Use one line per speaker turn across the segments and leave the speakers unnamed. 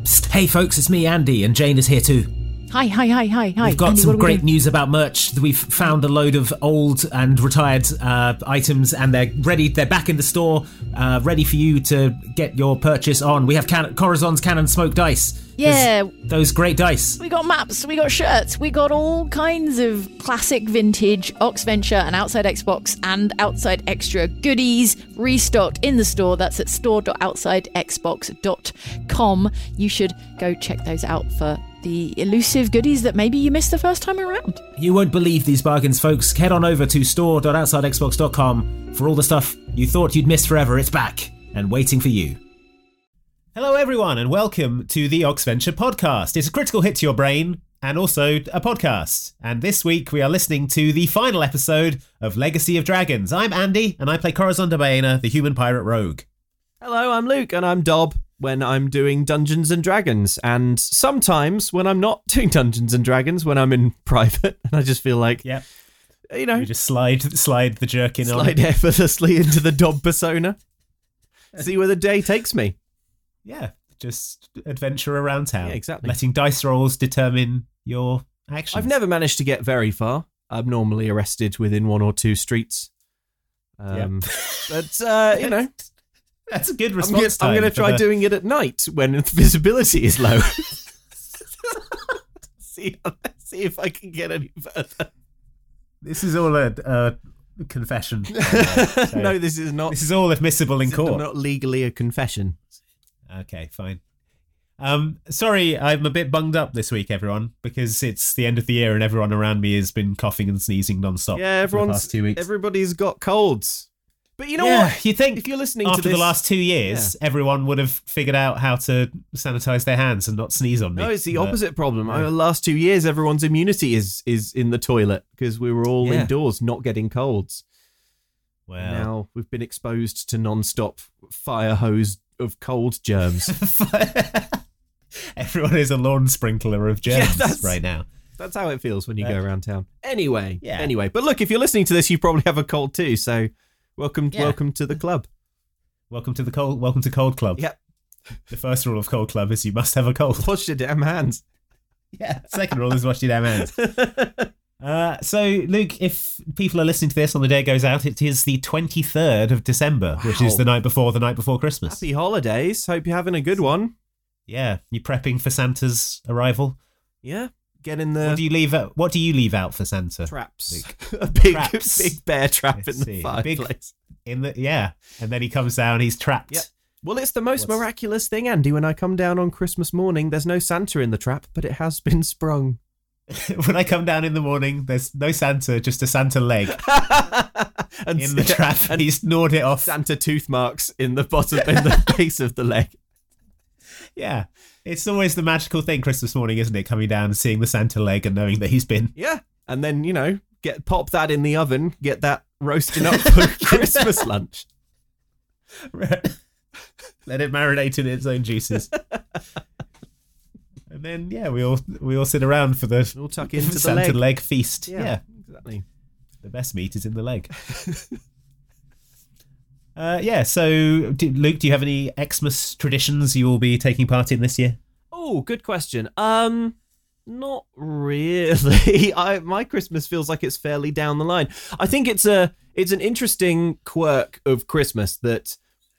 Psst, hey folks, it's me, Andy, and Jane is here too.
Hi, hi, hi, hi, hi.
We've got
Andy, what
some
are we
great
doing?
news about merch. We've found a load of old and retired uh, items, and they're ready. They're back in the store, uh, ready for you to get your purchase on. We have can- Corazon's Cannon Smoke Dice. There's
Yeah.
those great dice.
We got maps, we got shirts, we got all kinds of classic vintage Ox Venture and Outside Xbox and Outside Extra goodies restocked in the store. That's at store.outsidexbox.com. You should go check those out for the elusive goodies that maybe you missed the first time around.
You won't believe these bargains, folks. Head on over to store.outsidexbox.com for all the stuff you thought you'd miss forever. It's back and waiting for you. Hello, everyone, and welcome to the Oxventure podcast. It's a critical hit to your brain and also a podcast. And this week we are listening to the final episode of Legacy of Dragons. I'm Andy, and I play Corazon de Baena, the human pirate rogue.
Hello, I'm Luke, and I'm Dob when I'm doing Dungeons and Dragons, and sometimes when I'm not doing Dungeons and Dragons, when I'm in private, and I just feel like,
Yep.
you know,
You just slide slide the jerkin
slide
on.
effortlessly into the Dob persona. See where the day takes me.
Yeah, just adventure around town.
Yeah, exactly.
Letting dice rolls determine your actions.
I've never managed to get very far. I'm normally arrested within one or two streets. Um, But, uh, you know,
That's a good
I'm gonna-
response.
I'm
time
going to
for
try
the-
doing it at night when visibility is low. see, see if I can get any further.
This is all a, a confession. So-
no, this is not.
this is all admissible in
this is
court.
not legally a confession.
Okay, fine. Um, sorry, I'm a bit bunged up this week, everyone, because it's the end of the year and everyone around me has been coughing and sneezing nonstop.
yeah,
for
everyone's
the past two weeks.
everybody's got colds. But you know
Yeah,
what?
You think
If you're listening
after
to this,
the last two years, everyone would have figured out how to sanitize their hands and not sneeze on me.
no, it's the
but-
opposite problem.
Yeah.
Over the last two years, everyone's immunity is is in the toilet because we were all
Yeah.
indoors, not getting colds.
Well,
Now we've been exposed to non-stop fire hose of cold germs.
everyone is a lawn sprinkler of germs
that's-
right now.
That's how it feels when you
Yeah.
go around town. Anyway,
Yeah.
anyway. But look, if you're listening to this, you probably have a cold too. So welcome,
Yeah.
welcome to the club.
Welcome to the cold. Welcome to Cold Club.
Yep.
The first rule of Cold Club is you must have a cold.
Wash your damn hands.
Yeah. Second rule is wash your damn hands. Uh, so, Luke, if people are listening to this on the day it goes out, it is the 23rd of December, which
Wow.
is the night before the night before Christmas.
Happy holidays. Hope you're having a good one.
Yeah. You prepping for Santa's arrival?
Yeah. Get in
what
the
do you leave out? What do you leave out for Santa?
traps. a big,
Traps.
big bear trap
I
in the
see. A big-
fireplace.
In the yeah, and then he comes down. He's trapped.
Yep. Well, it's the most
What's-
miraculous thing, Andy. When I come down on Christmas morning, there's no Santa in the trap, but it has been sprung.
when I come down in the morning, there's no Santa, just a Santa leg
and
in the trap.
and
he's gnawed it off.
Santa tooth marks in the bottom, in the base of the leg.
Yeah. It's always the magical thing Christmas morning, isn't it? Coming down and seeing the Santa leg and knowing that he's been
Yeah. And then, you know, get pop that in the oven, get that roasting up for Christmas lunch.
let it marinate in its own juices. and then yeah, we all we all sit around for the
We'll tuck into the
Santa
leg.
leg. feast. Yeah.
Exactly.
The best meat is in the leg. Uh, yeah, so do, Luke, do you have any Xmas traditions you will be taking part in this year?
Oh, good question. Um not really. I my Christmas feels like it's fairly down the line. I think it's a it's an interesting quirk of Christmas that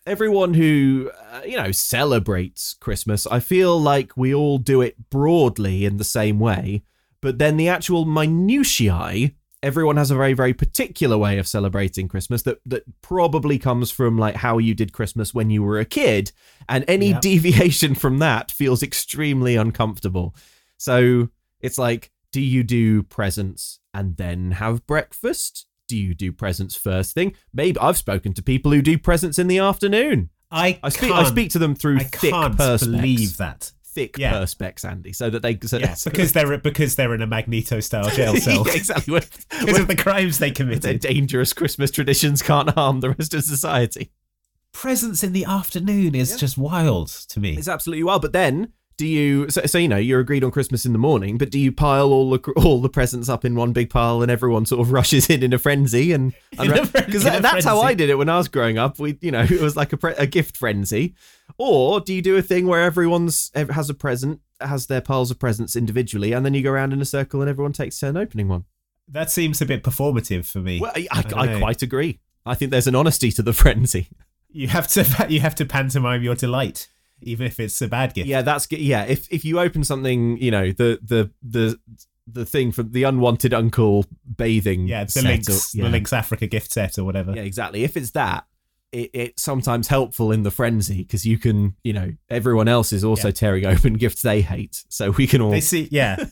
everyone who uh, you know celebrates Christmas, I feel like we all do it broadly in the same way, but then the actual minutiae everyone has a very very particular way of celebrating christmas that that probably comes from like how you did christmas when you were a kid and any
Yeah.
deviation from that feels extremely uncomfortable so it's like do you do presents and then have breakfast do you do presents first thing maybe i've spoken to people who do presents in the afternoon
I
I speak I
can't-
speak to them through
I
thick
can't
perspex.
believe that.
thick
Yeah.
perspex, Andy, so that they so
Yeah, because they're because they're in a Magneto style jail cell.
Yeah, exactly When-
Because
when
of the crimes they
their
committed.
dangerous Christmas traditions can't harm the rest of society.
Presence in the afternoon is just wild to me.
It's absolutely wild. But then, do you? So, so you know, you're agreed on Christmas in the morning, but do you pile all the cr- all the presents up in one big pile, and everyone sort of rushes in in a frenzy? And
In a fren-
because
in a
that, that's how
frenzy.
I did it when I was growing up. We, you know, it was like a pre- a gift frenzy. Or do you do a thing where everyone's ev- has a present, has their piles of presents individually, and then you go around in a circle and everyone takes turn opening one?
That seems a bit performative for me.
Well, I,
I
I,
don't
I
know.
quite agree. I think there's an honesty to the frenzy.
you have to you have to pantomime your delight, even if it's a bad gift.
Yeah, that's good. Yeah, if if you open something, you know, the the the the thing from the unwanted uncle bathing.
Yeah, the
set or-
links,
yeah.
the links Africa gift set or whatever.
Yeah, exactly. If it's that, it, it's sometimes helpful in the frenzy because you can, you know, everyone else is also
Yeah.
tearing open gifts they hate, so we can all.
They see, yeah.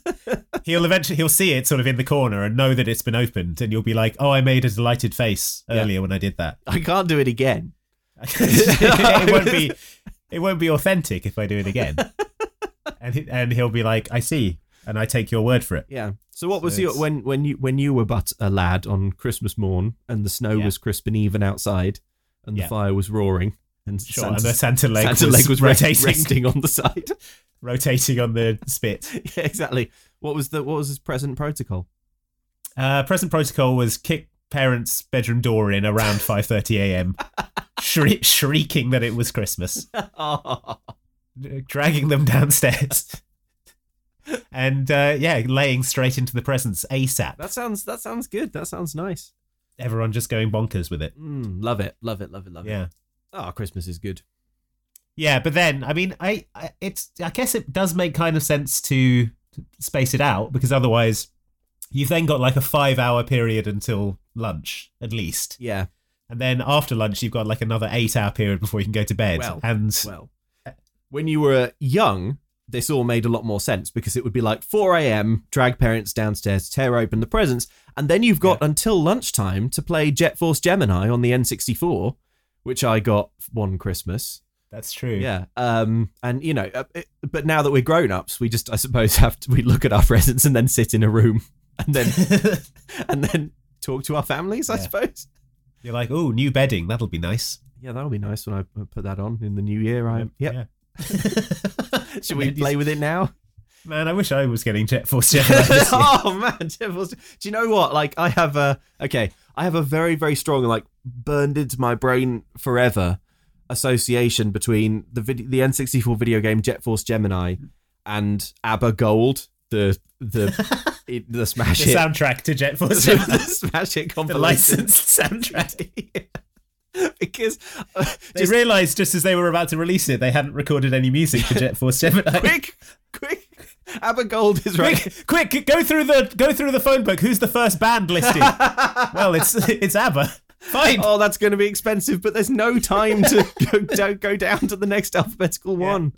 he'll eventually he'll see it sort of in the corner and know that it's been opened, and you'll be like, "Oh, I made a delighted face
Yeah.
earlier when I did that."
I can't do it again.
it won't be it won't be authentic if I do it again. and he, and he'll be like, "I see," and I take your word for it.
Yeah. So what
So
was your
it's-
when when you when you were but a lad on Christmas morn and the snow
Yeah.
was crisp and even outside and
Yeah.
the fire was roaring and
Sure,
Santa's-
and the Santa leg
Santa
was,
leg was rest-
rotating,
resting on the side.
rotating on the spit.
yeah, exactly. What was the what was his present protocol?
Uh, present protocol was kick parents' bedroom door in around 5:30 a.m., shrie- shrieking that it was Christmas, dragging them downstairs, and uh, yeah, laying straight into the presents ASAP.
that sounds that sounds good. That sounds nice.
Everyone just going bonkers with it.
Mm, love it. Love it. Love it. Love it.
Yeah.
Oh, Christmas is good.
Yeah, but then I mean, I, I it's I guess it does make kind of sense to space it out because otherwise, you've then got like a five-hour period until lunch at least,
Yeah.
and then after lunch you've got like another eight-hour period before you can go to bed.
Well,
and
Well, when you were young, this all made a lot more sense because it would be like 4 a.m. Drag parents downstairs, tear open the presents, and then you've got until lunchtime to play Jet Force Gemini on the N64, which I got one Christmas.
that's true.
Yeah. Um, and you know, uh, it, but now that we're grown ups, we just, I suppose, have to we look at our presents and then sit in a room and then and then talk to our families. I
Yeah.
suppose.
You're like, oh, new bedding. That'll be nice.
Yeah, that'll be nice when I I put that on in the new year. I Um, yep.
Yeah.
Should we play with it now?
Man, I wish I was getting Jet Force Gemini. this year.
oh man, Devil's- do you know what? Like, I have a okay. I have a very very strong like burned into my brain forever association between the vid- the N64 video game Jet Force Gemini and ABBA Gold, the the it, the
the
smash it
soundtrack to Jet Force
the
Gemini.
smash it
the
compilation.
licensed soundtrack.
because uh,
They realised just as they were about to release it, they hadn't recorded any music for Jet Force Gemini.
quick, quick, ABBA Gold is right.
quick, quick, go through the go through the phone book. Who's the first band listed? well, it's it's ABBA. Fine.
oh, that's going to be expensive, but there's no time to go, don't go down to the next alphabetical one.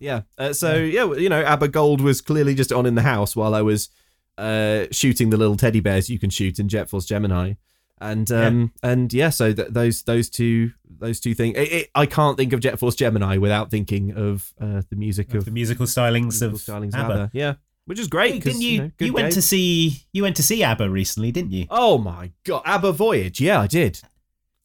Yeah. Uh, so yeah, well, you know, Abba Gold was clearly just on in the house while I was uh, shooting the little teddy bears you can shoot in Jet Force Gemini, and um, and yeah, so th- those those two those two things. It, it, I can't think of Jet Force Gemini without thinking of uh, the music of,
The musical stylings
musical
of
stylings of
ABBA.
ABBA. Yeah, which is great.
Hey,
'cause,
didn't you? You,
know, good
went
game.
to see you went to see ABBA recently, didn't you?
Oh my god, ABBA Voyage. Yeah, I did.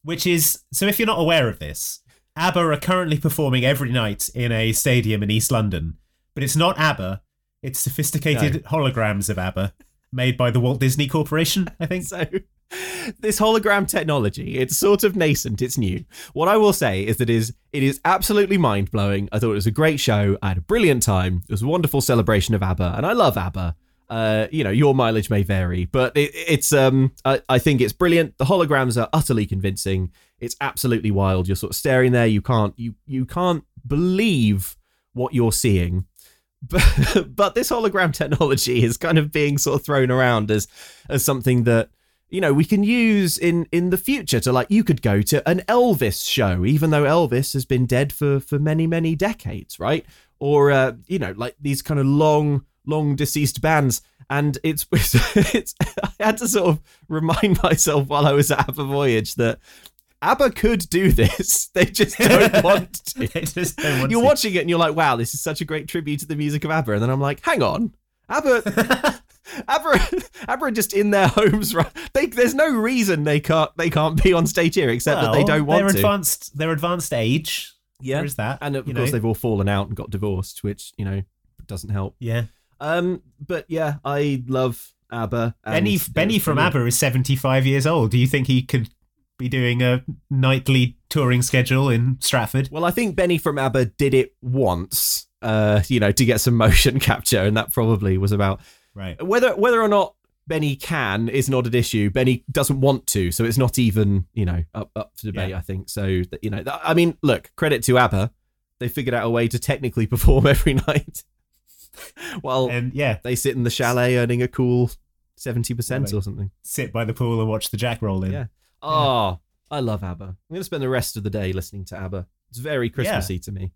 which is so if you're not aware of this, ABBA are currently performing every night in a stadium in East London, but it's not ABBA, it's sophisticated holograms of ABBA made by the Walt Disney Corporation, I think.
So this hologram technology, it's sort of nascent, it's new. What I will say is that it is it is absolutely mind-blowing. I thought it was a great show. I had a brilliant time. It was a wonderful celebration of ABBA, and I love ABBA. Uh, you know, your mileage may vary, but it, it's um I, I think it's brilliant. The holograms are utterly convincing. It's absolutely wild. You're sort of staring there, you can't you you can't believe what you're seeing. But, but this hologram technology is kind of being sort of thrown around as as something that you know we can use in in the future to like you could go to an Elvis show even though Elvis has been dead for for many many decades right or uh, you know like these kind of long long deceased bands and it's it's, it's I had to sort of remind myself while I was at Abba Voyage that ABBA could do this. They just don't want to.
They just don't want
you're
to.
watching it and you're like, wow, this is such a great tribute to the music of ABBA. And then I'm like, hang on, ABBA. ABBA, ABBA are just in their homes. Right? They, there's no reason they can't they can't be on stage here except that they
Well,
don't want
They're
to.
advanced. They're advanced age.
yeah,
There is that.
and of
you
course
know.
they've all fallen out and got divorced, which you know doesn't help.
Yeah.
Um, but yeah, I love ABBA. and-
Benny Benny from ABBA is 75 years old. Do you think he could be doing a nightly touring schedule in Stratford?
Well, I think Benny from ABBA did it once, uh, you know, to get some motion capture, and that probably was about
Right.
whether whether or not Benny can is not an issue. Benny doesn't want to, so it's not even you know up up for debate.
Yeah.
I think so. That, you know, th- I mean, look, credit to ABBA, they figured out a way to technically perform every night while
And yeah,
they sit in the chalet earning a cool seventy percent or something.
sit by the pool and watch the jack roll in.
Yeah. Oh, I love ABBA. I'm going to spend the rest of the day listening to ABBA. It's very Christmassy to me.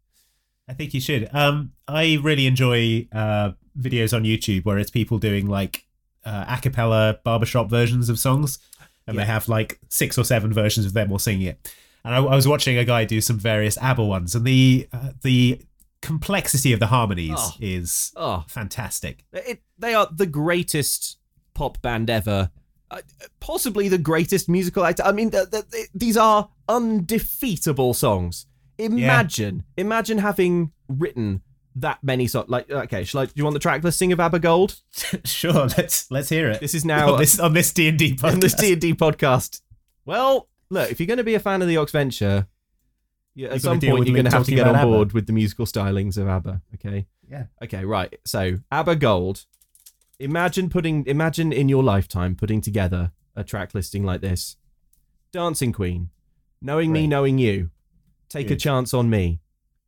I think you should. Um, I really enjoy uh, videos on YouTube where it's people doing like uh, a cappella barbershop versions of songs, and they
Yeah.
have like six or seven versions of them all singing it. And I, I was watching a guy do some various ABBA ones, and the uh, the complexity of the harmonies
Oh.
is
Oh,
fantastic.
It, they are the greatest pop band ever. Uh, possibly the greatest musical act. I mean, th- th- th- these are undefeatable songs. Imagine, imagine having written that many songs. Like, okay, shall I, do you want the track listing of ABBA Gold?
sure, let's let's hear it.
This is now
on this on this D and D
on this
podcast.
D and D podcast. Well, look, if you're going to be a fan of the Oxventure, you,
You're
at some
gonna deal
point
with
you're
me
going to have to
talking
get on
about ABBA.
board with the musical stylings of ABBA. Okay.
Yeah.
Okay. Right. So ABBA Gold. Imagine putting, imagine in your lifetime putting together a track listing like this: Dancing Queen, Knowing Me,
Great.
Knowing You, Take a
Good.
Chance on Me,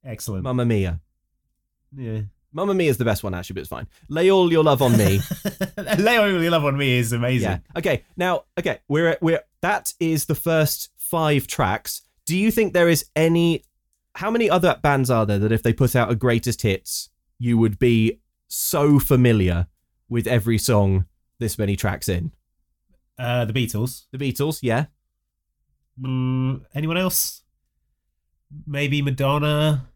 Excellent.
Mamma Mia.
yeah.
Mamma Mia is the best one actually, but it's fine. Lay all your love on me.
Lay All Your Love on Me is amazing.
Yeah. Okay. Now, okay, we're we're that is the first five tracks. Do you think there is any? How many other bands are there that if they put out a greatest hits, you would be so familiar with every song this many tracks in?
Uh, the Beatles.
The Beatles, yeah.
Mm, anyone else? Maybe Madonna.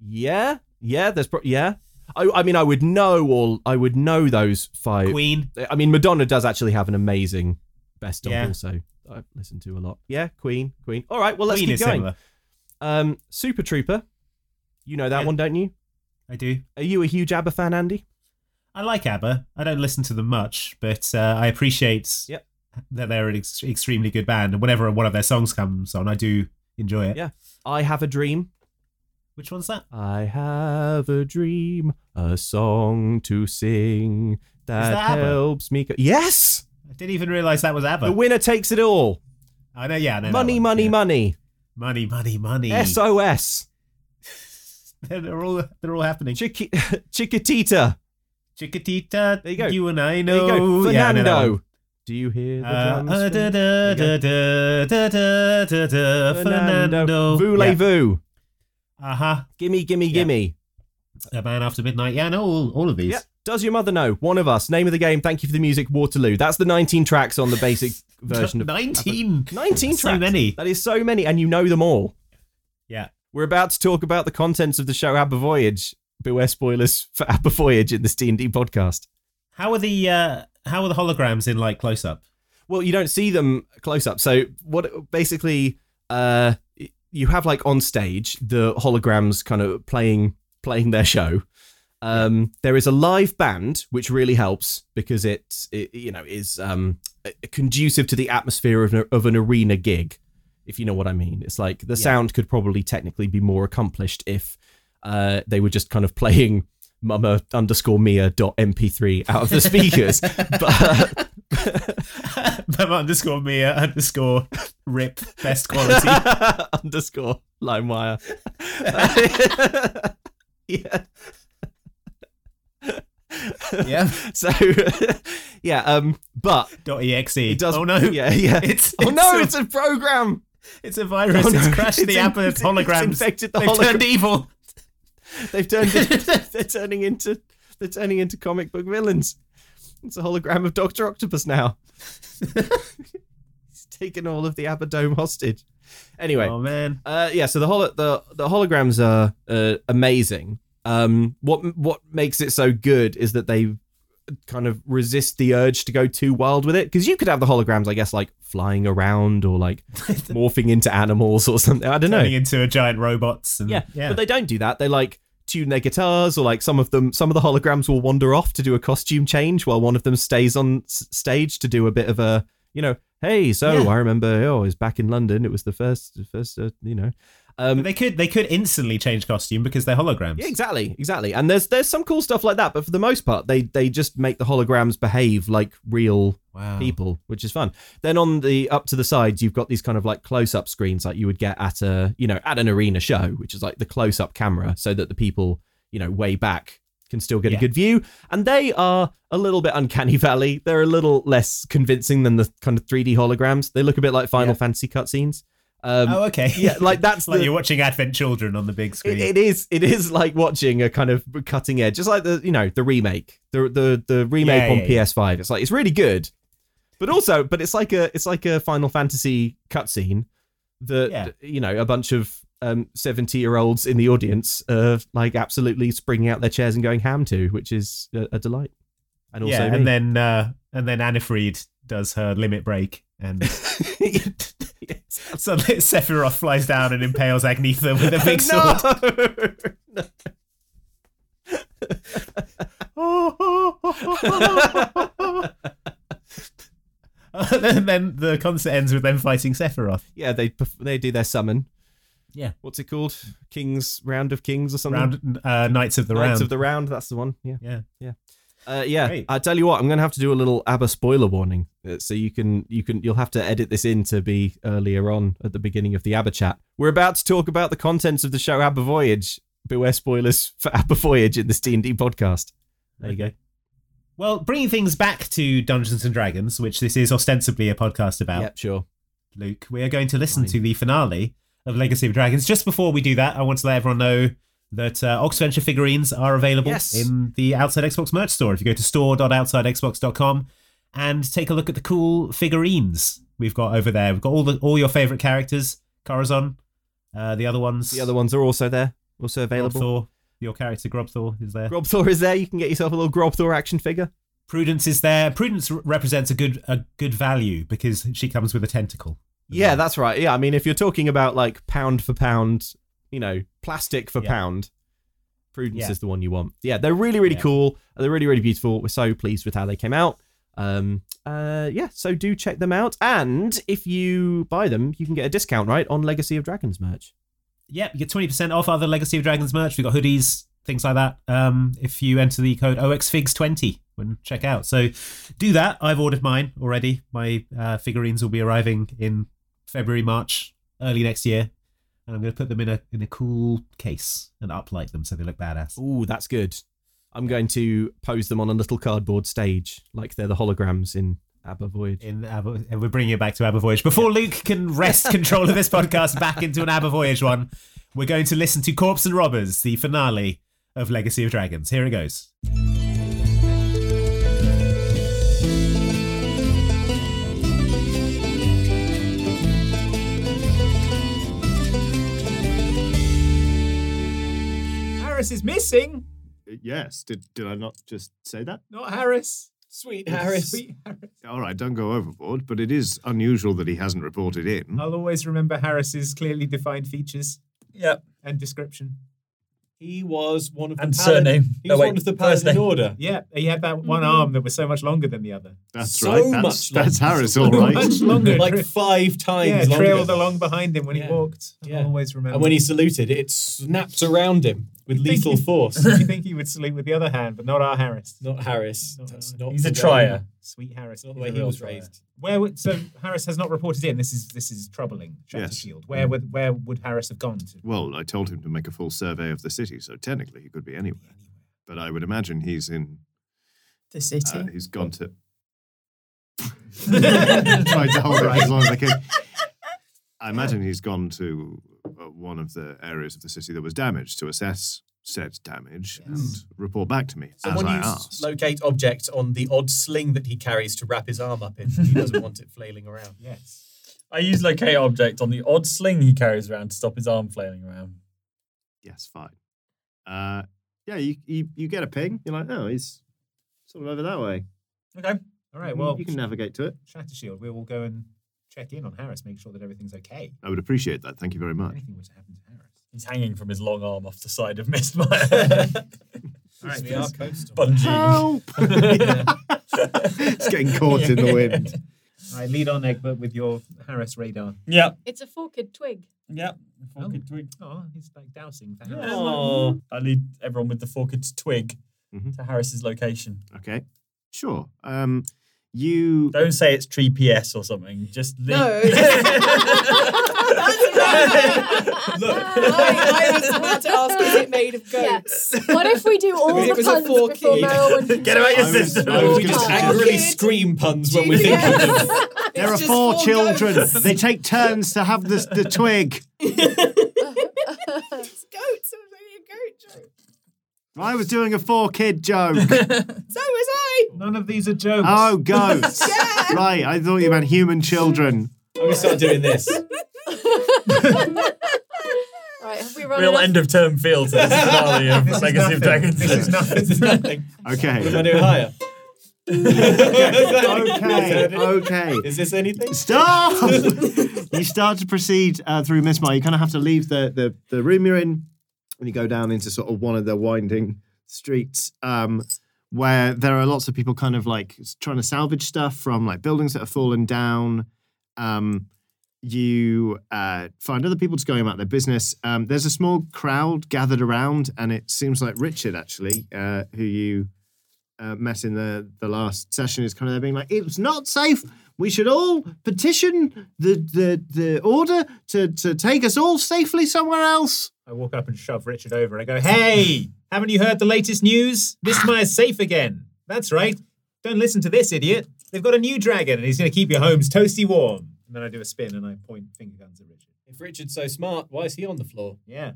Yeah, yeah. There's pro- yeah. I, I mean, I would know all. I would know those five.
Queen.
I mean, Madonna does actually have an amazing best of
Yeah.
also. that I've listened to a lot. Yeah, Queen, Queen. All right, well let's
Queen
keep
is
going.
similar.
Um, Super Trooper. You know that
Yeah.
one, don't you?
I do.
Are you a huge ABBA fan, Andy?
I like ABBA. I don't listen to them much, but uh, I appreciate
Yep.
that they're an ex- extremely good band. And whenever one of their songs comes on, I do enjoy it.
Yeah. I have a dream.
Which one's that?
I have a dream, a song to sing that,
that ABBA?
helps me. Go- yes,
I didn't even realize that was ABBA.
the winner takes it all.
I know. Yeah. I know that
money,
one.
money,
Yeah.
money.
money, money, money.
SOS.
they're all they're all happening.
Chiqui- Chiquitita.
Chickatita.
There you go.
and I
There you
know.
go.
Oh, Yeah, I know that
Fernando.
one.
Do you hear the
Uh,
drums?
uh, da, da,
Fernando?
da, da, da, da, da, da, Fernando.
Voulez-vous?
Uh huh.
Gimme, gimme,
Yeah.
gimme.
A man after midnight. Yeah, I know all, all of these.
Yeah. Does your mother know? One of us. Name of the game. Thank you for the music. Waterloo. That's the 19 tracks on the basic version of
19.
19
So
tracks.
many.
That is so many, and you know them all.
Yeah.
We're about to talk about the contents of the show Abba Voyage. Beware spoilers for Abba Voyage in this D and D podcast.
How are the uh, how are the holograms in like close up?
Well, you don't see them close up. So what? Basically, uh, you have like on stage the holograms kind of playing playing their show. Um, there is a live band which really helps because it, it you know is um, conducive to the atmosphere of an, of an arena gig, if you know what I mean. It's like the
Yeah.
sound could probably technically be more accomplished if uh, they were just kind of playing mama underscore mia dot mp3 out of the speakers. but
Mama underscore Mia underscore rip best quality.
underscore LimeWire. yeah.
yeah.
So, yeah. Um. But
Dot exe.
it does.
Oh no.
Yeah. Yeah.
It's,
oh no!
a-
It's a program.
it's a virus.
Oh, no.
It's crashed the
in-
app of
it's
holograms.
infected the
They've
hologram.
turned evil.
They've turned. it- they're turning into. They're turning into comic book villains. It's a hologram of Doctor Octopus now. taken all of the Aberdome hostage. Anyway,
Oh man.
uh, yeah. So the holo- the the holograms are uh, amazing. Um, what what makes it so good is that they kind of resist the urge to go too wild with it because you could have the holograms, I guess, like flying around or like morphing into animals or something. I don't know.
Turning into a giant robots. And,
Yeah, but they don't do that. They like tune their guitars, or like some of them, some of the holograms will wander off to do a costume change, while one of them stays on s- stage to do a bit of a, you know, hey, so
Yeah.
I remember, oh, I was back in London. It was the first, the first, uh, you know,
But
um,
they could they could instantly change costume because they're holograms.
yeah, exactly, exactly. And there's there's some cool stuff like that, but for the most part, they they just make the holograms behave like real
Wow.
people, which is fun. Then on the up to the sides, you've got these kind of like close up screens, like you would get at a you know at an arena show, which is like the close up camera, so that the people you know way back can still get
Yeah.
a good view. And they are a little bit uncanny valley. They're a little less convincing than the kind of 3D holograms. They look a bit like Final
Yeah.
Fantasy cutscenes. Um,
Oh, okay.
yeah, like that's
like
the-
you're watching Advent Children on the big screen.
it, it is it is like watching a kind of cutting edge just like the you know the remake the the the remake
Yeah,
on
yeah, yeah.
ps5 it's like it's really good but also but it's like a it's like a final fantasy cutscene that
Yeah.
you know a bunch of um 70 year olds in the audience uh like absolutely springing out their chairs and going ham to which is a, a delight and also
yeah,
me.
and then uh, and then Anna Fried does her limit break and suddenly Sephiroth flies down and impales Agnetha with a big sword.
no!
and then the concert ends with them fighting Sephiroth.
yeah, they perf- they do their summon.
Yeah.
What's it called? Kings Round of Kings or something.
Round uh, Knights of the
Knights
Round.
of the Round. That's the one. Yeah.
yeah.
Uh, yeah.
Great.
I tell you what, I'm gonna have to do a little ABBA spoiler warning, uh, so you can you can you'll have to edit this in to be earlier on at the beginning of the ABBA chat. We're about to talk about the contents of the show ABBA Voyage. Beware spoilers for ABBA Voyage in this D and D podcast.
There you go. Well, bringing things back to Dungeons and Dragons, which this is ostensibly a podcast about,
Yep. Sure.
Luke, we are going to listen
Fine.
to the finale of Legacy of Dragons. Just before we do that, I want to let everyone know that uh, Oxventure figurines are available
Yes.
in the Outside Xbox merch store. If you go to store.outsidexbox.com and take a look at the cool figurines we've got over there, we've got all the all your favorite characters, Corazon, uh, the other ones,
The other ones are also there, also available.
Grobthor, your character Grobthor is there.
Grobthor is there. You can get yourself a little Grobthor action figure.
Prudence is there. Prudence r- represents a good a good value because she comes with a tentacle. as
Yeah,
Mm.
well.
that's right. Yeah, I mean, if you're talking about like pound for pound, you know, plastic for
Yeah.
pound, Prudence
Yeah.
is the one you want. Yeah, they're really, really
Yeah.
cool. They're really, really beautiful. We're so pleased with how they came out. Um, uh, yeah, so do check them out. And if you buy them, you can get a discount, right, on Legacy of Dragons merch.
Yep, you get twenty percent off other Legacy of Dragons merch. We've got hoodies, things like that. Um, if you enter the code OXFigs20 when checkout, so do that. I've ordered mine already. My uh, figurines will be arriving in February, March, early next year, and I'm going to put them in a in a cool case and uplight them so they look badass.
Ooh, that's good. I'm going to pose them on a little cardboard stage, like they're the holograms in ABBA Voyage.
In Abba, and we're bringing it back to Abba Voyage. Before Luke can wrest control of this podcast back into an Abba Voyage one, we're going to listen to Corpse and Robbers, the finale of Legacy of Dragons. Here it goes.
Harris is missing.
Uh, Yes. Did did I not just say that?
Not Harris. Sweet
Harris.
Sweet Harris.
All right, don't go overboard. But it is unusual that he hasn't reported in.
Oh,
I'll always remember Harris's clearly defined features
Yep.
and description.
He was one of the
And
paladin-
surname.
He
No,
was
wait,
one of the
first
paladin
name.
order.
Yeah, he had that one arm that was so much longer than the other.
That's
so
right. That's,
much
that's
longer.
Harris.
So
All right.
Much longer.
Like
Tra-
five times
yeah,
longer.
trailed along behind him when he
Yeah.
walked.
Yeah.
I'll always remember.
And when he saluted, it snapped around him with lethal force.
you think he would sleep with the other hand, but not our Harris.
Not Harris.
Not
That's
Harris.
not
He's a
the way-
trier.
Sweet Harris.
Not the
He's
way
a
he
real
was
trier.
raised.
Where would, so Harris has not reported in. This is this is troubling. Shatter
Yes.
Shield. Where would where would Harris have gone to?
Well, I told him to make a full survey of the city, so technically he could be anywhere. But I would imagine he's in.
the city.
Uh, he's gone to. Tried to hold it as long as I can. I imagine he's gone to uh, one of the areas of the city that was damaged to assess said damage and report back to me as
Someone
I
used
asked.
locate object on the odd sling that he carries to wrap his arm up in. He doesn't want it flailing around.
Yes.
I use locate object on the odd sling he carries around to stop his arm flailing around.
Yes, fine. Uh, yeah, you, you you get a ping. You're like, oh, he's sort of over that way.
Okay.
All
Mm-hmm.
right, well,
you can navigate to it.
Shatter Shield, we will go and check in on Harris, make sure that everything's okay.
I would appreciate that. Thank you very
If
much.
anything were to happen to Harris.
He's hanging from his long arm off the side of Mistmire.
All right, we are coastal.
Bungee.
Help! it's getting caught in the wind.
All right, lead on, Egbert, with your Harris radar.
Yep.
It's a forked twig.
Yep. Forked twig.
Oh, he's like hmm. dousing for Harris.
Oh. I lead everyone with the forked twig
Mm-hmm.
Mhm.
to Harris's location.
Okay, sure. Um, you
Don't say it's tree PS or something. Just leave.
No.
Look.
I, I was about to ask, is it made of goats?
What if we do all
It
the
was a
puns
forky.
before Merwin?
Get away your
I was-
system.
I was
we
Oh,
just angrily
kid.
scream puns when we think of them.
There are four, children. They take turns to have the, the twig.
It's goats. It was only a goat joke.
I was doing a four kid joke.
So was I.
None of these are jokes.
oh, goats. Right, I thought you meant human children.
I'm gonna start doing this.
Right, have we run
Real
enough?
end of term feel to this finale of
is
Legacy
nothing.
of Dragons.
This is nothing.
This is nothing. Am I
Okay.
doing higher?
Okay, okay.
Is this anything?
Stop! you start to proceed uh, through Mismar. You kind of have to leave the, the, the room you're in and you go down into sort of one of the winding streets um, where there are lots of people kind of like trying to salvage stuff from like buildings that have fallen down. Um, you uh, find other people just going about their business. Um, there's a small crowd gathered around, and it seems like Richard, actually, uh, who you uh, met in the, the last session, is kind of there being like, it's not safe. We should all petition the the, the order to, to take us all safely somewhere else.
I walk up and shove Richard over. I go, hey, haven't you heard the latest news? Miss Meyer's safe again. That's right. Don't listen to this idiot. They've got a new dragon and he's going to keep your homes toasty warm. And then I do a spin and I point finger guns at Richard.
If Richard's so smart, why is he on the floor?
Yeah.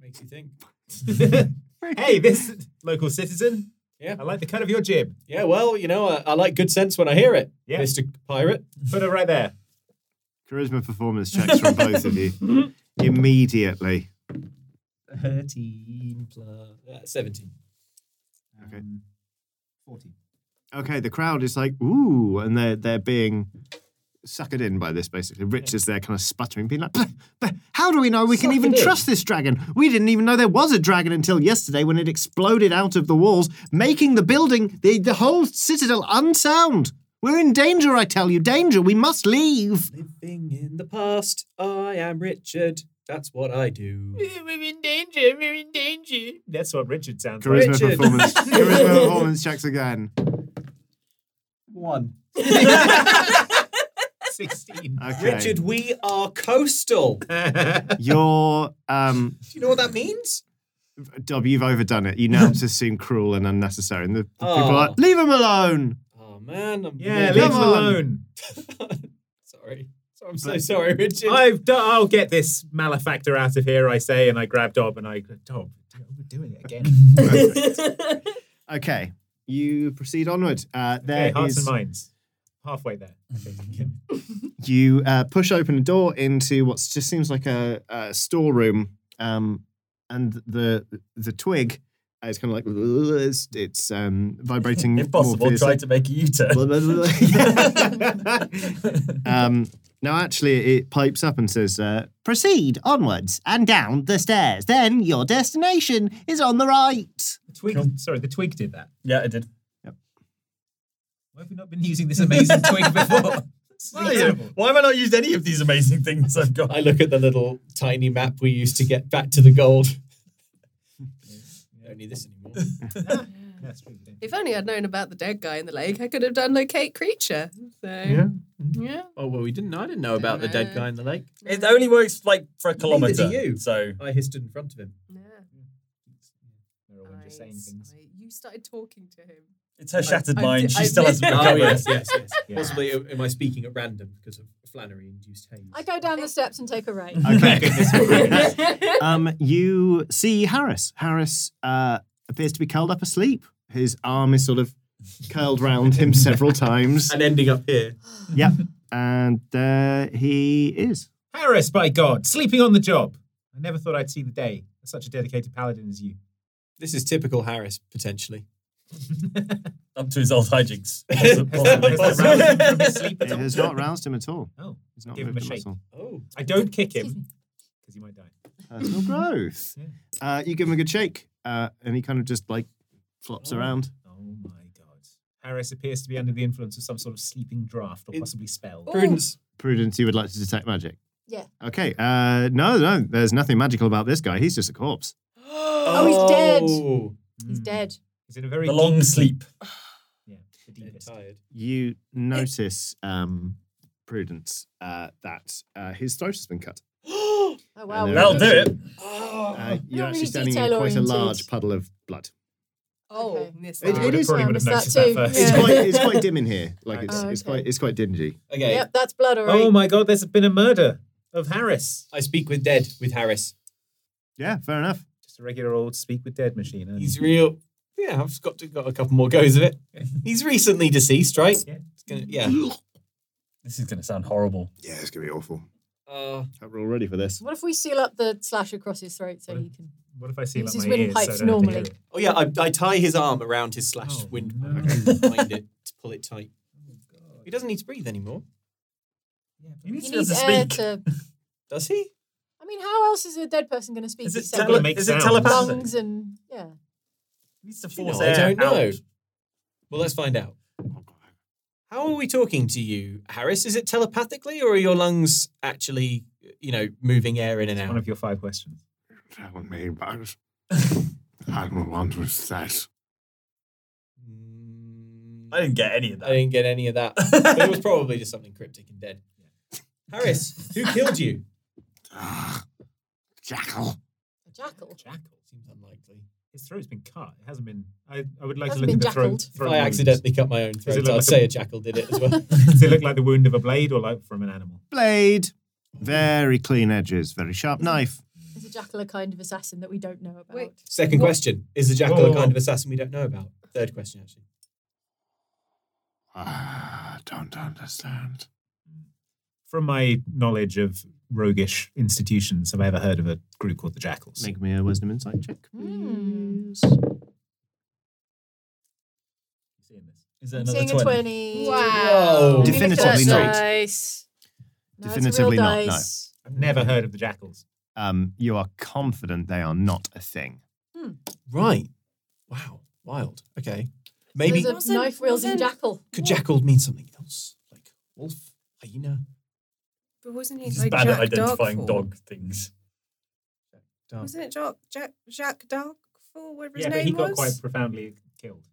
Makes you think.
hey, this local citizen.
Yeah.
I like the cut of your jib.
Yeah, well, you know, I, I like good sense when I hear it,
Yeah.
Mister Pirate.
Put it right there.
Charisma performance checks from both of you immediately.
Thirteen plus uh, seventeen.
Okay.
Um, 40.
Okay, the crowd is like, ooh, and they're they're being suckered in by this basically. Rich is there kind of sputtering, being like, "But- but how do we know we can even trust this dragon? We didn't even know there was a dragon until yesterday when it exploded out of the walls, making the building, the, the whole citadel unsound. We're in danger, I tell you, danger. We must leave.
Living in the past, I am Richard. That's what I do.
We're in danger. We're in danger.
That's what Richard sounds like.
Charisma
Richard.
performance. Charisma performance checks again.
One.
16.
Okay.
Richard, we are coastal. Do
Your um
you know what that means?
Dob, you've overdone it. You now just seem cruel and unnecessary. And the the people are
Aw.
like, leave him alone.
Oh man, I'm
Yeah,
Come
leave him
on.
alone.
sorry. So I'm so sorry, Richard.
I've do- I'll get this malefactor out of here, I say, and I grab Dob and I go, Dob, we're doing it again.
Okay. You proceed onward. Uh,
okay,
there
hearts
is-
and minds. Halfway there. Okay.
you uh, push open a door into what just seems like a, a storeroom, um, and the the twig is kind of like it's, it's um, vibrating.
If
more
possible,
fiercely.
try to make a U-turn.
Blah, blah, blah, blah. um, now, actually, it pipes up and says, uh, "Proceed onwards and down the stairs. Then your destination is on the right."
The twig, sorry, the twig did that.
Yeah, I did.
Why have we not been using this amazing twig before? This is terrible.
Why have I not used any of these amazing things I've got?
I look at the little tiny map we used to get back to the gold. Don't need this anymore.
That's true, yeah.
If only I'd known about the dead guy in the lake, I could have done locate creature. So yeah.
Oh well, we didn't. I didn't know about the dead guy in the lake.
It only works like for a
Neither do
kilometre.
you.
So
I hissed in front of him.
Yeah.
They're all just saying
Nice.
things.
I- You started talking to him.
it's her shattered
I- I
mind.
did-
she
I
still
did-
hasn't
Oh,
recovered.
yes, yes.
Yeah.
Possibly, am am I speaking at random because of Flannery-induced haze?
I go down the steps and take a right.
Okay. um, you see Harris. Harris uh, appears to be curled up asleep. His arm is sort of curled round him several times.
and ending up here.
Yep. And there he is.
Harris, by God, sleeping on the job. I never thought I'd see the day. Such a dedicated paladin as you.
This is typical Harris, potentially.
Up to his old hijinks.
It has not roused him at all.
Oh,
It's not
Give him
moved
a
him at
shake.
all.
Oh.
I don't kick him because he might die.
Personal growth.
Yeah.
Uh, you give him a good shake, uh, and he kind of just like flops around.
Oh my God. Harris appears to be under the influence of some sort of sleeping draft or possibly spell.
Prudence.
Oh, Prudence, you would like to detect magic.
Yeah.
Okay. Uh, no, no, there's nothing magical about this guy. He's just a corpse.
Oh, he's dead.
Oh,
He's
Mm.
dead.
He's in a very
The long
deep-
sleep.
Yeah, the
Dead
deepest.
tired.
You notice, um, Prudence, uh, that uh, his throat has been cut.
Oh wow.
And there
That'll do it.
Uh, you're
Oh, Not
actually
really
standing in quite a
detail-oriented.
large puddle of blood.
Oh,
Okay.
this
It-
one.
it is-
probably
I
would have
missed
noticed
that
that
too.
first.
It's
Yeah.
quite, it's quite dim in here. Like it's,
Oh,
it's
okay.
quite, it's quite dingy.
Okay.
Yep, that's blood already.
Oh my God, there's been a murder of Harris.
I speak with dead with Harris.
Yeah, fair enough.
Just a regular old speak with dead machine. aren't
He's
you?
real. Yeah, I've got to, got a couple more goes of it. He's recently deceased, right?
Yeah.
It's gonna- yeah.
This is going to sound horrible.
Yeah, it's gonna be awful.
Uh,
We're all ready for this.
What if we seal up the slash across his throat so he can?
What if I see him
He's
at
just
my
within
ears?
pipes
so I don't have to
normally.
hear it?
oh yeah, I, I tie his arm around his slashed
Oh,
windpipe
no.
and bind it to pull it tight. He doesn't need to breathe anymore,
Yeah,
He
but-
needs air to.
does he?
I mean, how else is a dead person going to speak?
Is it,
except
tele-
with
make
is it
sounds.
telepathic?
lungs and yeah.
Needs to
You
force
know, I
air
don't know.
out.
Well, let's find out. How are we talking to you, Harris? Is it telepathically, or are your lungs actually, you know, moving air in and
One
out?
of your five questions.
Tell me about Admiral was says.
Mm,
I didn't get any of
I
that.
didn't get any of that. but it was probably just something cryptic and dead. Harris, who killed you?
Ah, Jackal.
A jackal.
Jackal seems unlikely.
His throat's been cut. It hasn't been. I, I would like to look
Hasn't
at
been
the throat.
jackled.
If
throat
I
wounds.
accidentally cut my own
it
throat,
look
I'd
like
say
a-
a jackal did it as well.
Does it look like the wound of a blade or like from an animal?
Blade, very clean edges, very sharp knife.
Is a jackal a kind of assassin that we don't know about?
Wait.
Second question: Is the jackal
Whoa,
a
whoa,
kind
whoa.
of assassin we don't know about? Third question, actually.
Ah,
I don't understand.
From my knowledge of roguish institutions, have I ever heard of a group called the Jackals?
Make me a wisdom insight check.
Hmm.
Is it
I'm
another
Seeing
20?
a twenty.
Wow.
Let me look at that
Definitively not.
Dice. No, it's a real
Definitively not, no.
dice.
I've never heard of the Jackals.
Um, you are confident they are not a thing.
Right. Wow. Wild. Okay. Maybe
There's a
Wasn't-
knife wielding
wasn't-
jackal.
could jackal mean something else, like wolf, hyena,
But wasn't he
He's
like
bad
Jack
at identifying
Darkfall?
dog, things.
dog?
Wasn't it Jack Jack Jack Darkfall? Whatever his
yeah, but
name
he got
was.
quite profoundly killed.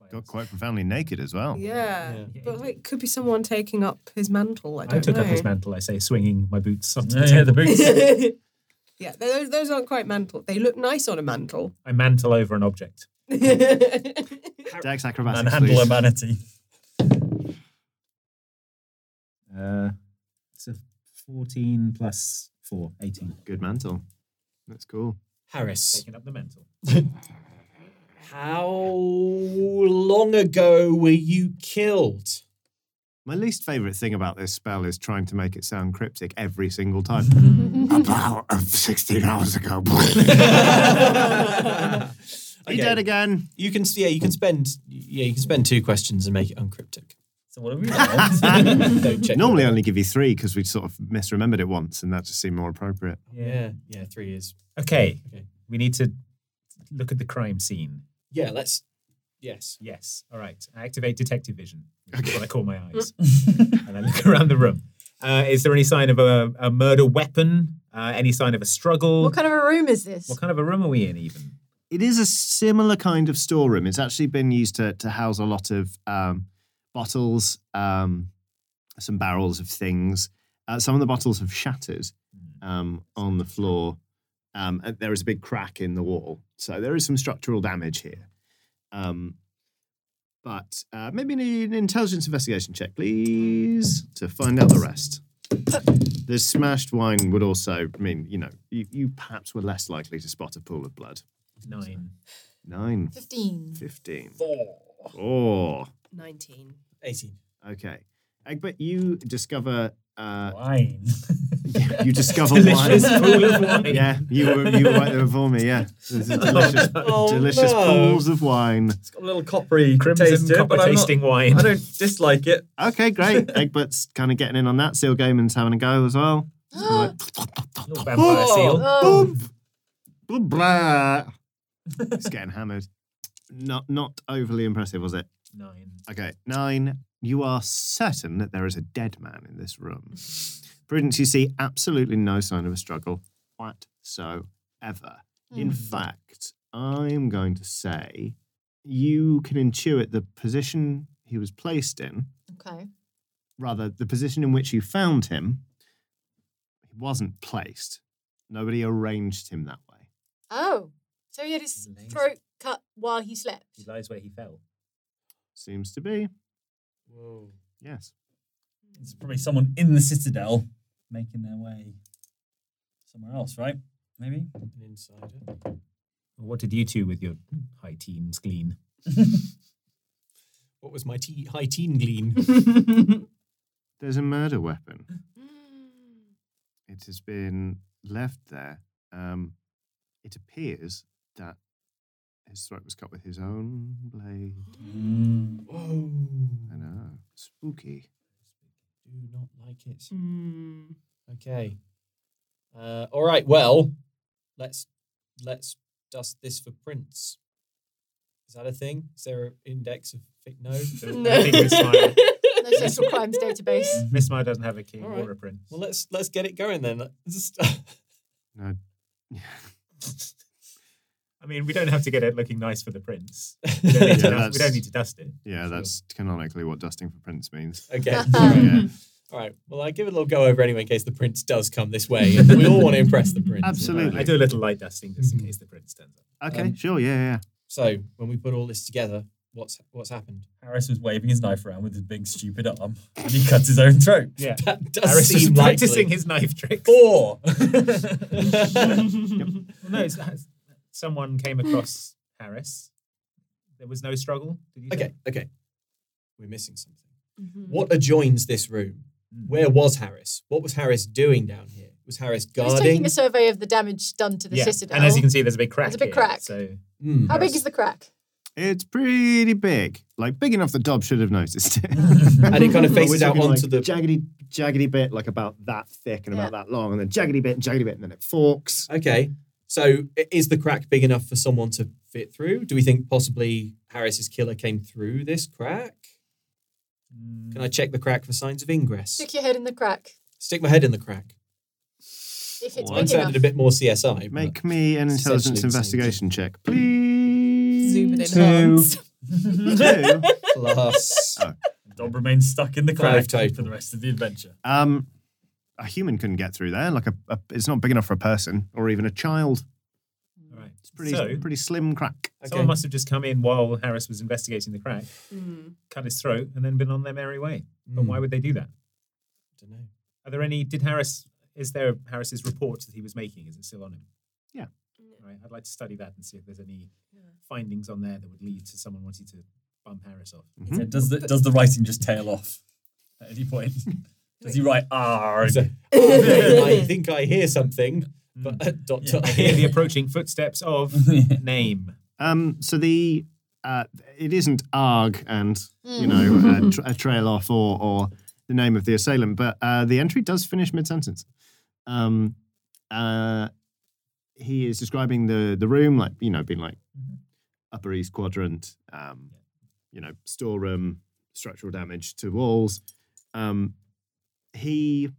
by
Got
us.
quite profoundly naked as
Oh.
well.
yeah.
Yeah.
but like, could be someone taking up his mantle. I
I,
don't
took
know.
up his mantle, I say, swinging my boots onto the
Yeah, yeah, the
temple.
boots.
yeah, those, those aren't quite mantle. They look nice on a mantle.
I mantle over an object.
Dex
Uh, and
acrobatics.
handle
please.
a manatee.
Uh, it's a 14 plus 4, 18.
Good mantle. That's cool.
Harris.
Taking up the mantle.
How long ago were you killed?
My least favorite thing about this spell is trying to make it sound cryptic every single time.
About uh, 16 hours ago.
He
Okay.
dead again.
You can yeah, you can spend yeah, you can spend two questions and make it uncryptic.
So what are we on?
Don't check.
Normally, I only give you three because we sort of misremembered it once, and that just seemed more appropriate.
Yeah, yeah, three is.
Okay.
Okay.
We need to look at the crime scene.
Yeah, let's. Yes.
Yes. All right. I activate detective vision. Which is what I call my eyes. and I look around the room. Uh, is there any sign of a, a murder weapon? Uh, any sign of a struggle?
What kind of a room is this?
What kind of a room are we in, even?
It is a similar kind of storeroom. It's actually been used to, to house a lot of um, bottles, um, some barrels of things. Uh, some of the bottles have shattered um, on the floor. Um, and there is a big crack in the wall. So there is some structural damage here. Um, but uh, maybe an intelligence investigation check, please, to find out the rest. The smashed wine would also mean, you know, you, you perhaps were less likely to spot a pool of blood.
Nine.
Nine.
Fifteen.
15.
Four.
Oh.
19.
18.
Okay. Egbert, you discover uh,
wine.
you discover
Delicious
wine.
pool of wine.
Yeah, you were you were right there before me. Yeah, There's a delicious,
Oh,
delicious
no.
pools of wine.
It's got a little coppery
Crimson
taste to it, but
copper
I'm not-
tasting wine.
I don't dislike it.
Okay, great. Egbert's kind of getting in on that. Seal Gaiman's having a go as well. Like,
Vampire
Oh!
seal.
boom, boom, blah. It's getting hammered. Not not overly impressive, was it?
Nine.
Okay, nine. You are certain that there is a dead man in this room. Prudence, you see absolutely no sign of a struggle whatsoever. In
Hmm.
fact, I'm going to say you can intuit the position he was placed in,
Okay.
rather, the position in which you found him. He wasn't placed, nobody arranged him that way.
Oh, so he had his throat cut while he slept.
He lies where he fell.
Seems to be.
Whoa.
Yes.
It's probably someone in the citadel making their way somewhere else, right? Maybe an
insider.
What did you two with your high teens glean?
What was my tea, high teen glean?
There's a murder weapon. It has been left there. Um, it appears that his throat was cut with his own blade. Oh.
Whoa.
I know. Spooky.
Do not like it. Hmm. Okay. Uh, all right. Well, let's let's dust this for prints. Is that a thing? Is there an index of fi- no?
No. No social crimes database.
Miss Meyer doesn't have a key
All
or
right.
a print.
Well, let's let's get it going then. Just-
No.
I mean, we don't have to get it looking nice for the prints. We don't need, to, dust, we don't need to dust it.
Yeah, that's canonically what dusting for prints means.
okay.
Yeah.
All right. Well, I give it a little go over anyway in case the prince does come this way. And we all want to impress the prince.
Absolutely.
I do a little light dusting just
Mm-hmm.
in case the print stands up.
Okay,
Um,
sure. Yeah, yeah.
So when we put all this together, what's what's happened?
Harris was waving his knife around with his big stupid arm, and he cut his own throat.
Yeah.
That does
Harris is
seem
practicing
likely.
his knife tricks.
Four.
Well, no, it's, someone came across Harris. There was no struggle. Did you
Okay, okay. We're missing something.
Mm-hmm.
What adjoins this room?
Hmm.
Where was Harris? What was Harris doing down here? Was Harris
He was taking
guarding?
a survey of the damage done to the
yeah.
citadel.
And as you can see, there's a big crack.
There's a big
here,
crack.
So
Mm.
How big is the crack?
It's pretty big. Like big enough that Dob should have noticed it.
and it kind
But we're
of faces out
talking,
onto
like,
the.
jaggedy, jaggedy bit, like about that thick and about that long, and then jaggedy bit, and jaggedy bit, and then it forks.
Okay, so i- is the crack big enough for someone to fit through? Do we think possibly Harris's killer came through this crack?
Hmm.
Can I check the crack for signs of ingress?
Stick your head in the crack
Stick my head in the crack.
if it's
Well,
big
that
enough.
sounded a bit more CSI. but-
Make me an
It's
intelligence
essentially the same
investigation check, please.
Zoom it in.
Two.
Hans.
Two.
Plus.
Dob remains stuck in the crack
Five total.
for the rest of the adventure.
Um, a human couldn't get through there. Like a, a, it's not big enough for a person or even a child.
All right.
It's pretty,
So-
pretty slim crack.
Okay.
Someone must have just come in while Harris was investigating the crack, cut his throat, and then been on their merry way. But
Mm.
why would they do that?
Dunno.
Are there any? Did Harris? Is there Harris's report that he was making? Is it still on him?
Yeah.
Right. I'd like to study that and see if there's any findings on there that would lead to someone wanting to bump Harris off.
Mm-hmm.
So does the does the writing just tail off at any point? Does he write "Ah, R?
So- Oh, I think I hear something,
Mm.
but uh, dot dot.
I hear the approaching footsteps of name.
Um, so the uh, it isn't arg and you know a, tr a trail off or or the name of the assailant, but uh, the entry does finish mid sentence. Um, uh, he is describing the the room like you know being like upper east quadrant, um, you know storeroom, structural damage to walls. Um, he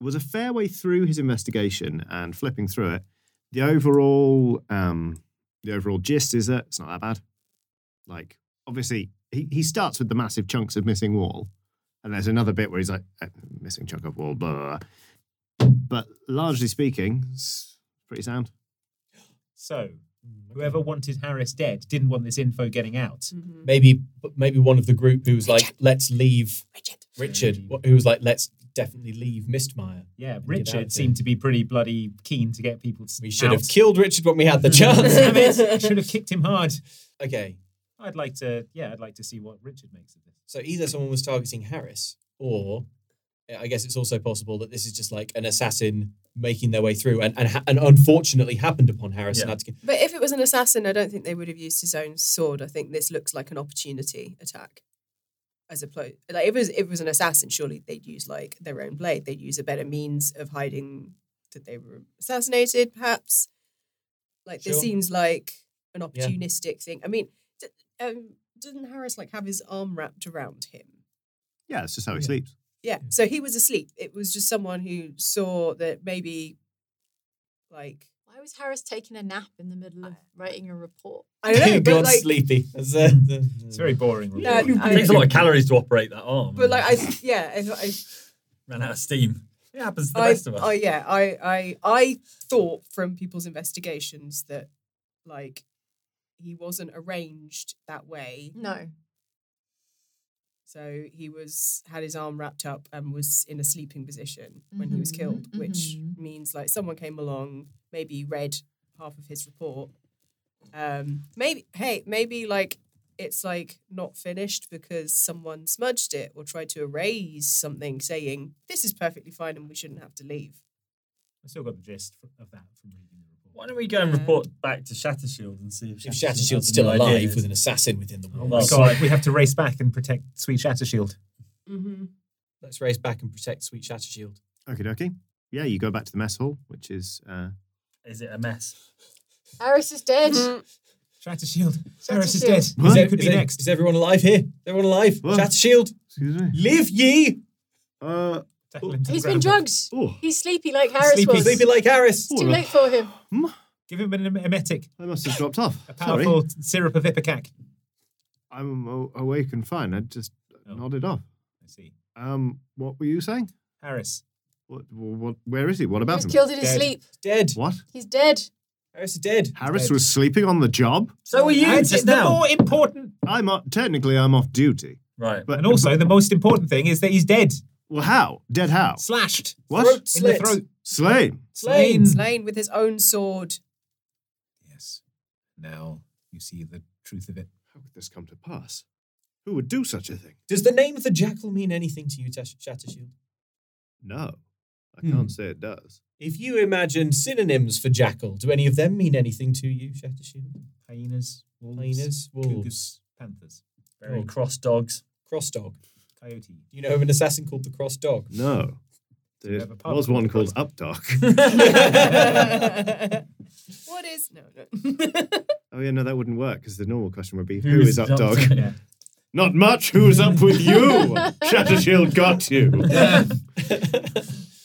was a fair way through his investigation and flipping through it. The overall um, the overall gist is that it's not that bad. Like, obviously, he, he starts with the massive chunks of missing wall, and there's another bit where he's like, "Uh, missing chunk of wall, blah, blah, blah. But largely speaking, it's pretty sound.
So
Mm,
whoever wanted Harris dead didn't want this info getting out.
maybe maybe one of the group who was like, let's leave Richard, wh- who was like, let's definitely leave Mistmeyer.
Yeah,
get out
Richard
of
seemed to be pretty bloody keen to get people. To
We should
out.
Oh,
have killed Richard when we had the chance.
Damn it! I should have kicked him hard.
okay,
I'd like to, yeah, I'd like to see what Richard makes of this.
So either someone was targeting Harris, or I guess it's also possible that this is just like an assassin making their way through and and, ha- and unfortunately happened upon Harris and had to.
But if it was an assassin, I don't think they would have used his own sword. I think this looks like an opportunity attack. As opposed, like if it was if it was an assassin, surely they'd use like their own blade. They'd use a better means of hiding that they were assassinated, perhaps. Like this
Sure.
seems like an
Yeah.
opportunistic thing. I mean, d- um, doesn't Harris like have his arm wrapped around him?
Yeah, it's just how he sleeps.
Yeah.
Hmm.
So he was asleep. It was just someone who saw that maybe, like,
Why was Harris taking a nap in the middle of writing a report?
I don't know, but
God's
like,
sleepy. That's, uh, the-
It's very boring.
No,
report.
I-
It takes a lot of calories to operate that arm.
but like, I yeah, I, I,
ran out of steam. It happens to the
I,
best of us.
I yeah, I, I, I thought from people's investigations that, like, he wasn't arranged that way.
Mm.
No.
So he was had his arm wrapped up and was in a sleeping position when he was
Mm-hmm,
Mhm,
killed, which
mhm.
means like someone came along, maybe read half of his report. Um, maybe hey, maybe like it's like not finished because someone smudged it or tried to erase something saying this is perfectly fine and we shouldn't have to leave.
I still got the gist f- of that from reading the report.
Why don't we go and report back to Shattershield and see if,
If
Shattershield has
Shattershield's still
any
alive
ideas?
with an assassin within the
Oh
walls,
my
Well,
god, we have to race back and protect Sweet Shattershield.
Mm-hmm.
let's race back and protect Sweet Shattershield.
Okay, dokie. Yeah, you go back to the mess hall, which is uh,
Is it a mess?
Harris is dead.
Shattershield. Harris is dead.
Shattershield.
What?
Who
Is
could
is
be
e-
next?
Is everyone alive here? Is everyone alive?
Well-
Shattershield,
excuse me.
live ye!
Uh,
Tackle him to the
He's been
ground.
drugged.
oh,
He's sleepy like Harris
Sleepy.
was.
Sleepy like Harris.
It's too late for him.
Give him an em- emetic.
I must have dropped off.
A
Sorry,
powerful syrup of ipecac.
I'm a- awake and fine. I just
Oh.
nodded off.
I see.
Um, what were you saying?
Harris.
What, what? Where is he? What
He
about
was
him?
killed in his
Dead.
sleep.
Dead.
What?
He's dead.
Harris is dead.
Harris
dead.
was sleeping on the job.
So were you
And
just
the
now.
more important,
I'm o- technically I'm off duty.
Right.
But
and also the most important thing is that he's dead,
well, how? Dead how?
slashed
What?
Throat
in the
slit.
throat,
Slain.
slain.
Slain with his own sword.
Yes. Now you see the truth of it.
How would this come to pass? Who would do such a thing?
Does the name of the jackal mean anything to you, Tash- Shattershield?
No, I
Hmm.
can't say it does.
If you imagine synonyms for jackal, do any of them mean anything to you, Shattershield?
Hyenas, wolves,
Hyenas, wolves, Oh.
cougars, panthers, Oh,
Very cross dogs.
cross dog.
coyote.
Do you know of an assassin called the cross dog?
No. There
have a pub
was one
called
called Updark.
what is no no?
oh yeah, no, that wouldn't work because the normal question would be,
Who
"Who
is
is
up
Updark?"
to?
Yeah.
Not much. Who's up with you? Shattershield got you.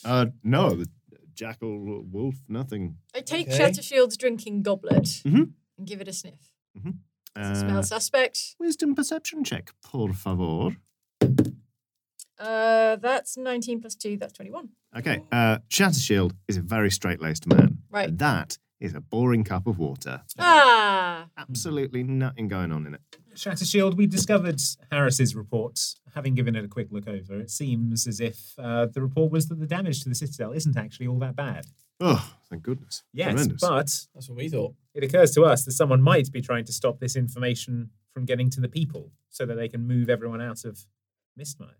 uh, no, the jackal, wolf, nothing.
I take
Okay.
Shattershield's drinking goblet
Mhm.
and give it a sniff. Does it
Uh,
smell suspect?
wisdom perception check, por favor.
Uh, that's 19 plus 2, that's 21.
Okay, uh, Shattershield is a very straight-laced man.
Right.
And that is a boring cup of water.
Ah!
Hmm.
Absolutely nothing going on in it.
Shattershield, we discovered Harris's report. Having given it a quick look over, it seems as if uh, the report was that the damage to the citadel isn't actually all that bad.
Oh, thank goodness.
Yes,
Tremendous.
but
That's what we thought.
it occurs to us that someone might be trying to stop this information from getting to the people so that they can move everyone out of Mistmire.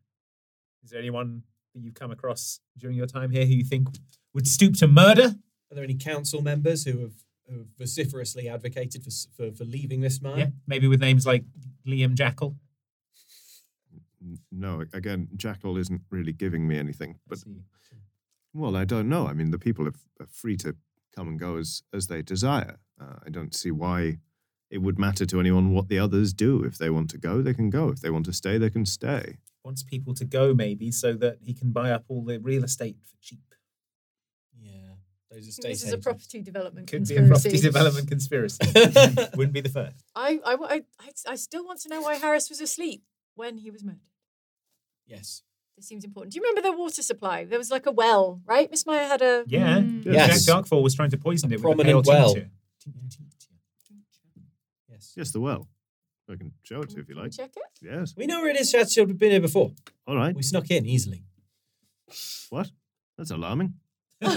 Is there anyone that you've come across during your time here who you think would stoop to murder?
Are there any council members who have, who have vociferously advocated for, s- for, for leaving this mine?
Yeah, maybe with names like Liam Jackal.
No, again, Jackal isn't really giving me anything. But
I see.
well, I don't know. I mean, the people are, are free to come and go as as they desire. Uh, I don't see why it would matter to anyone what the others do. If they want to go, they can go. If they want to stay, they can stay.
wants people to go maybe so that he can buy up all the real estate for cheap.
Yeah. Those estate
This is a
agents.
property development
Could
conspiracy.
be a property development conspiracy. Wouldn't be the first.
I, I, wa- I, I- I still want to know why Harris was asleep when he was murdered.
Yes.
This seems important. Do you remember their water supply? There was like a well, right? Miss Maya had a.
Yeah.
Yes.
Jack Darkfall was trying to poison
A
it with a pale
Mm. prominent well.
tincture.
Yes.
Yes, the well. I can show it to you if you
Can we
like.
Check it.
Yes.
We know where it is, Shattershield. We've been here before.
All right.
We snuck in easily.
What? That's alarming. well,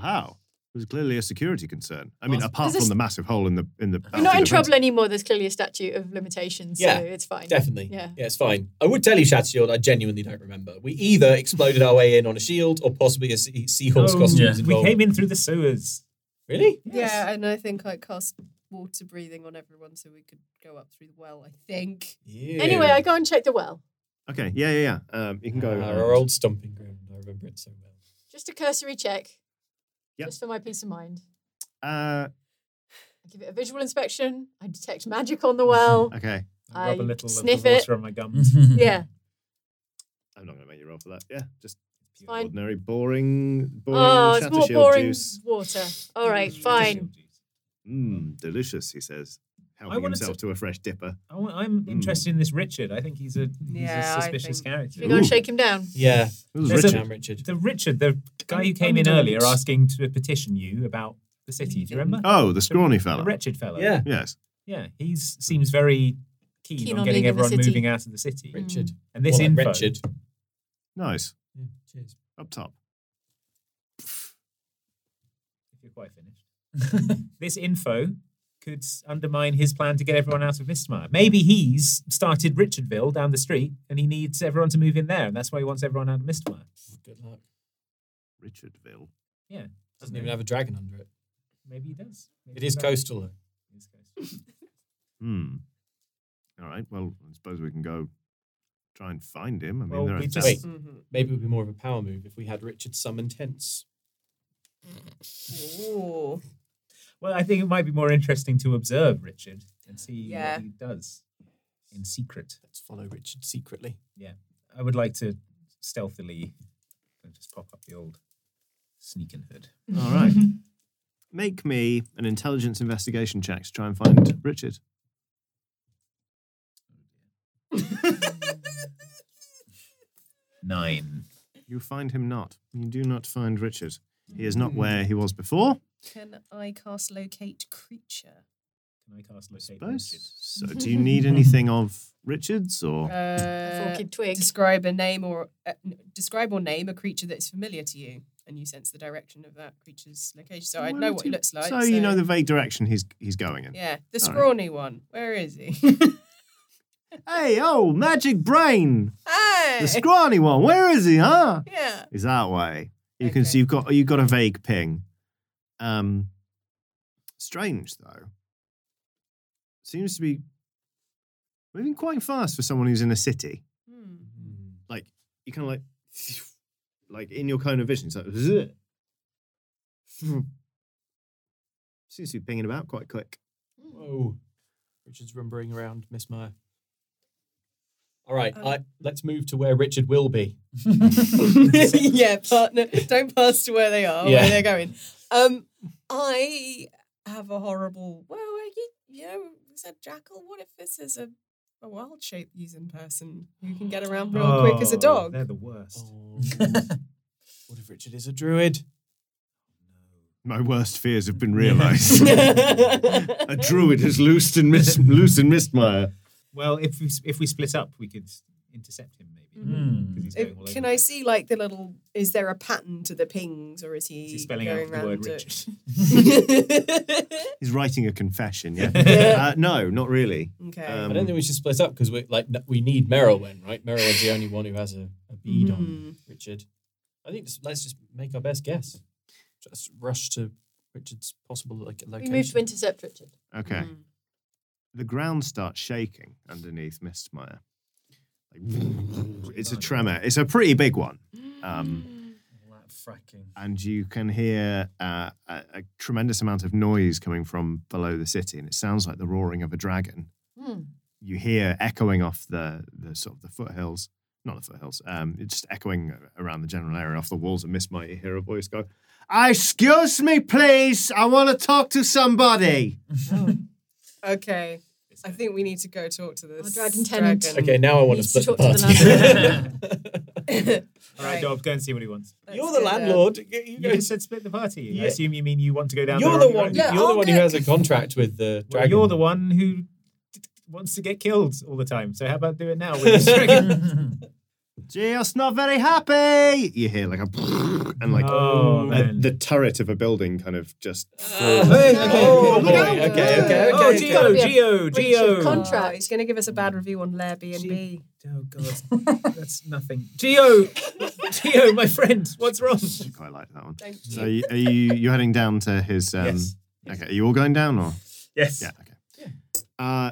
how? was clearly a security concern. I mean,
Well,
apart
there's a
from
s-
the massive hole in the in the.
You're not in
battlefield
trouble anymore. There's clearly a statute of limitations,
Yeah,
so it's fine.
Definitely.
Yeah.
Yeah, it's fine. I would tell you, Shatshield, I genuinely don't remember. We either exploded our way in on a shield or possibly a sea- seahorse
Oh,
costume was
We
involved.
came in through the sewers.
Really?
Yeah, and I think I cast water breathing on everyone so we could go up through the well, I think.
Yeah.
Anyway, I go and check the well.
Okay. Yeah, yeah, yeah. Um, you can go.
Ah,
uh,
our old stomping ground. I remember it so well.
Just a cursory check.
Yep.
Just for my peace of mind.
Uh,
I give it a visual inspection. I detect magic on the well.
okay.
I
rub a little
sniff
of the
it.
water on my
Mm-hmm.
gums.
Yeah.
I'm not going to make you roll for that. Yeah, just
fine.
ordinary, boring, boring.
Oh, it's
shatter
more
shield
boring
Juice.
water. All right, fine.
Mmm, delicious. He says, helping
wanted
himself to... a fresh dipper.
I wa- I'm interested in this Richard. I think he's a he's
Yeah, I
a suspicious
think-
character.
We're going to shake him down.
Yeah.
This
There's
is
a-
Richard.
Damn, Richard.
The Richard, the guy who came in
Undead.
earlier asking to petition you about the city. Do you remember?
Oh, the scrawny fella.
The wretched fellow.
Yeah.
Yes.
Yeah, he seems very keen,
Keen
on,
on
getting
leaving the
everyone
city. Mm.
moving out of the city.
Richard.
And this
More like
info,
Richard.
Nice.
Yeah, cheers.
Up top.
if you're quite finished, this info could undermine his plan to get everyone out of Mistmire. Maybe he's started Richardville down the street and he needs everyone to move in there, and that's why he wants everyone out of Mistmire.
Good luck.
Richardville.
Yeah.
Doesn't even have a dragon under it.
Maybe he does. Maybe
It is
that-
coastal though.
it is coastal.
Hmm. All right. Well, I suppose we can go try and find him. I mean,
Well,
there are
we just-
thou-
Wait,
Mm-hmm.
Mhm.
maybe it would be more of a power move if we had Richard summon tents.
Ooh.
Well, I think it might be more interesting to observe Richard and see
Yeah.
what he does in secret.
Let's follow Richard secretly.
I would like to stealthily and just pop up the old sneaking hood.
All right. Make me an intelligence investigation check to try and find Richard.
Nine.
You find him not. You do not find Richard. He is not where he was before.
Can I cast locate creature?
Can I cast locate Richard?
Suppose. So, do you need anything of Richard's or?
A
Uh,
forked twig.
describe a name or uh, n- describe or name a creature that is familiar to you, and you sense the direction of that creature's location. So I
Well,
know what
do-
he looks like.
So, you know the vague direction he's he's going in.
yeah, the
All right.
scrawny one. Where is he?
Hey, oh, magic brain,
hey,
the scrawny one. Where is he? Huh?
yeah.
Is that way? You can
Okay.
see you've got you've got a vague ping. Um, strange though. Seems to be moving quite fast for someone who's in a city.
Hmm.
Like you kind of like like in your cone of vision. It's like "Zzz." seems to be pinging about quite quick.
Whoa. Richard's rumbling around Miss Meyer. All right,
Um,
I, let's move to where Richard will be.
yeah, partner. Don't pass to where they are,
Yeah.
where they're going. Um, I have a horrible. Well, I, you, you know, is that jackal? What if this is a, a wild shape using person who can get around real quick as a
Oh,
dog?
They're the worst.
Oh, what if Richard is a druid?
My worst fears have been realised. a druid has loosed and missed, loosed and missed Mire.
Well, if we if we split up, we could intercept him maybe.
Hmm.
'cause he's
If-
going all over
Oh, can
the
I
place.
see like the little? Is there a pattern to the pings, or is he,
Is he spelling
going
out the word
round
Richard?
it?
He's writing a confession. Yeah.
Yeah.
Uh, no, not really.
okay.
Um,
I don't think we should split up because we like n- we need Merylwen, right? Merylwen's the only one who has a, a bead
Hmm.
on Richard. I think just, let's just make our best guess. Just rush to Richard's possible like
We
location.
move to intercept Richard.
Okay.
Mm.
The ground starts shaking underneath Mistmire. Like, it's a tremor. It's a pretty big one. Um,
that fracking.
and you can hear uh, a, a tremendous amount of noise coming from below the city. And it sounds like the roaring of a dragon.
Hmm.
You hear echoing off the, the sort of the foothills. Not the foothills. Um, it's just echoing around the general area off the walls of Mistmire. You hear a voice go, Excuse me, please. I want to talk to somebody.
Okay. I think we need to go talk to this
dragon tenant.
Okay, now I want to
Needs to
split the
talk to the
party.
All right,
Right.
Dob, go and see what he wants.
Let's
You're the
go down.
landlord. You, you
You
go-
just said split the party. I
Yeah.
assume you mean you want to go down.
you're
there
the
on your
one.
own.
Yeah,
you're the
I'll
one who
go-
has a contract with the
Well,
dragon.
you're the one who wants to get killed all the time. So how about do it now? With this dragon?
Just not very happy. You hear like a and like
Oh,
a-
man.
the turret of a building kind of just.
Hey, okay,
Oh,
okay, okay,
boy.
okay, okay,
Oh,
okay,
Geo,
okay.
Geo,
Breach
Geo.
Oh.
of con-
Contract. He's going to give us a bad review on Airbnb.
Oh god, that's nothing. Geo, Geo, my friend, what's wrong?
I like that one.
Thank
So you- are you you heading down to his? Um,
Yes.
Okay. Are you all going down or?
Yes.
Yeah. Okay. Uh,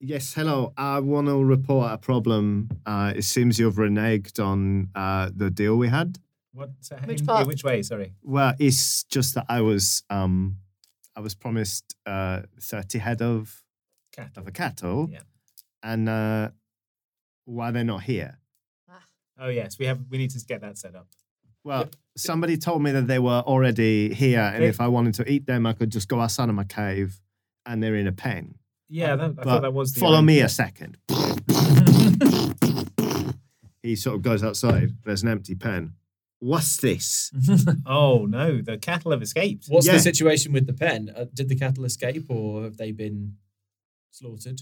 yes. Hello. I want to report a problem. Uh, it seems you've reneged on uh, the deal we had.
What? so
Which
hang-
part?
Which way? Sorry.
Well, it's just that I was um, I was promised uh, thirty head of
Cattle.
of a cattle,
Yeah.
and uh, why they're not here?
Oh yes, we have. We need to get that set up.
Well, somebody told me that they were already here, and
They-
if I wanted to eat them, I could just go outside of my cave, and they're in a pen.
Uh,
Yeah, that, I
But
thought that was the
follow
idea.
me a second. he sort of goes outside. There's an empty pen. What's this?
Oh no, the cattle have escaped.
What's
Yeah.
the situation with the pen? Uh, did the cattle escape or have they been slaughtered?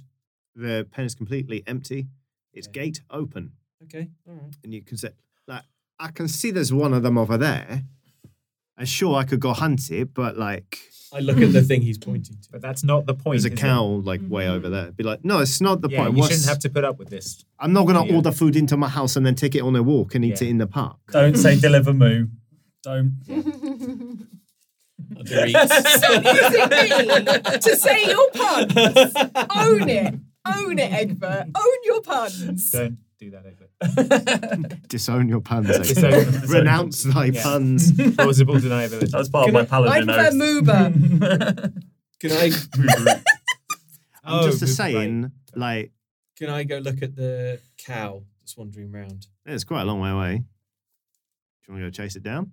Mm-hmm.
The pen is completely empty. Its gate open,
Okay, all right.
and you can say, like, I can see there's one of them over there. And sure, I could go hunt it, but like,
I look at the thing he's pointing to.
But that's not the point.
there's a
is it?
cow like way
Mm-hmm.
over there. Be like, no, it's not the
Yeah,
point.
you
What's-
shouldn't have to put up with this.
I'm not gonna
Yeah.
order food into my house and then take it on a walk and eat
Yeah.
it in the park.
Don't say deliver moo. Don't.
Under eats.
Stop using me to say your puns. Own it. Own it, Egbert. Own your puns.
Don't do that over.
Disown your puns. Egbert.
Disown them.
Renounce thy
Yeah.
puns.
Plausible deniability.
That was part of my
I
paladin
prefer
oath.
Moober.
Can I
I'm
Oh,
just a
right.
saying, like,
can I go look at the cow that's wandering around?
it's quite a long way away. Do you want to go chase it down?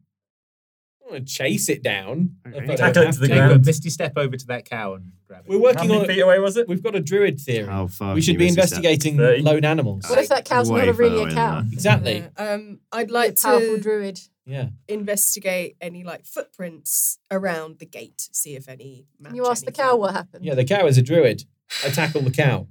I want to chase it down.
Okay.
If I don't
Tackle it
have
to the
to.
Take a
ground.
misty step over to that cow and grab it.
We're
How
working
many
on
feet away was it?
We've got a druid theory.
How far?
we
can
should
you
be
resist that?
investigating
Thirty.
lowed animals.
What if that cow's
Way
not a really
further
a
than
cow?
that.
Exactly.
Um, I'd
Like
like
a powerful
to
druid.
Yeah.
investigate any like footprints around the gate, see if any. Match
Can you ask the
anything.
cow what happened?
Yeah, the cow is a druid. I tackle the cow.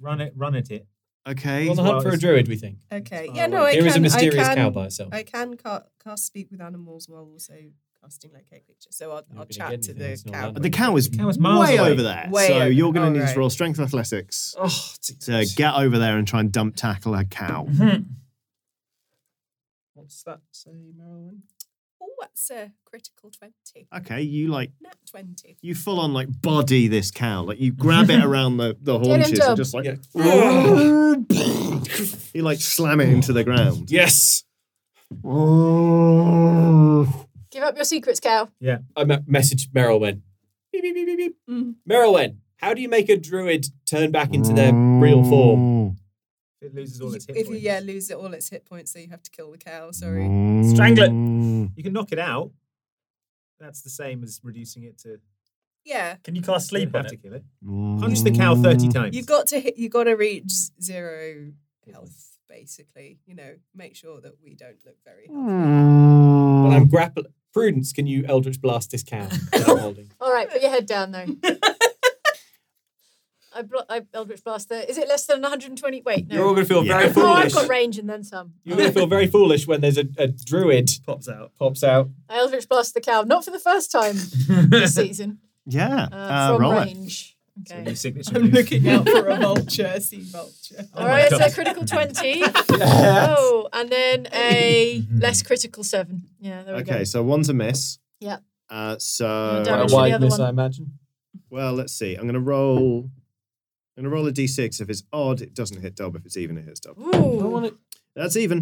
Run it, run at it.
We're
Okay.
on the hunt for a
wise.
druid, we think.
Okay.
Oh,
Yeah. No.
well,
I
Here
can,
is a mysterious
I can,
cow by herself.
I can cast, cast speak with animals while also casting locate creature. So I'll,
You're
I'll
gonna get
chat to
anything,
the
it's not
cow.
allowed.
But the cow is
cow is miles
way
away.
over there,
Way
so
over- Oh,
you're going to need
alright.
to roll strength athletics
Oh,
to get over there and try and dump tackle a cow.
Mm-hmm.
What's that say, Marilyn?
Oh, that's a critical twenty.
Okay, you like
Nat twenty.
you full on like body this cow, like you grab it around the the
him,
haunches
Joe.
and just like
Yeah.
you like slam it into the ground.
Yes.
Give up your secrets, cow.
I me- messaged Merylwen. Beep, beep, beep, beep, beep. Merylwen, how do you make a druid turn back into their real form?
It loses all
You-
its hit
If you
points.
yeah lose it all its hit points, so you have to kill the cow. Sorry.
Mm.
Strangle it.
You can knock it out. That's the same as reducing it to.
Yeah.
Can you cast
You
sleep
don't
on
have to
it?
kill it. Punch the cow thirty times.
You've got to hit. You got to reach zero health, basically. You know, make sure that we don't look very healthy.
Well, I'm grappling. Prudence, can you Eldritch Blast this cow? that I'm holding?
All right, put your head down though. I, blo- I Eldritch Blaster. Is it less than 120? Wait, no.
You're all going to feel
Yeah.
very
oh, I've
foolish.
got range and then some.
You're going to feel very foolish when there's a, a druid
Pops out.
pops out.
I Eldritch Blast the cow, not for the first time this season.
Yeah.
Uh,
Uh,
from
roll it.
range.
It's a
Okay.
new signature
I'm
move.
looking out for a vulture. See vulture.
All right,
Oh
God.
so critical 20. Oh, and then a less critical 7. Yeah, there we go.
Okay, so one's a miss.
Yep.
Uh,
You're
Quite
damage damaged.
so
a
to the
wide
other
miss,
one.
I imagine.
well, let's see. I'm gonna roll. I'm gonna roll a d6. If it's odd, it doesn't hit double. If it's even, it hits double.
Ooh.
That's even.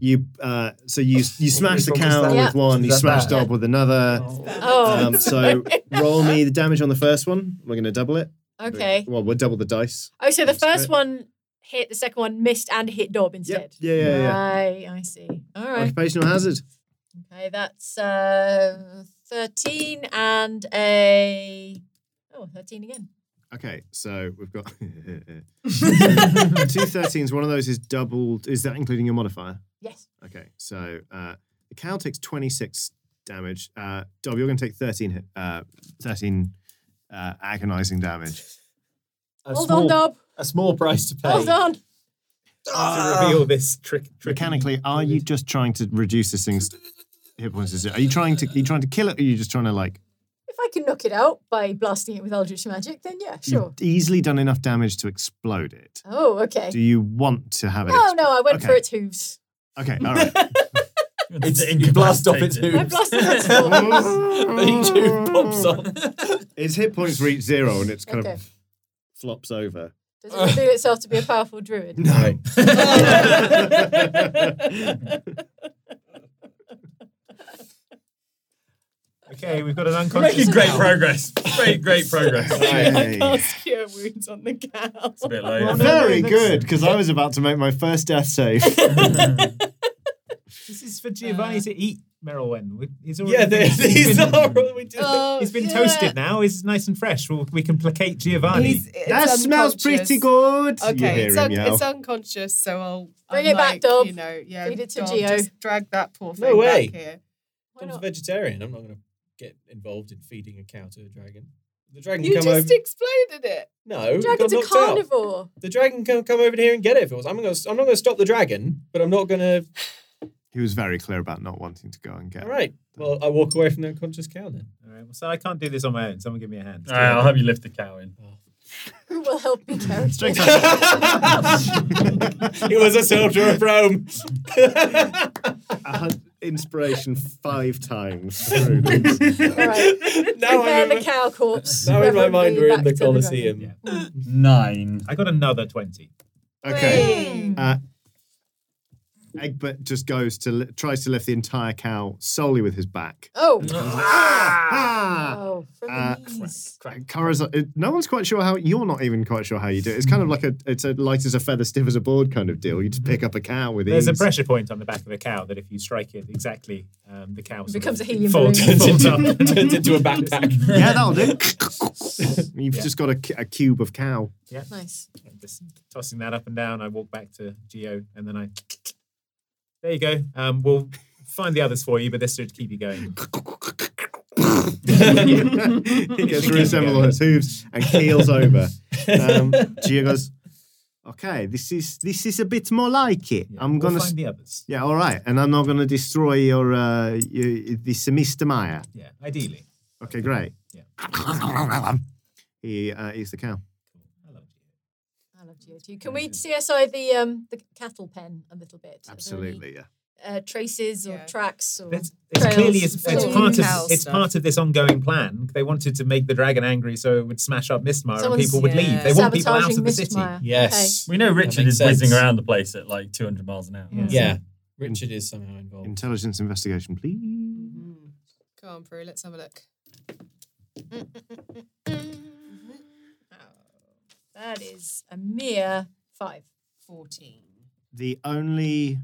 You uh, so you you smash the
was
cow
that?
with
Yeah.
one. You
Is that
smash
bad?
double with another.
Oh,
Um, so roll me the damage on the first one. We're gonna double it.
okay.
Well, we'll double the dice.
Oh, so the
That's great.
first one hit, the second one missed and hit Dob instead.
Yeah, yeah, yeah.
Right, I see. All right.
Occupational hazard.
Okay, that's uh, 13 and a. Oh, 13 again.
Okay, so we've got two thirteens. One of those is doubled. Is that including your modifier?
Yes.
Okay, so uh, the cow takes 26 damage. Uh, Dob, you're going to take 13, hit- uh, 13 uh, agonizing damage.
A
Hold
small,
on, Dob.
A small price to pay.
Hold on.
to reveal this trick. tricky-
Mechanically, are you just trying to reduce this thing's hit points? Is it? Are you trying to? Are you trying to kill it, or are you just trying to like?
If I can knock it out by blasting it with Eldritch Magic, then
Mm.
yeah, sure.
You've easily done enough damage to explode it.
Oh, okay. Oh,
Do you want to have it?
No, no, I went
Okay.
for its hooves.
Okay, all right.
It's you blast off its
I blasted its hooves.
pops off.
Its hit points reach zero, and it's kind
Okay.
of flops over.
Does it reveal itself to be a powerful druid?
No.
Okay, we've got an
We're
unconscious.
making great progress. Great, great progress.
Hey.
Cast cure wounds on the cow.
It's a bit low.
Very good, because I was about to make my first death save.
This is for Giovanni to eat, Merylwen. We- He's already
Yeah,
been-
they- these
been-
are all we did.
Oh,
He's been
yeah.
toasted now. He's nice and fresh. We'll, we can placate Giovanni.
He's- it's
that smells
unconscious.
pretty good. You
Okay,
hear
it's,
him
un-
yow.
it's unconscious, so I'll
Bring
i
it back, Dov.
You know, yeah,
Feed it to
Dov,
Geo.
Just drag that poor thing
way.
back here.
Why
Tom's a
not?
vegetarian. I'm not going to get involved in feeding a cow to a dragon. The dragon
You
can
just
come over.
exploded it.
no, it
Dragon's
got
a
knocked out.
carnivore.
The dragon can come over here and get it if it was. I'm going. to I'm not going to stop the dragon, but I'm not going to.
He was very clear about not wanting to go and get.
All right. Well, I walk away from the unconscious cow then.
All right, well, so I can't do this on my own. Someone give me a hand.
All right, I'll have you lift the cow in.
Who will help me carry it?
He was a soldier of Rome.
I had inspiration five times. through this.
All right.
now
Prepare
I'm
the
in,
cow corpse.
now in my
reverently
mind we're in
back
the
to dragon.
Colosseum.
Nine.
I got another 20.
okay.
Hey.
Uh, Egbert just goes to li- tries to lift the entire cow solely with his back.
Oh.
Ah!
Oh, from
Uh,
the knees.
Corazon- it- uh, no one's quite sure how. You're not even quite sure how you do it. It's kind of like a. It's a light as a feather, stiff as a board kind of deal. You just pick up a cow with
There's a
ease.
pressure point on the back of a cow that if you strike it exactly, um, the cow sort of
becomes a helium
folds,
balloon.
folds up.
Turns into a backpack.
Yeah, that'll do. You've
Yeah.
just got a, cu- a cube of cow.
Nice.
I'm just tossing that up and down. I walk back to Geo and then I. There you go. Um, we'll find the others for you, but this should keep you going.
It gets reassembled on its hooves and keels over. Um, Gia goes, "Okay, this is this is a bit more like it.
Yeah,
I'm
we'll
gonna,
find
s-
the others.
yeah, all right, and I'm not gonna destroy your uh, your the semester Maya.
Yeah, ideally.
Okay, great.
Yeah.
He uh, eats the cow.
I love Geo.
I love Geo too. Can we CSI the um the cattle pen a little bit? Are there any,
Absolutely, yeah.
uh, traces or
Yeah.
tracks or
That's, it's
trails
clearly it's,
and
it's
food.
part
Cow
of it's
stuff.
part of this ongoing plan. They wanted to make the dragon angry so it would smash up Mistmar and
Someone's-
people would leave.
yeah.
They want people out
sabotaging
of the
Mr.
city.
Meyer.
Yes.
We know Richard
makes
is whizzing
sense.
around the place at like 200 miles an hour.
Yeah.
Yeah. Richard is somehow involved.
Intelligence investigation, please.
Come on, Prue, let's have a look.
Oh, that is a mere five.
14.
the only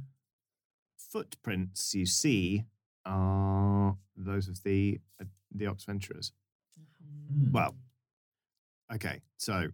footprints you see are those of the uh, the Oxventurers. Well, okay, so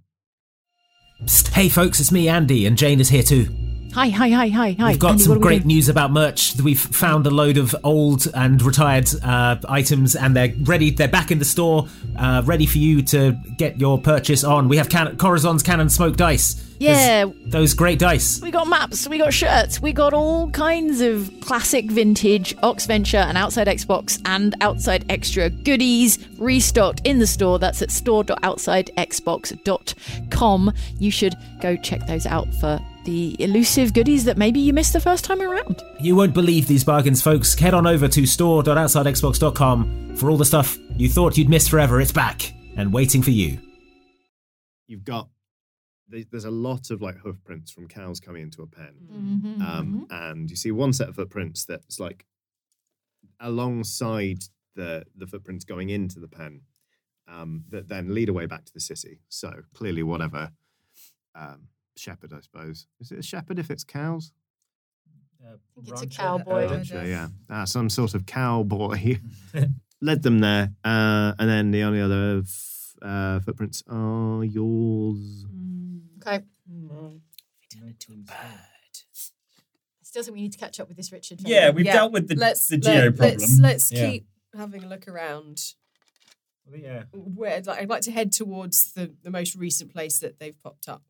Psst, hey folks, it's me, Andy, and Jane is here too.
Hi, hi, hi, hi, hi.
We've got
Andy, what
some
are we
great
doing?
news about merch. We've found a load of old and retired uh, items, and they're ready. They're back in the store, uh, ready for you to get your purchase on. We have can- Corazon's Cannon Smoke Dice. There's
Yeah.
those great dice.
We got maps, we got shirts, we got all kinds of classic vintage Oxventure and Outside Xbox and Outside Extra goodies restocked in the store. That's at store.outsidexbox.com. You should go check those out for the elusive goodies that maybe you missed the first time around.
You won't believe these bargains, folks. Head on over to store.outsidexbox.com for all the stuff you thought you'd missed forever. It's back and waiting for you.
you've got there- there's a lot of like hoof prints from cows coming into a pen, um, and you see one set of footprints that's like alongside the the footprints going into the pen um, that then lead away back to the city. So clearly, whatever um, shepherd, I suppose, is it a shepherd if it's cows?
think it's a cowboy.
uh,
Rancher, yeah. Uh, some sort of cowboy led them there. Uh, and then the only other f- uh, footprints are yours.
Okay. I still think we need to catch up with this Richard. fellow.
Yeah, we've
Yeah.
dealt with the,
Let's,
the
let-
geo problem.
Let's, let's
Yeah.
keep having a look around.
Well, yeah.
Where, like, I'd like to head towards the, the most recent place that they've popped up.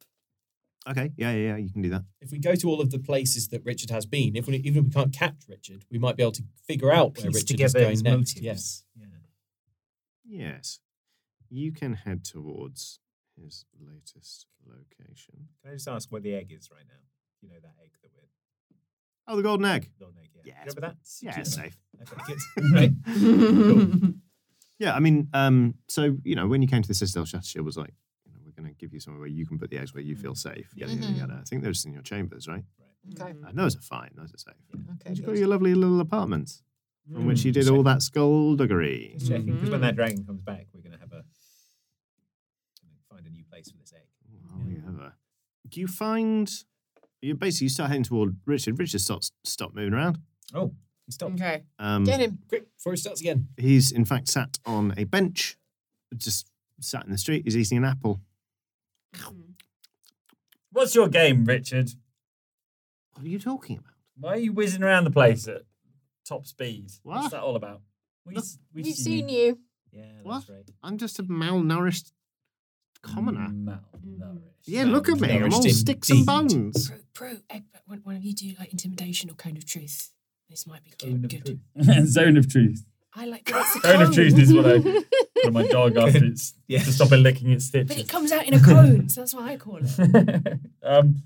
Okay. Yeah, yeah, yeah. You can do that.
If we go to all of the places that Richard has been, if we, even if we can't catch Richard, we might be able to figure out where
Piece
Richard is
together
going
his
next.
motives.
Yes.
Yeah.
Yes. You can head towards his latest location.
Can I just ask where the egg is right now? You know that egg that we're
Oh, the golden egg.
golden egg. Yeah.
Yeah,
Remember that?
Yeah, it's safe.
Okay, good. Right. Cool.
Yeah, I mean, um, so you know, when you came to the Citadel, Shadowshire was like, you know, we're going to give you somewhere where you can put the eggs where you feel safe. Yada yada
Mhm.
yada. I think they're just in your chambers, Mm-hmm. right?
Okay.
Uh, those are fine. Those are safe.
Okay.
You got your lovely little apartment from which you did all that skullduggery.
Just checking because when that dragon comes back, we're gonna have a find a new place for this egg.
Oh, yeah. Do you find you basically you start heading toward Richard? Richard starts stop moving around.
Oh, he stopped.
Okay.
Um,
Get him.
Quick, before he starts again.
He's in fact sat on a bench, just sat in the street. He's eating an apple.
What's your game, Richard?
What are you talking about?
Why are you whizzing around the place at top speed?
What?
What's that all about? We, we
We've seen you.
Yeah, that's
What?
right.
I'm just a malnourished commoner.
Mm, Malnourished.
Yeah, look at me. I'm all
Mm. Malnourished
sticks and
indeed.
bones.
Pro, egg, one, one of you do like intimidation or cone of truth. This might be
Cone
good.
of
good.
truth.
Zone of truth.
I like but it's a
Zone of truth is what I
Cone.
call my dog after it's
Yeah.
to stop it licking its
But it
stitches.
comes out in a cone, so that's what I call it.
um,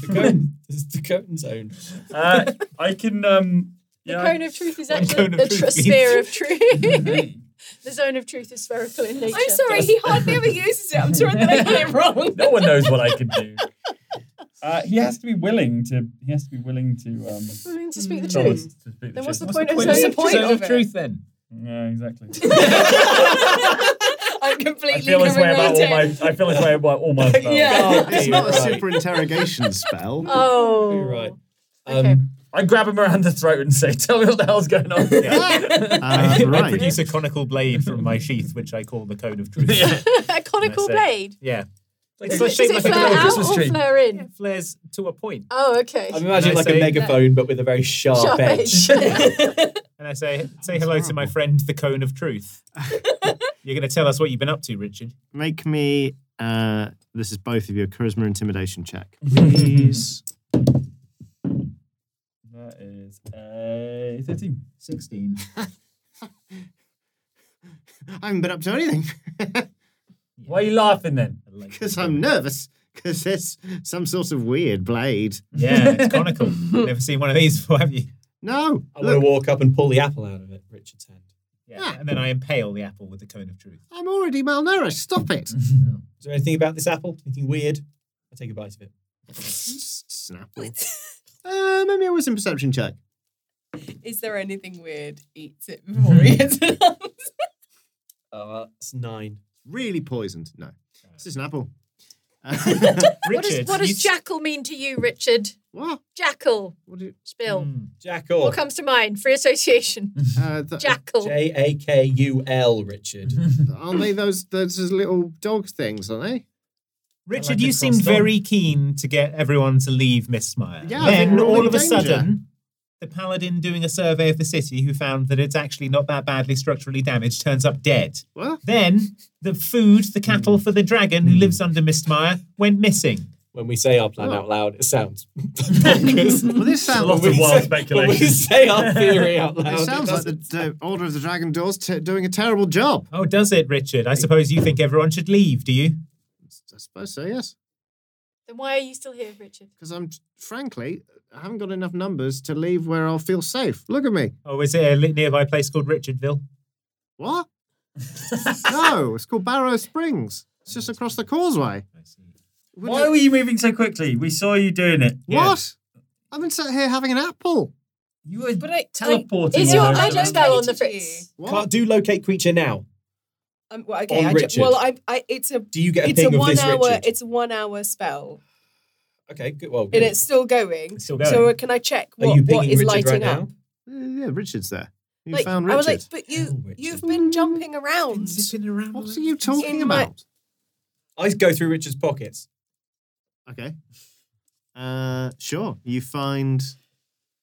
The cone. this is the cone zone.
uh, I can. Um,
The
yeah, I-
cone of truth is actually
cone of
the
truth
tr-
means-
sphere of truth. the zone of truth is spherical in nature.
I'm sorry, he hardly ever uses it. I'm sure that I get it wrong.
no one knows what I can do. Uh, he has to be willing to. He has to be willing to. Um,
I mean, to speak the
tell us
truth.
to speak the
Then what's
truth.
the point of
What's
zone of
point
truth?
Zone
of
of
it?
truth then.
Yeah, exactly.
I'm
I
completely
feel this way about all my.
ignorant.
I feel this way about all my. spells.
Yeah.
It's
Hey,
not a
right.
super interrogation spell.
Oh.
You're right. Um,
Okay.
I grab him around the throat and say, "Tell me what the hell's going on." here."
Uh,
I
right.
produce a conical blade from my sheath, which I call the cone of truth.
Yeah.
a conical
That's it.
blade.
Yeah. Like,
Is
it's shaped
it, is it
like a
flare
little
out
Christmas
or
tree.
flare in?
Flares to a point.
Oh, okay.
I'm imagining
I
like a
say-
megaphone, but with a very sharp,
Sharp
edge.
And I say, say hello to my friend, the cone of truth. You're going to tell us what you've been up to, Richard.
Make me. Uh, this is both of you a charisma intimidation check, please.
That is
uh,
a thirteen.
16.
I haven't been up to anything
Why are you laughing then?
because I'm nervous because it's some sort of weird blade.
Yeah, it's conical. Never seen one of these before, have you?
No,
I want to
look,
walk up and pull the apple out of it, Richard's hand.
Yeah. And then I impale the apple with the cone of truth.
I'm already malnourished. Stop it.
Is there anything about this apple? Anything weird? I take a bite of it.
Snap. Uh, maybe it was in perception check.
Is there anything weird? Eats it before he gets it.
Uh, it's nine.
Really poisoned. No, it's just an apple.
what, does,
Richard,
what
you-
does jackal mean to you, Richard?
what?
Jackal.
What do you?
Spill.
Jackal.
What comes to mind? Free association.
Uh, th-
Jackal.
J A K U L, Richard.
Mm-hmm.
Aren't they those those little dog things? Are they?
Richard,
like
you
the
seemed
crossed on.
very keen to get everyone to leave Miss Smire.
Yeah, I think
then
we're all
all
in
of a
danger.
sudden, the paladin doing a survey of the city who found that it's actually not that badly structurally damaged turns up dead.
What?
Then the food, the cattle
Hmm.
for the dragon who lives under Mistmire, went missing.
When we say our plan
Oh.
out loud, it sounds bonkers.
Well, this
A
sounds.
lot of
When we
wild
say- When we
speculation.
say our theory out loud,
It sounds like the,
doesn't-
the Order of the Dragon Door's t- doing a terrible job.
Oh, does it, Richard? I suppose you think everyone should leave, do you?
I suppose so, yes.
Then why are you still here, Richard?
Because I'm, frankly, I haven't got enough numbers to leave where I'll feel safe. Look at me.
Oh, is it a li- nearby place called Richardville?
What? no, it's called Barrow Springs. It's just across the causeway.
I see.
Would
Why
you-
were you moving so quickly? We saw you doing it.
What? I've been sat here having an apple.
You were
But I-
teleporting.
Is
Yeah,
your
I
magic
don't
spell on the
hate you.
fritz?
What?
Can't do locate creature now.
Um, well, okay.
On
I ju-
Richard.
well, I, I, it's a,
Do you get a
it's a
ping of
one
this,
hour,
Richard?
it's a one hour spell,
Okay, good. Well,
and it's still going.
It's still going.
So uh, can I check
are
what,
you
what
pinging
is
Richard
lighting
right
up?
now?
Uh, yeah, Richard's there. You
Like,
found Richard.
I was like, but
Hell,
you,
Richard.
you've been jumping around.
what are you talking
in my-
about?
I go through Richard's pockets.
Okay. Uh, sure. You find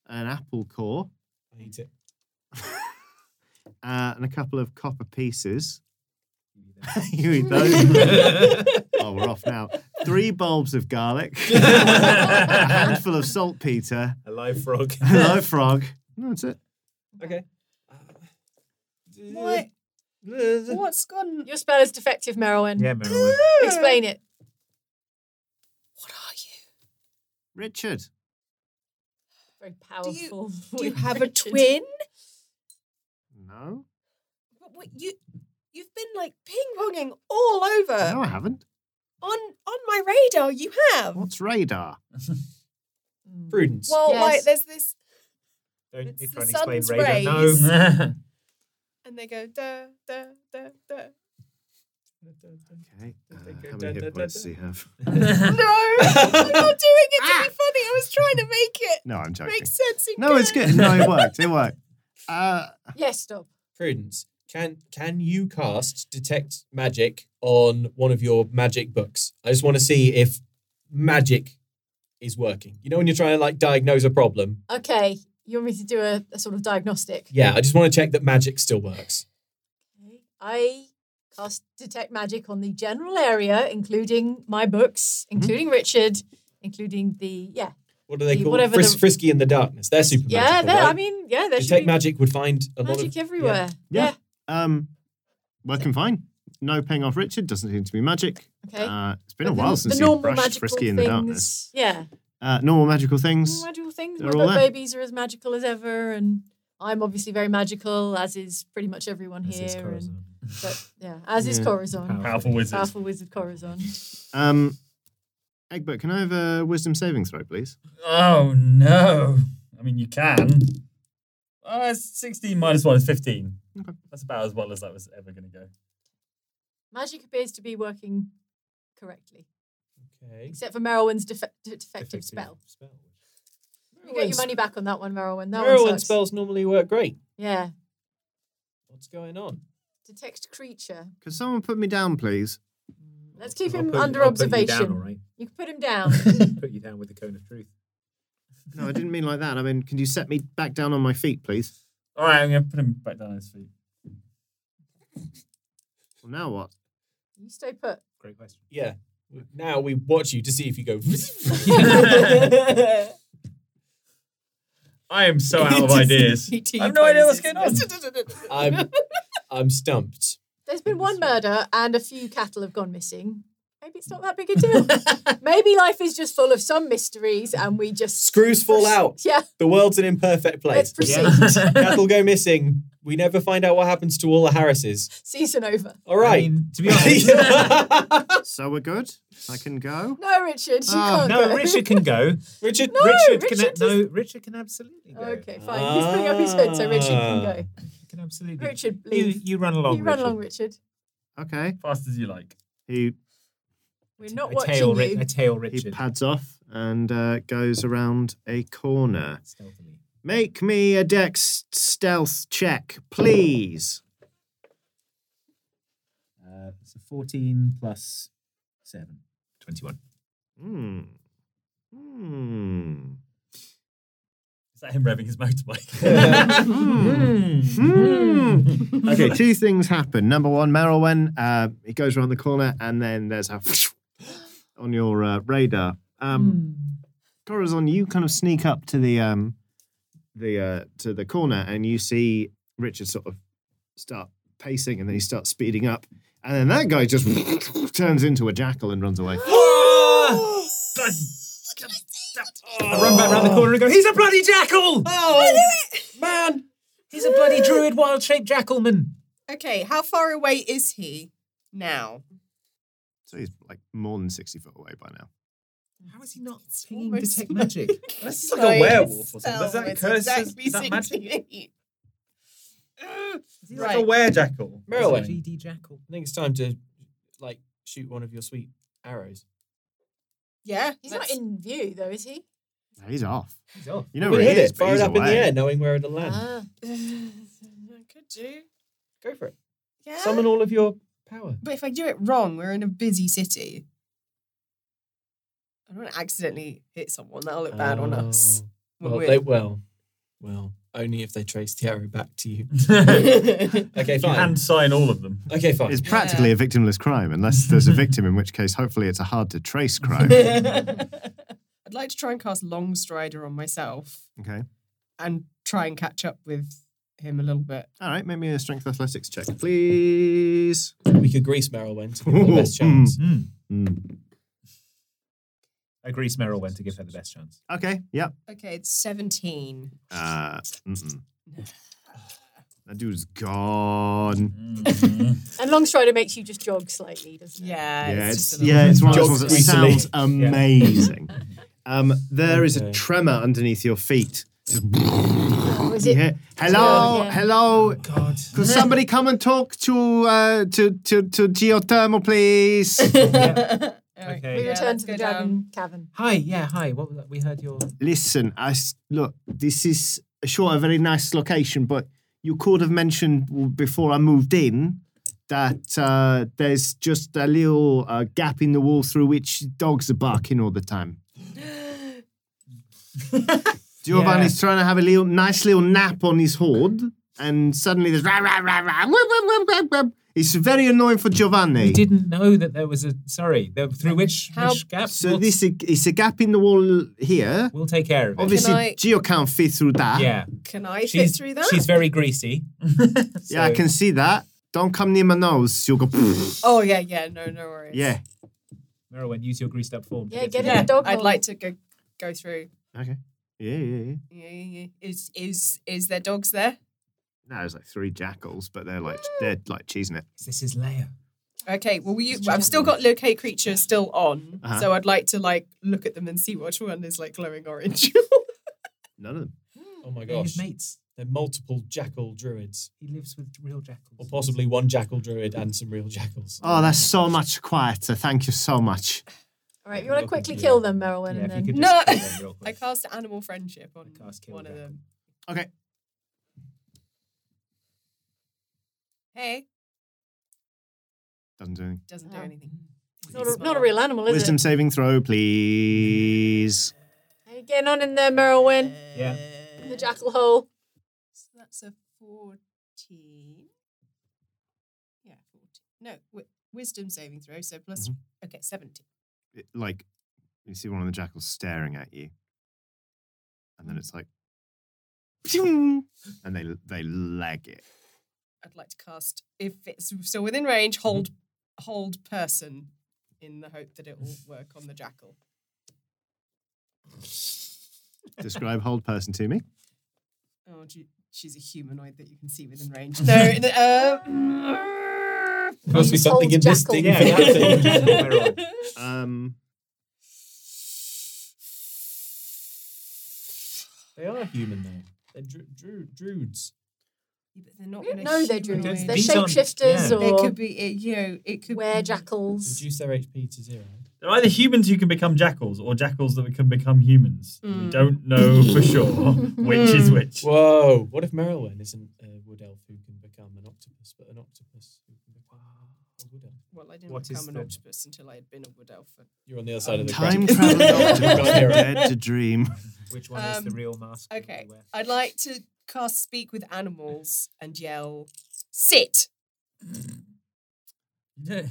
an apple core
I eat it.
uh, and a couple of copper pieces. you eat those. oh, we're off now. three bulbs of garlic, a handful of saltpeter,
A live frog.
a live frog. That's it.
Okay.
What?
What?
What's gone? Your spell is defective, Merowyn.
Yeah, Merowyn.
Explain it.
Richard.
Very powerful.
Do you have a
Richard.
twin?
No.
But what, you you've been like ping ponging all over
No, I haven't.
on on my radar. You have.
What's radar?
Prudence.
Well,
Yes.
like there's this,
Don't
It's
you
the
try and explain
sun's
radar.
rays.
No.
and they go da da da da.
Okay. Uh, how many hit points does he have?
No, I'm not doing it to be funny. I was trying to make it
No, I'm joking.
make sense. and
Ah. No, it's good. No, it worked. It worked. Uh,
Yes, stop.
Prudence. Can can you cast detect magic on one of your magic books? I just want to see if magic is working. You know when you're trying to like diagnose a problem.
Okay, you want me to do a, a sort of diagnostic?
Yeah, I just want to check that magic still works.
I cast detect magic on the general area, including my books,
Hmm?
including Richard, including the yeah,
What do they
The-
call
whatever
Fris-
the-
Frisky and the Darkness? They're super
yeah.
magical,
There, I
right?
mean, yeah, there should
detect
be
magic would find a lot
magic
of
everywhere.
Yeah.
Yeah.
um, working fine. No paying off Richard. Doesn't seem to be magic.
Okay.
Uh, it's been
But
a
the-
while
the
since
normal
you brushed
magical
Frisky in the
things-
darkness.
Yeah,
Uh, normal magical
Normal
things.
magical things.
They're
My
all
book
there.
babies are as magical as ever, and I'm obviously very magical, as is pretty much everyone
This is
here. and,
Corazon.
but yeah, as is
Yeah.
Corazon,
Powerful wizard.
powerful wizard Corazon.
Um, Egbert, can I have a wisdom saving throw, please?
Oh no! I mean, you can. Uh, it's 16 minus 1 is 15. That's about as well as that was ever going to go.
Magic appears to be working correctly,
Okay.
except for Merowyn's defe- de- defective spell. You get your money back on that one, Merowyn. That one
Merylwyn
sucks.
spells normally work great.
Yeah.
What's going on?
Detect creature.
Could someone put me down, please?
Let's keep
I'll
him
put-
under
I'll put you
observation.
down, all right?
You can put him down.
Put you down with the cone of truth.
No, I didn't mean like that. I mean, can you set me back down on my feet, please?
All right, I'm going to put him back down on his feet.
Well, now what?
you stay put.
Great question.
Yeah. Now we watch you to see if you go.
I am so out of ideas. I have no idea what's going on.
I'm I'm stumped.
There's been one murder and a few cattle have gone missing. Maybe it's not that big a deal. Maybe life is just full of some mysteries and we just
Screws fall out.
Yeah,
The world's an imperfect
let's
place.
proceed.
Cattle go missing. We never find out what happens to all the Harrises.
Season over.
All right.
I mean, to be honest.
So we're good. I can go.
No, Richard, you
Ah,
can't
no,
go.
Richard can go.
Richard.
No,
Richard, can
Richard
no, Richard can absolutely go.
Okay, fine. He's putting up his head so Richard can
Ah.
go.
He can absolutely.
Richard,
you,
leave.
you run along.
you run
Richard.
along, Richard.
Okay.
Fast as you like.
He
We're not
a
watching
tail, Ri-
you.
a tail,
he
Richard.
pads off and uh, goes around a corner.
Stealthily.
Make me a dex stealth check, please.
Uh, so 14 plus 7.
21.
Hmm. Hmm.
Is that him revving his motorbike?
Hmm. okay, two things happen. Number one, Merylwen, uh, he goes around the corner, and then there's a on your uh, radar. Um, Corazon, you kind of sneak up to the um, the uh, to the corner, and you see Richard sort of start pacing, and then he starts speeding up, and then that guy just turns into a jackal and runs away.
I run back round the corner and go, he's a bloody jackal!
Oh!
Man! He's a bloody druid wild shaped jackalman.
Okay, how far away is he now?
So he's like more than sixty foot away by now.
How is he not
pinging almost- detect
magic?
This is
Sorry,
werewolf or something. Does
spell
that
was
curse-
exactly
is that magic?
68. Ugh,
He's
right.
like a werejackal.
Merylwyn.
GD jackal.
I think it's time to like shoot one of your sweet arrows.
yeah,
He's not
that's-
in view, though, is he?
He's off.
He's off.
You know
We'll
where
hit
he is,
it.
but
Fire it
he's
up in the
away.
air, knowing where it'll land.
Ah.
Uh, I could do.
Go for it.
Yeah.
Summon all of your power.
But if I do it wrong, we're in a busy city.
Oh.
I don't want to accidentally hit someone. That'll look bad on us.
Oh. Well,
We're-
they, well, well, only if they trace the arrow back to you.
okay,
okay, fine.
hand sign all of them.
okay, fine.
It's practically a victimless crime, unless there's a victim, in which case, hopefully, it's a hard to trace crime.
I'd like to try and cast Long Strider on myself
okay.
and try and catch up with him a little bit.
All right, make me a strength athletics check, please.
we could grease Merylwen to give her the best chance.
Hmm.
Mm.
I agree, Merrill went to give her the best chance.
Okay, yep.
Okay, it's 17.
Uh, mm-mm. That dude's gone.
And Longstrider makes you just jog slightly, doesn't it?
Yeah,
Yeah, it's,
just a
yeah,
little-
it's one of those
Jogs
ones that
greasily.
sounds amazing. Um, there is a
Okay.
tremor underneath your feet. Just-
Was it?
Yeah. Hello,
Yeah.
hello.
God.
Could somebody come and talk to uh, to, to to geothermal, please?
Alright,
Okay.
We
Yeah,
return
let's
to the
go
dragon
down.
cavern.
Hi, yeah, hi. What was that? We heard your.
Listen, I s- look. This is sure a very nice location, but you could have mentioned w- before I moved in that uh, there's just a little uh, gap in the wall through which dogs are barking all the time. Giovanni's trying to have a little nice little nap on his hoard, and suddenly there's rah, rah, rah, rah, wub, wub, wub, wub, wub. It's very annoying for Giovanni.
We didn't know that there was a. Sorry, the, through which,
How-
which gap?
So
we'll,
this i- is a gap in the wall here.
We'll take care of it.
Obviously,
I-
Geo can't fit through that.
Yeah.
Can I fit
She's,
through that?
she's very greasy.
yeah, I
So-
can see that. Don't come near my nose. You'll go.
Oh, yeah, yeah, no, no worries.
yeah.
Merylwen, use your greased up form. to
Yeah, get
through
in
Yeah,
the dog
I'd
bowl.
like to go go through.
Okay. Yeah, yeah, yeah.
Yeah, yeah, yeah. Is is is there dogs there?
No, there's like three jackals, but they're like they're like cheesing it.
This is Leia.
Okay, well, you, I've still got locate creature still on,
Uh-huh.
so I'd like to like look at them and see which one is like glowing orange.
None of them.
Oh my
They're
gosh.
his mates.
They're multiple jackal druids.
He lives with real jackals.
Or possibly one jackal druid and some real jackals.
Oh, that's so much quieter. Thank you so much.
All right, you want to quickly kill them, Merylwen,
Yeah,
and
if you
then
could
No.
just kill them real
I
quick.
cast animal friendship on
I cast kill
one of
dragon.
them.
Okay.
Hey,
Doesn't do anything.
doesn't do
Oh.
anything.
Mm.
it's not a, not a real animal, is
Wisdom
it?
saving throw, please.
How you getting on in there, Merylwen?
Yeah.
In the jackal hole.
So that's a fourteen. Yeah, fourteen. No, wi- wisdom saving throw. So plus
Mm-hmm.
okay, seventeen.
it, like you see one of the jackals staring at you, and then it's like, "Pshing!" and they they leg it.
I'd like to cast if it's still within range.
Mm-hmm.
Hold, hold person, in the hope that it will work on the jackal.
Describe hold person to me.
Oh, gee, she's a humanoid that you can see within range. No, n- uh,
There must be something in this
jackal.
thing.
Yeah,
for that
yeah.
thing.
Um,
They are human though. They're dru- dru- druids.
but they're not.
We don't
gonna
know they're
humanoid.
druids. They're
These aren't-
shapeshifters
yeah.
They
or
could be. It, you know, it could.
were
be-
jackals.
Reduce their HP to zero.
They're either humans who can become jackals or jackals that can become humans.
Hmm.
We don't know for sure which is which.
Whoa! What if Merylwen isn't a wood elf who can become an octopus, but an octopus who can become a wood elf?
Well, I didn't
What is
become an
the-
octopus until I had been a wood elf.
You're on the other side of the
time
graph.
travel
You've got hero.
dead to dream.
Which one is the
Um,
real mask? that
Okay,
we wear?
I'd like to cast speak with animals and yell, "Sit."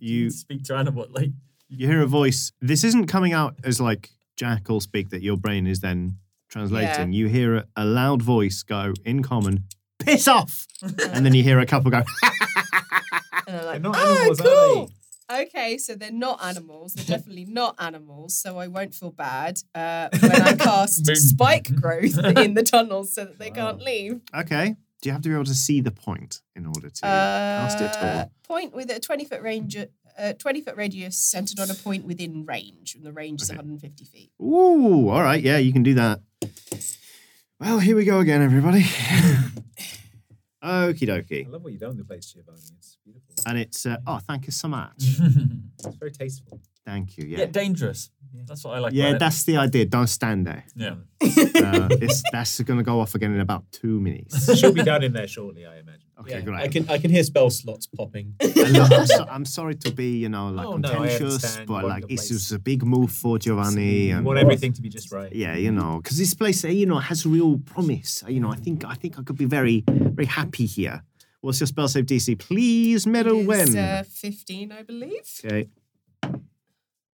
You
speak to animal like
you hear a voice. This isn't coming out as like jackal speak that your brain is then translating. You hear a, a loud voice go in common, piss off, and then you hear a couple go.
And I'm
They're
like,
not
"Ah,
animals,
cool."
are they?
Okay, so they're not animals. They're definitely not animals, so I won't feel bad uh, when I cast
Moon.
spike growth in the tunnels so that they can't leave.
okay. Do you have to be able to see the point in order to cast it?
Uh,
Or
point with a 20 foot range. Uh, 20 foot radius centered on a point within range, and the range is
Okay.
150 feet.
Ooh, all right, yeah, you can do that. Well, here we go again, everybody. Okie
I
dokie.
love what you've done with the place, Giovanni. It's beautiful.
And it's, uh, oh, thank you so much.
It's very tasteful.
Thank you,
yeah.
yeah.
dangerous. That's what I like.
Yeah,
about
that's the idea. Don't stand there.
it. yeah.
Uh, it's, that's going to go off again in about two minutes.
She'll be down in there shortly, I imagine.
Okay,
Yeah,
great.
I can I can hear spell slots popping.
And look, I'm, so, I'm sorry to be, you know, like
Oh, no, I
contentious,
understand.
but
One
like
of the
it's
places.
just a big move for Giovanni, and
want everything to be just right.
Um, yeah, you know, because this place, eh, you know, has real promise. You know, I think I think I could be very, very happy here. What's your spell save DC? Please, medal
It's
when.
uh, 15, I believe.
okay,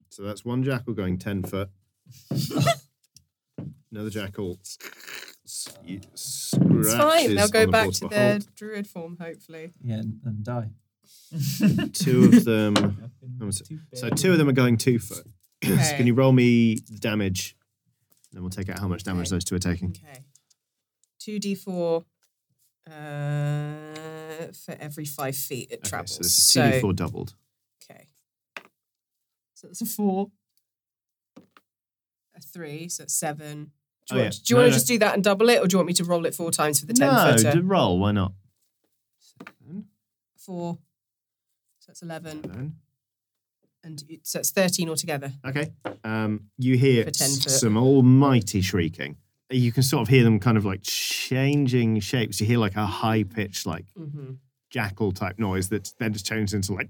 so that's one jackal going ten foot. Another jackal. It's
It's fine. They'll go back to their druid form, hopefully.
Yeah, and, and die.
two of them. I'm so, so two of them are going two foot. So
Okay.
Can you roll me the damage? And then we'll take out how much damage those two are taking.
Okay. 2d4 uh, for every five feet it
Okay,
travels.
so this is two d four doubled.
Okay. So that's a four. A three, so that's seven. Do you,
Oh,
want,
yeah.
do you
No,
want to
no.
just do that and double it, or do you want me to roll it four times for the ten uh,
no,
footer?
d- roll. Why not?
Four. So that's eleven,
Then.
and it, so that's thirteen altogether.
Okay. Um, you hear
For 10
s-
foot.
some almighty shrieking. You can sort of hear them kind of like changing shapes. You hear like a high pitched like
Mm-hmm.
jackal type noise that then just changes into like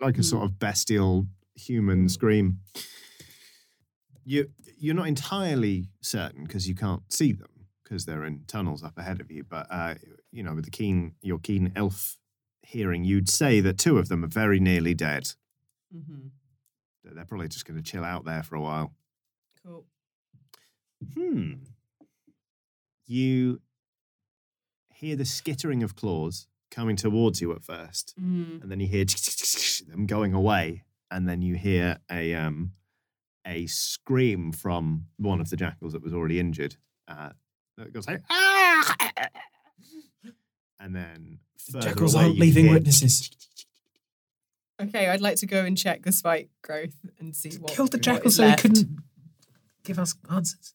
like
Hmm.
a sort of bestial human scream. You you're not entirely certain because you can't see them because they're in tunnels up ahead of you. But uh, you know, with the keen your keen elf hearing, you'd say that two of them are very nearly dead.
Mm-hmm.
That they're probably just going to chill out there for a while.
Cool.
Hmm. You hear the skittering of claws coming towards you at first
Mm.
and then you hear them going away, and then you hear a um, a scream from one of the jackals that was already injured. Uh, that goes like, ah! and then further
Jackals
away
aren't
you
leaving
hear-
witnesses.
Okay, I'd like to go and check the spike growth and see what
Killed the
what
jackal
is
so he
left.
couldn't give us answers.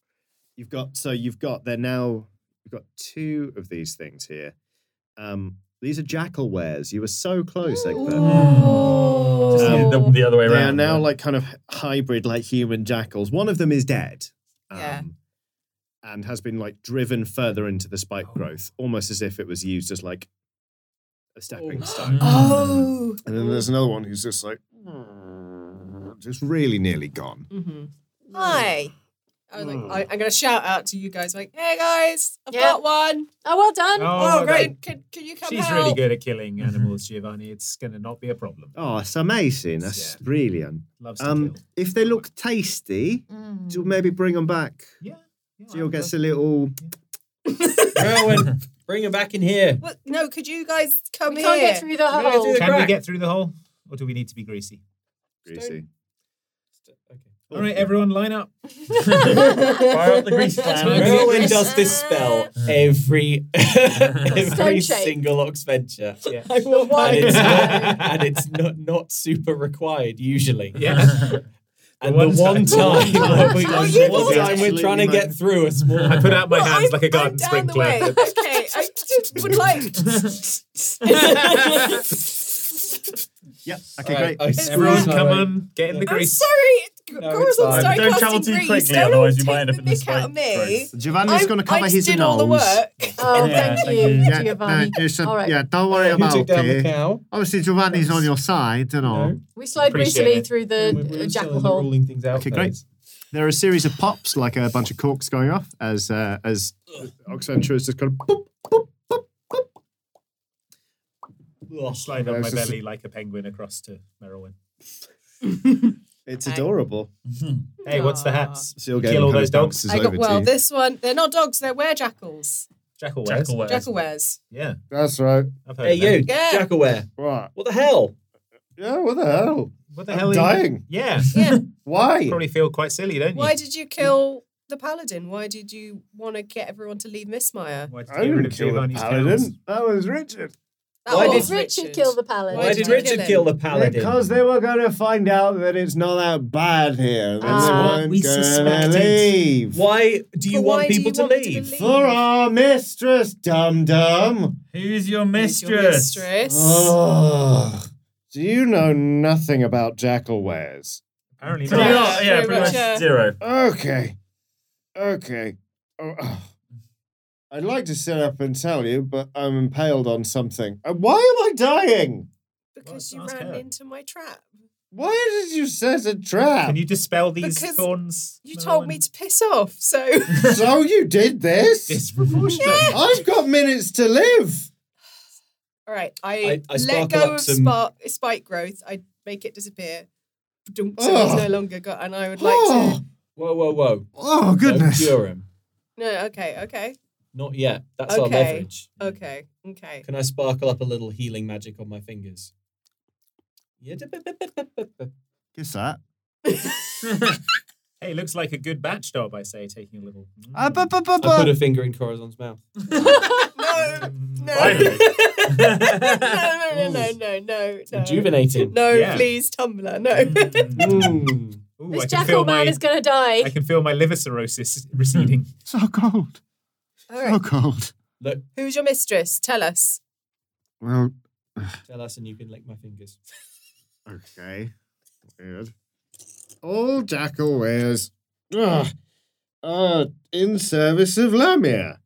You've got so you've got they're now you've got two of these things here. Um, these are jackal wares. You were so close, Egbert.
Oh.
Um,
Just needed them Um, the other way
They are
around.
now
right?
like kind of hybrid, like human jackals. One of them is dead.
Yeah.
um, and has been like driven further into the spike growth, almost as if it was used as like a stepping stone.
Oh.
And then there's another one who's just like, just really nearly gone.
Mm-hmm. Hi. I was like, I, I'm gonna shout out to you guys, like, "Hey guys, I've
Yeah.
got one.
Oh, well done.
Oh,
my
great!
God.
Can, can you come
She's
help?"
really good at killing
Mm-hmm.
animals, Giovanni. It's going to not be a problem.
Oh, it's amazing. That's
Yeah.
brilliant.
Loves to
Um,
kill.
if they look tasty,
Mm.
do you maybe bring them back.
Yeah. yeah,
Jill
I'd
gets a
love-
little.
Merwin, bring him back in here.
What? No, could you guys come
We
here?
can't get through the
We're gonna do
hole.
the
Can we
crack.
get through the hole, or do we need to be greasy?
Greasy.
Okay.
All right, everyone, line up.
Fire up the grease
Well,
flames.
Merwin does this spell every every
Stone shape.
single Ox venture.
Yeah.
I will
one
and it's,
time.
not, and it's not, not super required usually.
Yeah.
And
The
the
one
one
time-
time,
the one
when we,
time-
the
Oh,
one
you
time we're
absolutely
trying to get
made-
through a small.
I put out my
Well,
hands
I'm-
like a garden
I'm down the
sprinkler.
way. okay, I just would like.
Yep. Okay,
All right,
great.
I
Everyone,
swear-
come on, get in the
I'm
grease.
sorry,
No,
girls
it's
on
fine.
Starcasting
Don't travel too
Greece,
quickly,
don't all
otherwise you
take
might end up in the
mick out of
spike
me.
growth.
Giovanni's
I'm-
going to cover
I
his
did all the
nose.
work.
Oh,
Yeah,
thank
thank
you,
you.
Yeah,
Giovanni.
no, it's a-
All right.
yeah, don't worry
Who
about
took
it.
down the cow?
Obviously, Giovanni's on your side, you know.
No.
We slide
Appreciate
greasily
it.
through
We're-
the
we're
uh,
still
jackal
in the
hole.
Ruling things out.
Okay, great.
phase.
There are a series of pops, like a bunch of corks going off, as uh, as Oxventure is just kind of boop, boop, boop, boop.
Ugh.
Slide on my
There's a-
belly like a penguin across to Merowyn.
It's adorable.
Hey, what's the
Aw.
hats?
So you'll
Kill all those dogs.
I got well. This one, they're not dogs. They're were jackals.
Jackal wares.
Jackal wares.
Jackal wares.
Yeah.
That's right.
I've heard
Hey
of them.
you,
Yeah.
Jackalware.
Right.
What the hell?
Yeah. What the hell?
What the
I'm
hell? are you-
dying.
Yeah.
Yeah.
Why?
Probably feel quite silly,
Hmm.
don't you?
Why did you kill the paladin? Why did you want to get everyone to leave Missmire?
Why did
I
you get rid
didn't
of
kill the
Giovanni's cows?
paladin. That was Richard.
That
Why
was
did-
Richard kill the paladin?
Why
Why
did
did
you
Richard
kill
kill
him?
the paladin?
Because they were going to find out that it's not that bad here. That's
Ah.
what we suspected. Leave.
Why do you
But
want
why do
people
you
to
want me
leave?
For our mistress, dum dum.
Who's your
Who's your
mistress?
mistress?
Oh. Ugh. Do you know nothing about jackal wares?
Apparently
Pretty
Yeah.
not.
much, yeah,
Pretty
pretty
much,
much
yeah.
zero.
Okay. Okay. Oh, ugh. I'd like to sit up and tell you, but I'm impaled on something. Uh, Why am I dying?
Because you ran into my trap.
Why did you set a trap?
Can you dispel these
Because
thorns?
You told me to piss off, so
so you did this?
Disproportionate.
I've got minutes to live.
all right. I,
I- I
let
sparkle
go
up
of
some-
spark, spike growth. I make it disappear. Dunk, So
Ugh.
it's no longer got. And I would like to.
Whoa, whoa, whoa.
Oh,
goodness. Don't cure him.
No, okay, okay,
Not yet. That's our
Okay.
leverage.
okay, okay.
Can I sparkle up a little healing magic on my fingers? Yeah.
Guess that.
Hey, looks like a good batch job, I say, taking a little. hmm?
Oh,
I
I put a finger in Corazon's mouth.
no, no.
Finally.
no, no, no, no, no, no.
Rejuvenating.
No,
Yeah.
please, Tumblr, no.
Ooh,
This
I can feel
jackal man
my,
is going to die.
I can feel my liver cirrhosis receding.
So cold.
All right.
cold.
Look,
Who's your mistress? Tell us.
Well,
tell us and you can lick my fingers.
okay. Weird. All jackal wears. Ugh. Uh, in service of Lamia.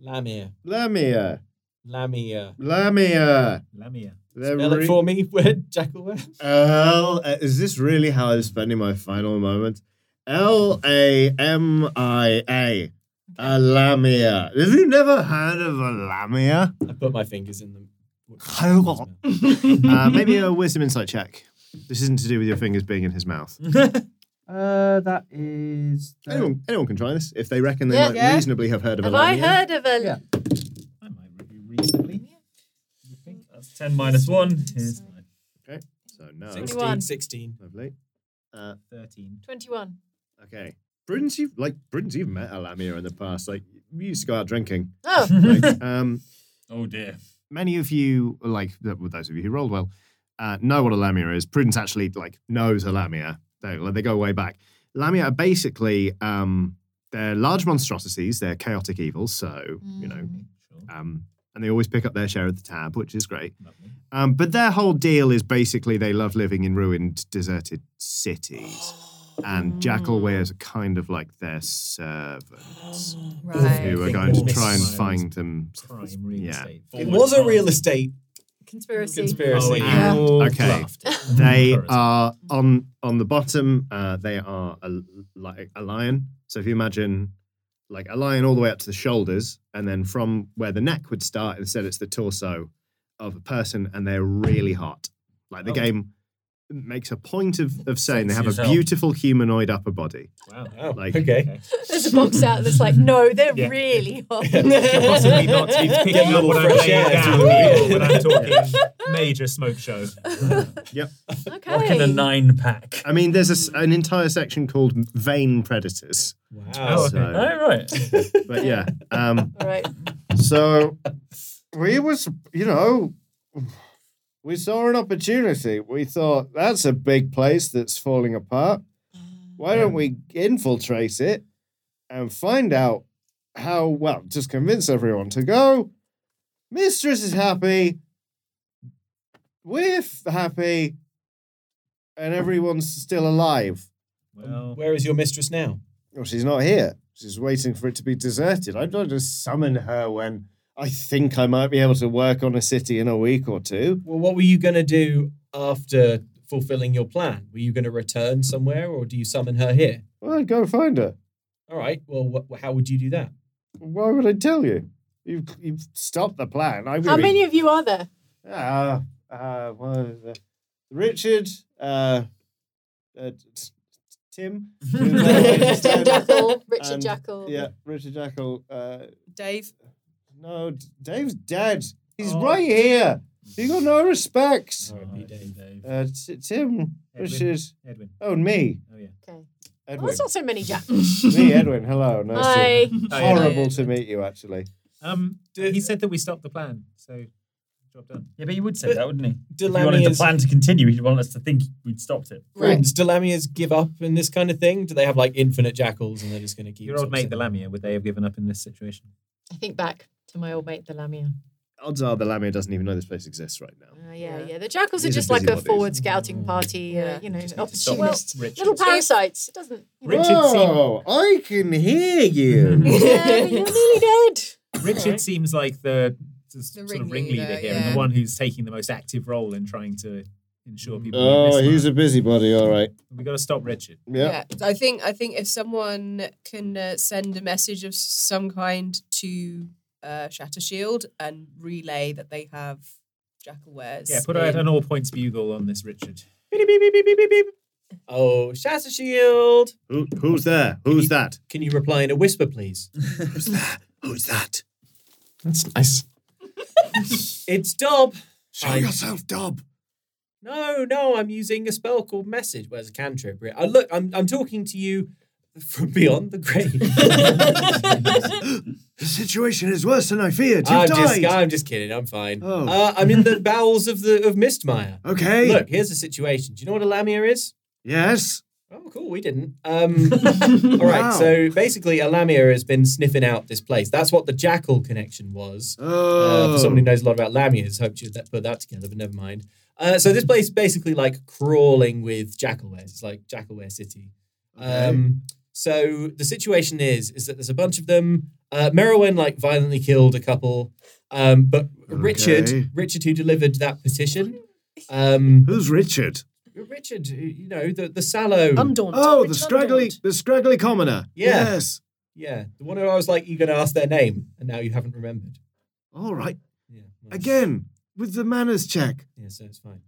Lamia.
Lamia.
Lamia.
Lamia.
Lamia.
They're
Spell it
re-
for me. Where Jackal where?
L. uh, Is this really how I'm spending my final moment? L A M I A. A lamia. Have you never heard of a lamia?
I put my fingers in them.
uh, maybe a wisdom insight check. This isn't to do with your fingers being in his mouth.
Uh, that is.
Anyone, anyone can try this if they reckon they
Yeah.
might
Yeah.
reasonably have heard of
Have
a
I
lamia.
heard of a.
That's 10 minus 1 is
So no.
16. 16.
Lovely. Uh,
13.
21.
okay. Britain's you've like Britain's you've met a lamia in the past. Like we used to go out drinking.
Oh,
Like, um,
Oh dear.
many of you, like th- well, those of you who rolled well, uh, know what a lamia is. Prudence actually like knows a lamia. They, like, they go way back. Lamia are basically um, they're large monstrosities. They're chaotic evil. So you know, um, and they always pick up their share of the tab, which is great. Um, but their whole deal is basically they love living in ruined, deserted cities. And jackal wares are kind of like their servants
Right.
who are going to
Miss
try and
Miles.
find them.
Prime real
Yeah.
estate.
It was a real estate
Oh,
Conspiracy.
conspiracy.
you
Yeah.
all
Okay.
bluffed.
They
Correct.
are on on the bottom. Uh, they are a, like a lion. So if you imagine like a lion all the way up to the shoulders, and then from where the neck would start, instead it's the torso of a person, and they're really hot. Like the
Oh.
game makes a point of, of saying they have
Sexy as
a
hell.
beautiful humanoid upper body.
Wow.
Oh,
Like-
okay.
There's a box out that's like, no, they're
Yeah.
really hot.
Possibly not. He's
Get a
picking up
little
what I'm
fresh
laying
air.
down, people, when I'm talking major smoke show.
Okay.
Rocking a nine pack.
I mean, there's a s an entire section called vein predators.
Oh,
Wow.
So-
All right.
but yeah, um,
All right.
So we was, you know, we saw an opportunity. We thought that's a big place that's falling apart. Why don't we infiltrate it and find out how? Well, just convince everyone to go. Mistress is happy. We're f- happy, and everyone's still alive.
Well,
Where is your mistress now?
Well, Oh, she's not here. She's waiting for it to be deserted. I'd like to summon her when I think I might be able to work on a city in a week or two.
Well, what were you going to do after fulfilling your plan? Were you going to return somewhere or do you summon her here?
Well, I'd go find her.
All right. Well, wh- how would you do that?
Why would I tell you? You've, you've stopped the plan. I'm
How
gonna be-
many of you are there?
Uh, uh, well, uh, Richard, uh, uh, t- t- Tim. who was there when she
Tim
started.
Jackal, Richard
And-
Jackal.
Yeah, Richard Jackal. Uh,
Dave,
no, D- Dave's dead. He's
Oh.
right here. You got no respect.
R.I.P. Dave.
Uh, t- Tim,
Edwin.
Richard,
Edwin.
oh, and me,
Oh, yeah.
Okay. Well,
Edwin.
that's not so many jackals.
me, Edwin. Hello. Nice
Hi.
to,
Hi,
horrible to meet you, actually.
Um, he said that we stopped the plan, so job done.
Yeah, but he would say that, wouldn't he? If he wanted the
Delamia's,
plan to continue, he'd want us to think we'd stopped it.
Right.
Friends, Delamia's give up in this kind of thing? Do they have like infinite jackals and they're just going to keep
Your old mate,
upsetting
the Lamia, would they have given up in this situation?
I think back to my old mate, the Lamia.
odds are the Lamia doesn't even know this place exists right now.
Uh, yeah, yeah, The jackals are
These are
just like a
busybodies.
forward scouting party, uh,
Yeah.
you know,
stop
opportunists,
Richards.
little parasites. It doesn't. You know,
Whoa,
I can hear you.
Yeah, you're nearly dead.
Richard seems like the, the sort of
ringleader,
ringleader here and
yeah.
the one who's taking the most active role in trying to ensure people.
oh,
meet
he's
Miss
a busybody, all right.
Mark. we got to stop Richard.
Yeah.
So I think I think if someone can uh, send a message of some kind to uh, Shatter Shield and relay that they have Jackal wares.
Yeah, put out
in-
an all points bugle on this Richard.
Oh, Shatter Shield.
Who, who's there? Who's that?
Can you reply in a whisper, please?
Who's that? Who's that?
That's nice. it's Dob.
Show
I-
yourself, Dob.
No, no, I'm using a spell called Message. Where's a cantrip? Re- I look, I'm, I'm talking to you from beyond the grave.
The situation is worse than I feared. You've
I'm
died.
just, I'm just kidding. I'm fine.
Oh.
Uh, I'm in the bowels of the of Mistmire.
Okay.
Look, here's the situation. Do you know what a lamia is?
Yes.
Oh, cool. We didn't. Um, all right.
Wow.
So basically, a lamia has been sniffing out this place. That's what the jackal connection was. Uh,
Oh.
for someone who knows a lot about lamias, hoped you'd let- put that together, but never mind. Uh, so this place is basically like crawling with jackalwares. It's like Jackalware City. Um, so the situation is is that there's a bunch of them. Uh, Merowyn like violently killed a couple, um, but
Okay.
Richard, Richard who delivered that petition, um,
Who's Richard?
Richard, who- you know the the sallow,
Undaunted.
Oh, the
Richard
straggly,
Undaunted.
the straggly commoner.
Yeah.
Yes.
yeah, the one who I was like you're going to ask their name, and now you haven't remembered.
All right.
Yeah, well,
Again, with the manners check.
Yeah, so it's fine.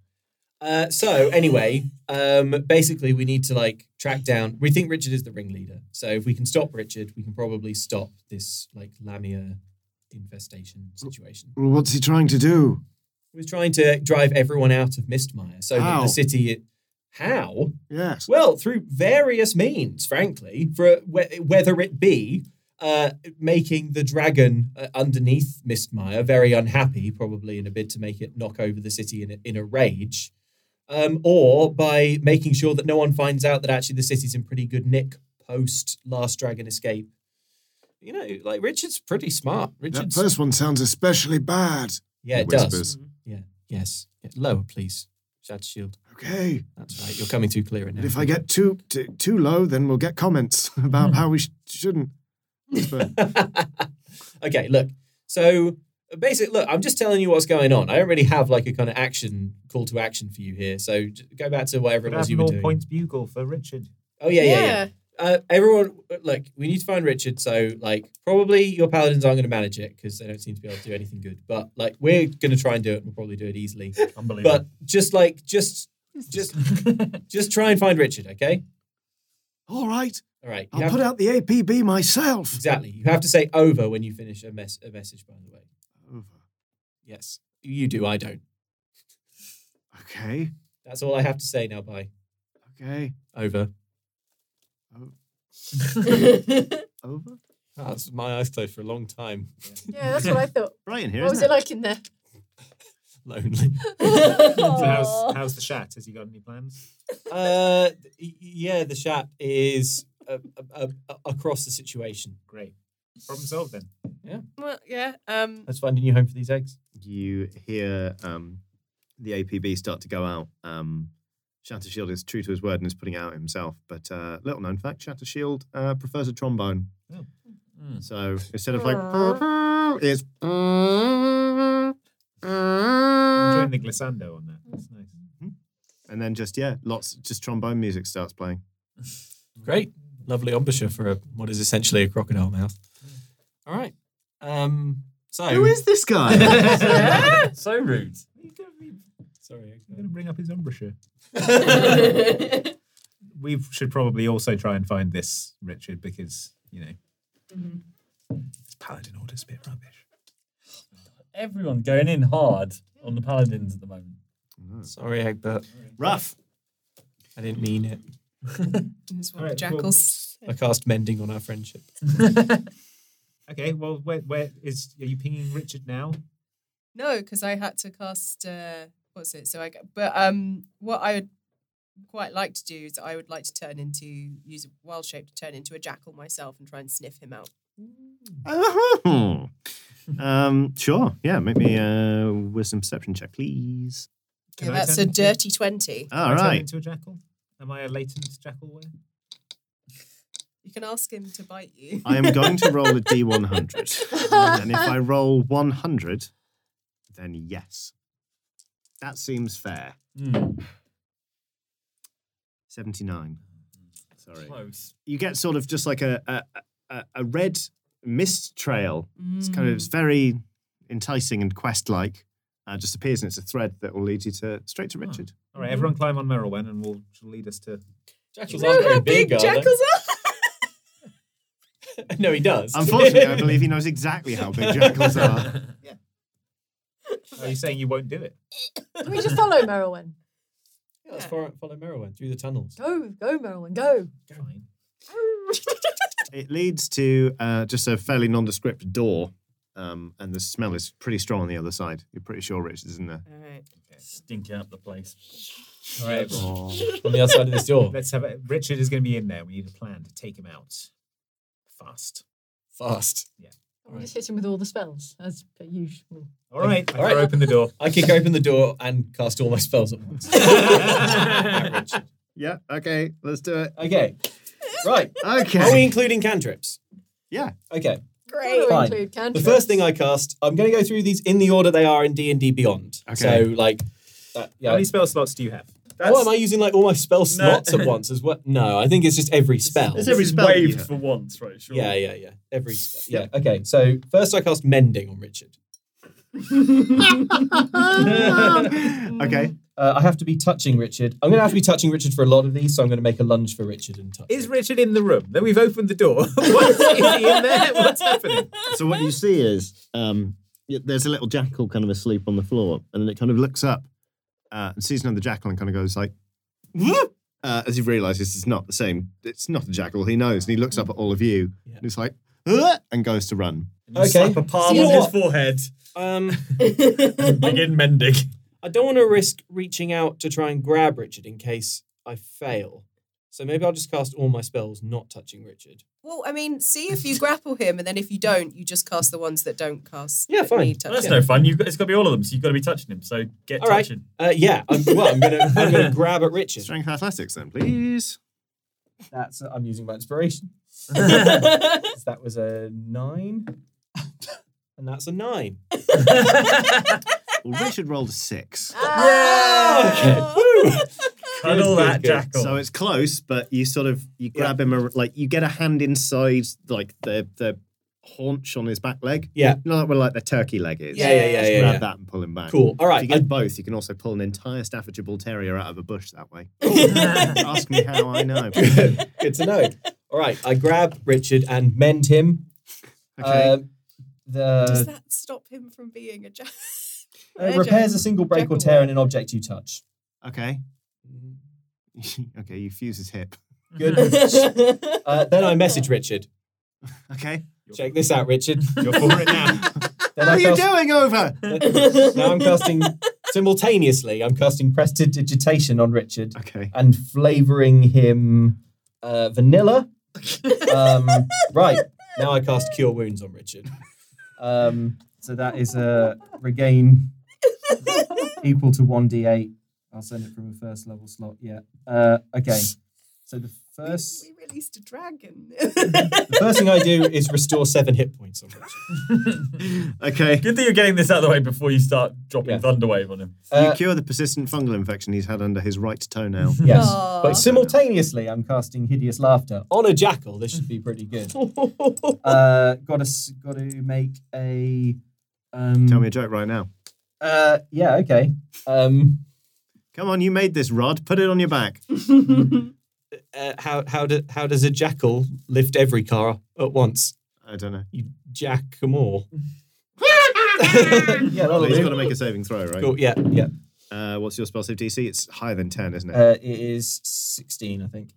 Uh, so anyway, um, basically, we need to like track down. We think Richard is the ringleader, so if we can stop Richard, we can probably stop this like Lamia infestation situation.
Well, what's he trying to do?
He was trying to drive everyone out of Mistmire, so that
How?
the city. How?
Yes.
Well, through various means, frankly, for wh- whether it be uh, making the dragon uh, underneath Mistmire very unhappy, probably in a bid to make it knock over the city in a, in a rage, um, or by making sure that no one finds out that actually the city's in pretty good nick post last dragon escape. You know, like Richard's pretty smart.
That
Richard's
first one sounds especially bad.
yeah,
He
it does.
whispers.
Yeah, yes, Yeah, lower, please. Shad shield.
Okay.
That's right. You're coming too clear now.
But if I get too t- too low, then we'll get comments about how we sh- shouldn't. whisper.
okay, look. So basically, look, I'm just telling you what's going on. I don't really have like a kind of action call to action for you here. So j- go back to whatever it
Put out
was you
an
were
all
doing.
points bugle for Richard.
Oh yeah, yeah, yeah.
Yeah.
Uh, everyone, look, we need to find Richard. So like, probably your paladins aren't going to manage it because they don't seem to be able to do anything good. But like, we're going to try and do it. and We'll probably do it easily.
Unbelievable.
but just like, just, just, just try and find Richard. Okay.
All right.
All right.
I'll
You have-
put out the APB myself.
Exactly. You have to say over when you finish a, mes- a message, by the way. Yes. You do, I don't.
Okay.
That's all I have to say now, bye.
Okay.
Over.
Over.
That's my eyes closed for a long time.
Yeah, that's what I thought.
Brian here,
What was
isn't
it
it?
like in there?
Lonely.
So how's, how's the chat? Has he got any plans?
uh, y- yeah, the chat is uh, uh, uh, across the situation.
Great. Problem solved then.
Well, yeah. Um,
Let's find a new home for these eggs.
You hear um, the APB start to go out. Um, Shatter Shield is true to his word and is putting it out himself. But uh, little known fact, Shatter Shield uh, prefers a trombone.
Oh.
So instead of like, it's
Enjoying the glissando on that. That's nice.
and then just yeah, lots just trombone music starts playing.
Great. Lovely embouchure for a, what is essentially a crocodile mouth. All right. Um, so.
Who is this guy?
so rude.
He's gonna be-
Sorry.
he's gonna bring up his embouchure. we should probably also try and find this Richard because you know this paladin order's a bit rubbish.
Everyone going in hard on the paladins at the moment.
Sorry, Egbert.
Rough.
I didn't mean it.
that's
All
what the
right, cool.
jackals.
I cast mending on our friendship.
Okay, well, where where is are you pinging Richard now?
No, because I had to cast. Uh, what's it? So I. got- But um, what I would quite like to do is I would like to turn into use a wild shape to turn into a jackal myself and try and sniff him out.
Oh. um, sure. Yeah, make me a wisdom perception check, please.
Yeah, that's a dirty 20.
All
Can I turn
right.
into a jackal? Am I a latent jackalware?
You can ask him to bite you.
I am going to roll a d100. and if I roll 100, then yes. That seems fair. 79. Sorry.
Close.
You get sort of just like a, a, a, a red mist trail. It's kind of it's very enticing and quest like. Uh, just appears and it's a thread that will lead you to straight to Richard.
All right, everyone climb on Merylwen and we'll she'll lead us to.
Jackals aren't very big, are they? no, he does.
Unfortunately, I believe he knows exactly how big jackals are.
Are you oh, saying you won't do it?
Can we just follow Merylwen?
Yeah, let's follow, follow Merowyn through the tunnels.
Go, go, Merylwen, go.
Fine.
It leads to uh, just a fairly nondescript door, um, and the smell is pretty strong on the other side. You're pretty sure Richard's in there.
All right.
Stinking up the place.
All right,
On the other side of this door.
let's have it. Richard is going to be in there. We need a plan to take him out fast.
Fast.
We just hit him with all the spells, as per usual.
All right, I
All right.
throw open the door.
I kick open the door and cast all my spells at once.
Yeah, okay, let's do it.
okay. Right. Are we
Okay.
including cantrips?
Yeah.
Okay.
Great.
Fine.
Include
The
cantrips.
first thing I cast, I'm going to go through these in the order they are in D and D Beyond.
Okay.
So like, that, yeah.
How many spell slots do you have?
oh, am I using like all my spell slots at once as well? No, I think it's just every spell.
It's every
It's
spell
Waved
you have.
for once, right? Sure.
Yeah, yeah, yeah. Every spell. Yeah. Okay. So first, I cast mending on Richard.
okay.
Uh, I have to be touching Richard. I'm going to have to be touching Richard for a lot of these, so I'm going to make a lunge for Richard and touch.
Is
him.
Richard in the room? Then we've opened the door. what is he in there? What's happening?
So what you see is um, y- there's a little jackal kind of asleep on the floor, and then it kind of looks up uh, and sees another jackal and kind of goes like, "Whoop!" uh, as he realizes it's not the same. It's not a jackal. He knows, and he looks up at all of you,
Yeah.
and it's like, "Whoop!" and goes to run.
Okay.
Slap a palm
You know
on his
what?
forehead.
um,
Begin mending.
I don't want to risk reaching out to try and grab Richard in case I fail. So maybe I'll just cast all my spells, not touching Richard.
Well, I mean, see if you grapple him, and then if you don't, you just cast the ones that don't cast.
Yeah,
that
fine.
need
Well, that's no
touching.
fun. You've got, it's got to be all of them, so you've got to be touching him. So get
All right.
touching.
Uh, yeah. I'm, well, I'm gonna I'm gonna grab at Richard.
Strength athletics, then, please.
That's I'm using my inspiration. that was a nine, and that's a nine.
Well, Richard rolled a six.
Ah.
Okay.
Cuddle
Good,
that
good,
jackal.
So it's close, but you sort of you grab him him like you get a hand inside like the the haunch on his back leg.
Yeah.
You know like where like the turkey leg is.
Yeah, yeah, yeah,
Just
yeah,
grab
yeah.
that and pull him back.
Cool. All
If
right.
you get both, you can also pull an entire Staffordshire Bull Terrier out of a bush that way. Ask me how I know. Okay.
I- good to know. All right. I grab Richard and mend him. Um,
Does
the
that stop him from being a jack?
uh, repairs a single break or
Jackal
tear
one.
in an object you touch.
okay. okay, you fuse his hip.
Good. Uh, then I message Richard.
Okay.
Check this out, Richard.
You're for it now.
Then
what
I
are you
cast-
doing over?
now I'm casting simultaneously. I'm casting prestidigitation on Richard
Okay.
and flavoring him uh, vanilla. Um, right now, I cast cure wounds on Richard. Um, so that is a regain equal to one d8. I'll send it from a first level slot. Yeah. Uh, okay. So the first
We released a dragon.
the first thing I do is restore seven hit points on Richard.
Okay.
Good thing you're getting this out of the way before you start dropping
Yeah.
Thunderwave on him.
Uh,
you cure the persistent fungal infection he's had under his right toenail.
Yes.
Aw.
But simultaneously, I'm casting hideous laughter on a jackal. This should be pretty good. uh, got to got to make a. Um,
Tell me a joke right now.
Uh, yeah. Okay. Um,
Come on, you made this rod. Put it on your back.
uh, how how do, how does a jackal lift every car at once?
I don't know.
You jack 'em all. yeah,
Oh,
that'll
he's
do.
got to make a saving throw, right?
Cool. Yeah. Yeah.
Uh, what's your spell save DC? It's higher than 10, isn't it?
Uh, it is sixteen, I think.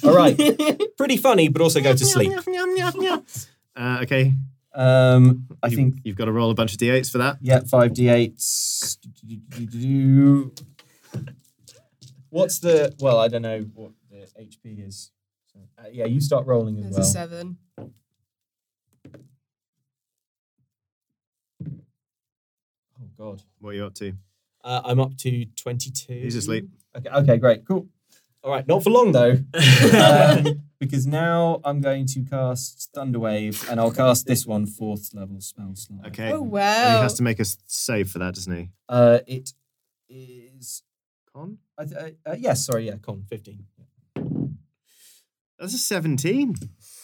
Cool. All right. Pretty funny, but also go to sleep.
Uh, okay.
Um, I
You-
think
You've got to roll a bunch of d8s for that.
Yeah, five d eights. What's the? Well, I don't know what the HP is. Uh, yeah, you start rolling as
There's a
well.
seven.
Oh, God.
What are you up to?
Uh, I'm up to 22.
He's asleep.
Okay, okay, great, cool. All right, not for long though, Um, because now I'm going to cast Thunderwave, and I'll cast this one fourth level spell slot.
Okay.
Oh,
And he
wow.
has to make a s- save for that, doesn't he?
Uh, it is
Con?
I th- uh, uh, yes, sorry, yeah, con 15.
That's a 17.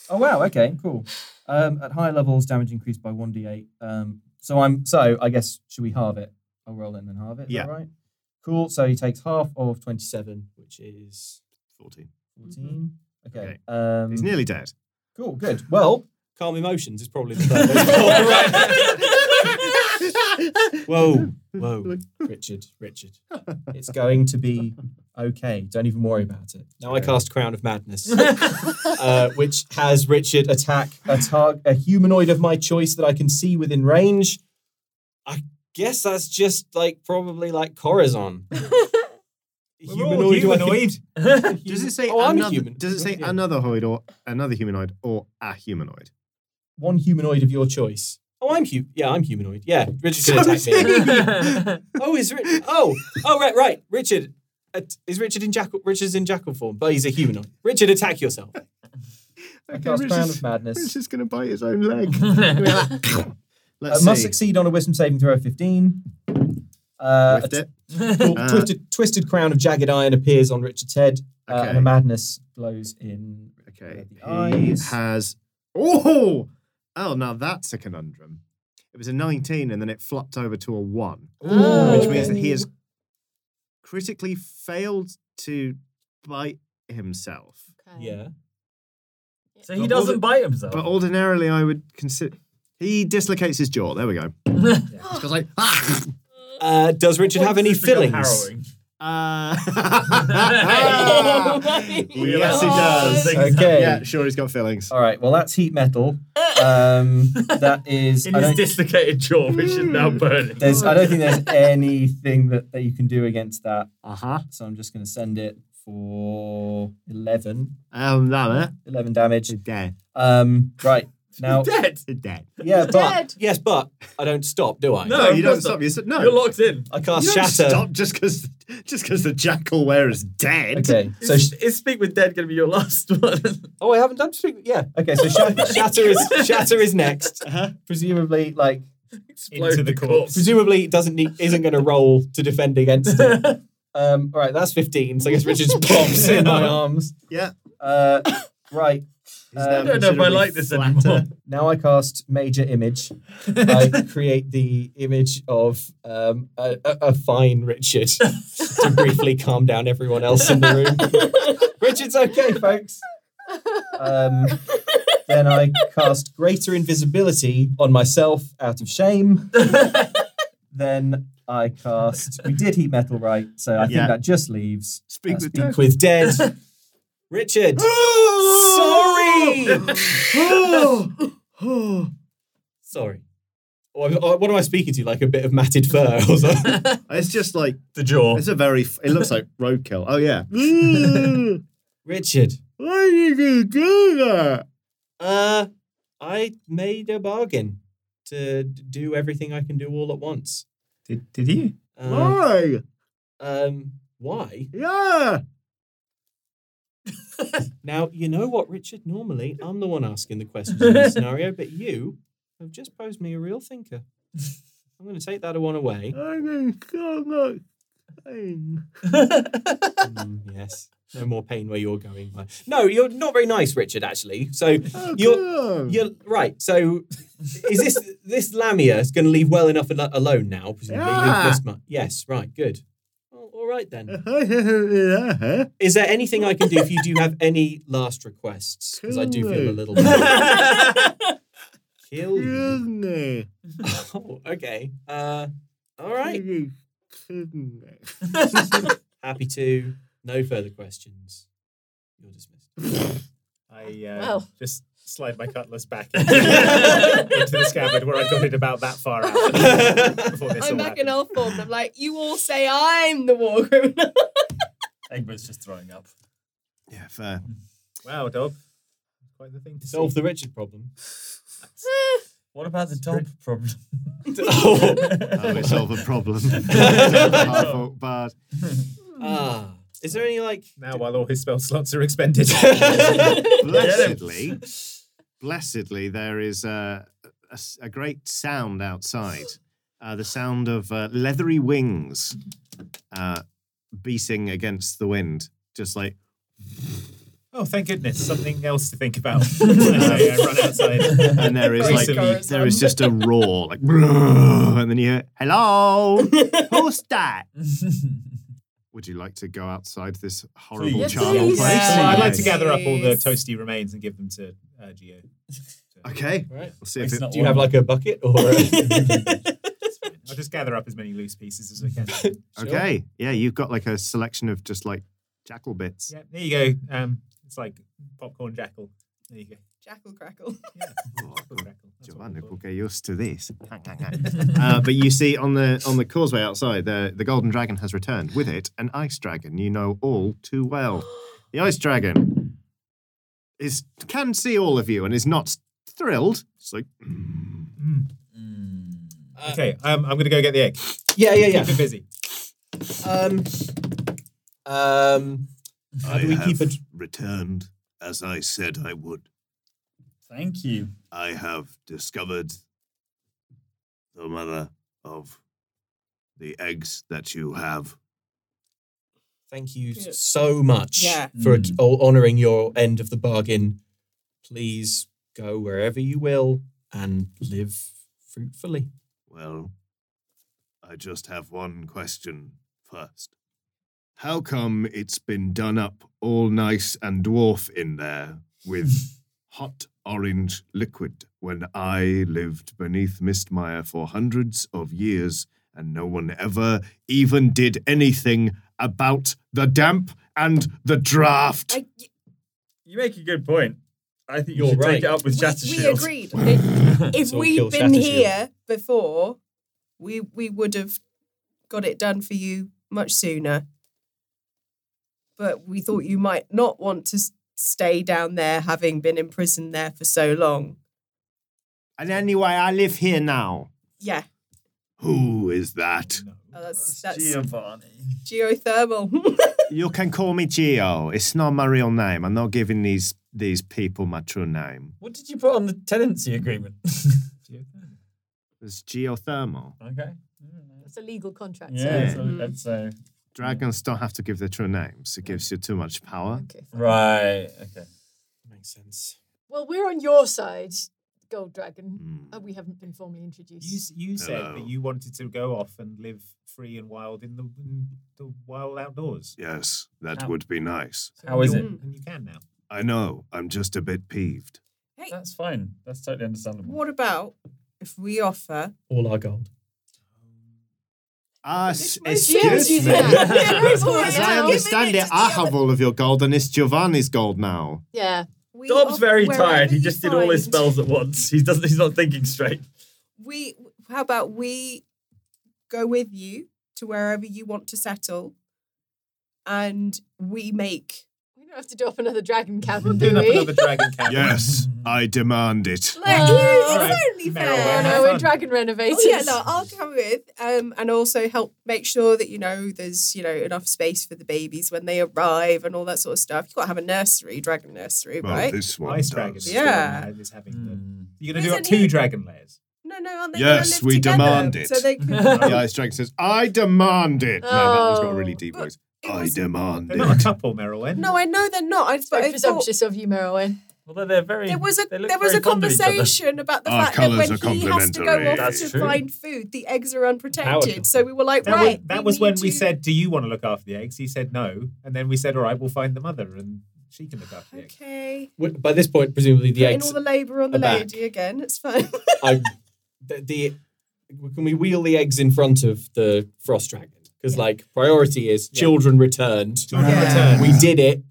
Oh wow, okay, cool. Um, at higher levels, damage increased by 1d8. Um, so I'm so I guess should we halve it? I'll roll it and then halve it. Is
Yeah.
that right? Cool. So he takes half of 27, which is
14.
14. Okay. Um,
He's nearly dead.
Cool, good. Well, calm emotions is probably the third. whoa, whoa, Richard, Richard. It's going to be okay. Don't even worry about it. Now I cast Crown of Madness, uh, which has Richard attack a, tar- a humanoid of my choice that I can see within range. I guess that's just like probably like Corazon. I think-
Does it say
Oh, I'm a
another?
human.
Does it say
Yeah.
another hoid or another humanoid or a humanoid?
one humanoid of your choice. Oh, I'm hu- yeah, I'm humanoid. Yeah, Richard can attack me. oh, is Ri- oh oh right right Richard uh, is Richard in jackal Richard's in jackal form, but he's a humanoid. Richard, attack yourself. I cast
Richard's-
Crown of Madness.
Richard's going to bite his own leg. Let's
Uh,
see.
must succeed on a Wisdom saving throw of 15. Uh,
Whiffed
a
it.
tw-
Uh,
twisted, twisted crown of jagged iron appears on Richard's head, uh, and
Okay.
a madness blows in.
Okay.
uh, the
He
eyes.
has. Oh! Oh, now that's a conundrum. It was a 19 and then it flopped over to a 1,
Oh,
which means that he has critically failed to bite himself.
Yeah.
So he doesn't bite himself.
But ordinarily, I would consider. He dislocates his jaw. There we go. It's 'cause like. "Ah!"
Uh, does Richard have any
This has become
fillings?
harrowing.
Uh,
Oh
yes, he
God.
does.
Oh, Things
Okay.
Yeah, sure, he's got fillings.
All right. Well, that's heat metal. Um, that is.
In
I
his
don't,
dislocated jaw, which is now
Hmm.
burning.
there's, I don't think there's anything that, that you can do against that.
Uh huh.
So I'm just going to send it for 11,
Um, that
11 damage.
it. Dead.
Um, right. Now,
Dead.
Dead.
yeah, but
Dead.
yes, but I don't stop, do I?
No,
No,
of
you don't
course not.
stop. You said no.
You're locked in.
I cast
You don't
shatter.
Stop just because just because the jackal wearer is dead.
Okay, so
is,
sh-
is Speak with Dead going to be your last one?
oh, I haven't done speak. Yeah, okay, so sh- shatter is shatter is next. Presumably, like
Explode
Into the
the
corpse.
corpse.
presumably it doesn't need isn't going to roll to defend against it. Um, all right, that's fifteen. So I guess Richard's pops in my arms.
Yeah.
Uh, right.
He's
Uh,
now
I don't know if I
considerably
like this
flatter.
anymore.
Now I cast major image. I create the image of um, a, a, a fine Richard to briefly calm down everyone else in the room. Richard's okay, folks. Um, then I cast greater invisibility on myself out of shame. then I cast. We did heat metal, right? So I think
Yeah.
that just leaves.
Speak
uh,
with
speak
death.
with dead. Richard. Sorry. Sorry. Or, or what am I speaking to? Like a bit of matted fur or something?
It's just like
The jaw.
it's a very. f- It looks like roadkill. Oh yeah. Mm,
Richard.
Why did you do that?
Uh, I made a bargain to d- do everything I can do all at once.
Did, did you?
Uh,
Why?
um, why?
Yeah.
Now, you know what, Richard? Normally, I'm the one asking the questions in this scenario, but you have just posed me a real thinker. I'm going to take that one away.
I'm in so much pain.
Mm, yes. No more pain where you're going. But... No, you're not very nice, Richard, actually. So you're
Good.
you're right. So is this this Lamia is going to leave well enough al- alone now? Presumably, leave
Yeah.
this mu- Yes, right, good. Well, all right then.
yeah.
Is there anything I can do if you do have any last requests? Because I do feel a
Cool.
little. bit- Kill
Excuse
me.
me.
Oh, okay. Uh, all right.
Excuse me.
Happy to. No further questions. You're dismissed.
I uh,
Well.
just slide my cutlass back into, into the scabbard where I got it about that far out before this
I'm
all
back in
happened.
elf form. and I'm like, you all say I'm the war criminal.
Egbert's just throwing up.
Yeah, fair.
Wow, Dob. Quite the thing to
Solve
see.
the Richard problem.
What about the top problem?
I solve a problem. Hard folk bard.
Ah. Is there any like
Now, while all his spell slots are expended.
blessedly, blessedly, there is a, a s- a great sound outside. Uh, the sound of uh, leathery wings uh, beating against the wind, just like
oh, thank goodness. Something else to think about. I, I run outside.
and there is like
Gracefully.
there is just a roar like and then you hear hello who's that would you like to go outside this horrible
Please.
charnel
Please.
place
Yes,
Well, I'd like to gather up all the
Please.
toasty remains and give them to uh, Geo.
okay
Right.
we'll see if
It's
it,
not
Do you have like a bucket or a...
I'll just gather up as many loose pieces as I can.
okay yeah you've got like a selection of just like jackal bits
yeah, there you go. Um, it's like popcorn jackal. There you go.
Jackal crackle.
Popcorn jackal. That's what
Joanna
we
will get used to this. Hang, hang, hang. uh, but you see, on the on the causeway outside, the the golden dragon has returned with it an ice dragon. You know all too well. The ice dragon is can see all of you and is not thrilled. It's like
call it. Okay, um, I'm going to go get the egg.
yeah, yeah, yeah.
Keep it busy.
Um, um, how do we keep it?
returned as I said I would.
Thank you.
I have discovered the mother of the eggs that you have.
Thank you so much
Yeah.
for
Mm.
t- o- honouring your end of the bargain. Please go wherever you will and live fruitfully.
Well, I just have one question first. How come it's been done up all nice and dwarf in there with hot orange liquid when I lived beneath Mistmire for hundreds of years and no one ever even did anything about the damp and the draft?
I,
You make a good point. I think you
You're
should
right.
take it up with
we,
Shatter
we
Shield.
agreed. If, if
So
we'd
kill
been
Shattershield.
here before, we we would have got it done for you much sooner. But we thought you might not want to s- stay down there, having been imprisoned there for so long.
and anyway, I live here now.
Yeah,
Who is that?
uh, that's that's
Giovanni.
geothermal.
You can call me Geo. It's not my real name. I'm not giving these these people my true name.
What did you put on the tenancy agreement?
It's
Mm.
geothermal.
okay.
That's a legal contract. so-
Yeah, so that's so.
Dragons don't have to give their true names. It gives you too much power.
Okay. fine.
Right. Okay.
Makes sense.
Well, we're on your side, Gold Dragon. Uh, we haven't been formally
You,
introduced.
s- you said
Hello.
that you wanted to go off and live free and wild in the, in the wild outdoors.
Yes, that
Oh.
Ow.
would be nice.
So
How is
you're-
it?
And you can now.
I know, I'm just a bit peeved.
That's fine. That's totally understandable.
what about if we offer?
All our gold.
Ah, s- excuse
Yes,
me.
you can. We're formally
As
out.
I understand it, I have all of your gold and it's Giovanni's gold now.
Yeah.
We
Dob's
off-
very
wherever
tired. He
you
just did all his
find-
spells at once. He doesn't. He's not thinking straight.
we how about we go with you to wherever you want to settle and we make
We don't have to do up another dragon cabin, do
Doing up
we?
another dragon cabin.
Yes, I demand it.
Like,
Oh.
it's only
Meryl,
Oh,
fair.
no,
Have
we're
fun.
dragon renovators.
Oh, yeah, no, I'll come with um, and also help make sure that, you know, there's, you know, enough space for the babies when they arrive and all that sort of stuff. You've got to have a nursery, dragon nursery,
Well,
right?
this one
Ice
does.
dragon. is
Yeah.
doing that, is having the-
Mm.
You're going to do up
Isn't
two
he-
dragon layers.
No, no, aren't they
Yes,
gonna live
we
together?
demand it.
So they could,
The ice dragon says, I demand it. No, that one's got a really deep
Oh.
voice.
It
I
was-
demand
They're not a
it.
couple, eh? Merylwen.
no, I know they're not. I, but
Very
I thought
presumptuous of you, Merowyn.
Although they're very.
There was a
they look
there was
very
a
fond of each other.
conversation about the
Our
fact that
Ah, colours
when
are
he has to go
complementary.
off
That's
to
true.
find food, the eggs are
Powerful.
unprotected. So we were like,
That was,
right.
that
we
was
need
when we
to-
said, "Do you want to look after the eggs?" He said no, and then we said, "All right, we'll find the mother, and she can look after the eggs."
Okay.
Wh- By this point, presumably the
Putting all
eggs.
the labour on the
are back.
lady again. It's fine.
I, the, the can we wheel the eggs in front of the frost dragon? Because like priority is
Yeah.
children returned.
Children
Yeah.
return.
We did it.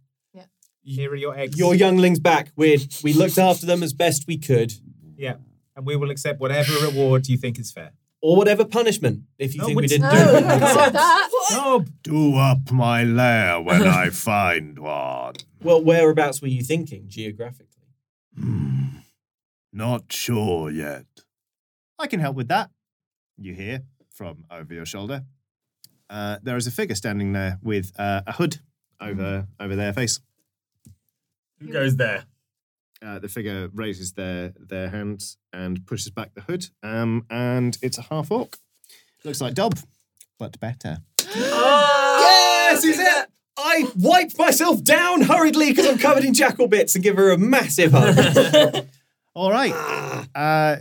Here are your eggs,
Your younglings back. We we looked after them as best we could,
and we will accept whatever reward you think is fair.
or whatever punishment if you
No,
think we
which-
No,
didn't do
we
it.
don't accept that.
No,
Do up my lair when I find one.
Well, whereabouts were you thinking geographically?
Not sure yet.
I can help with that. You hear from over your shoulder. Uh, there is a figure standing there with uh, a hood over over their face.
Who goes there?
Uh, the figure raises their their hands and pushes back the hood, um, and it's a half orc. Looks like Dob, but better.
yes, he's it. I wipe myself down hurriedly because I'm covered in jackal bits and give her a massive hug.
All right. Uh,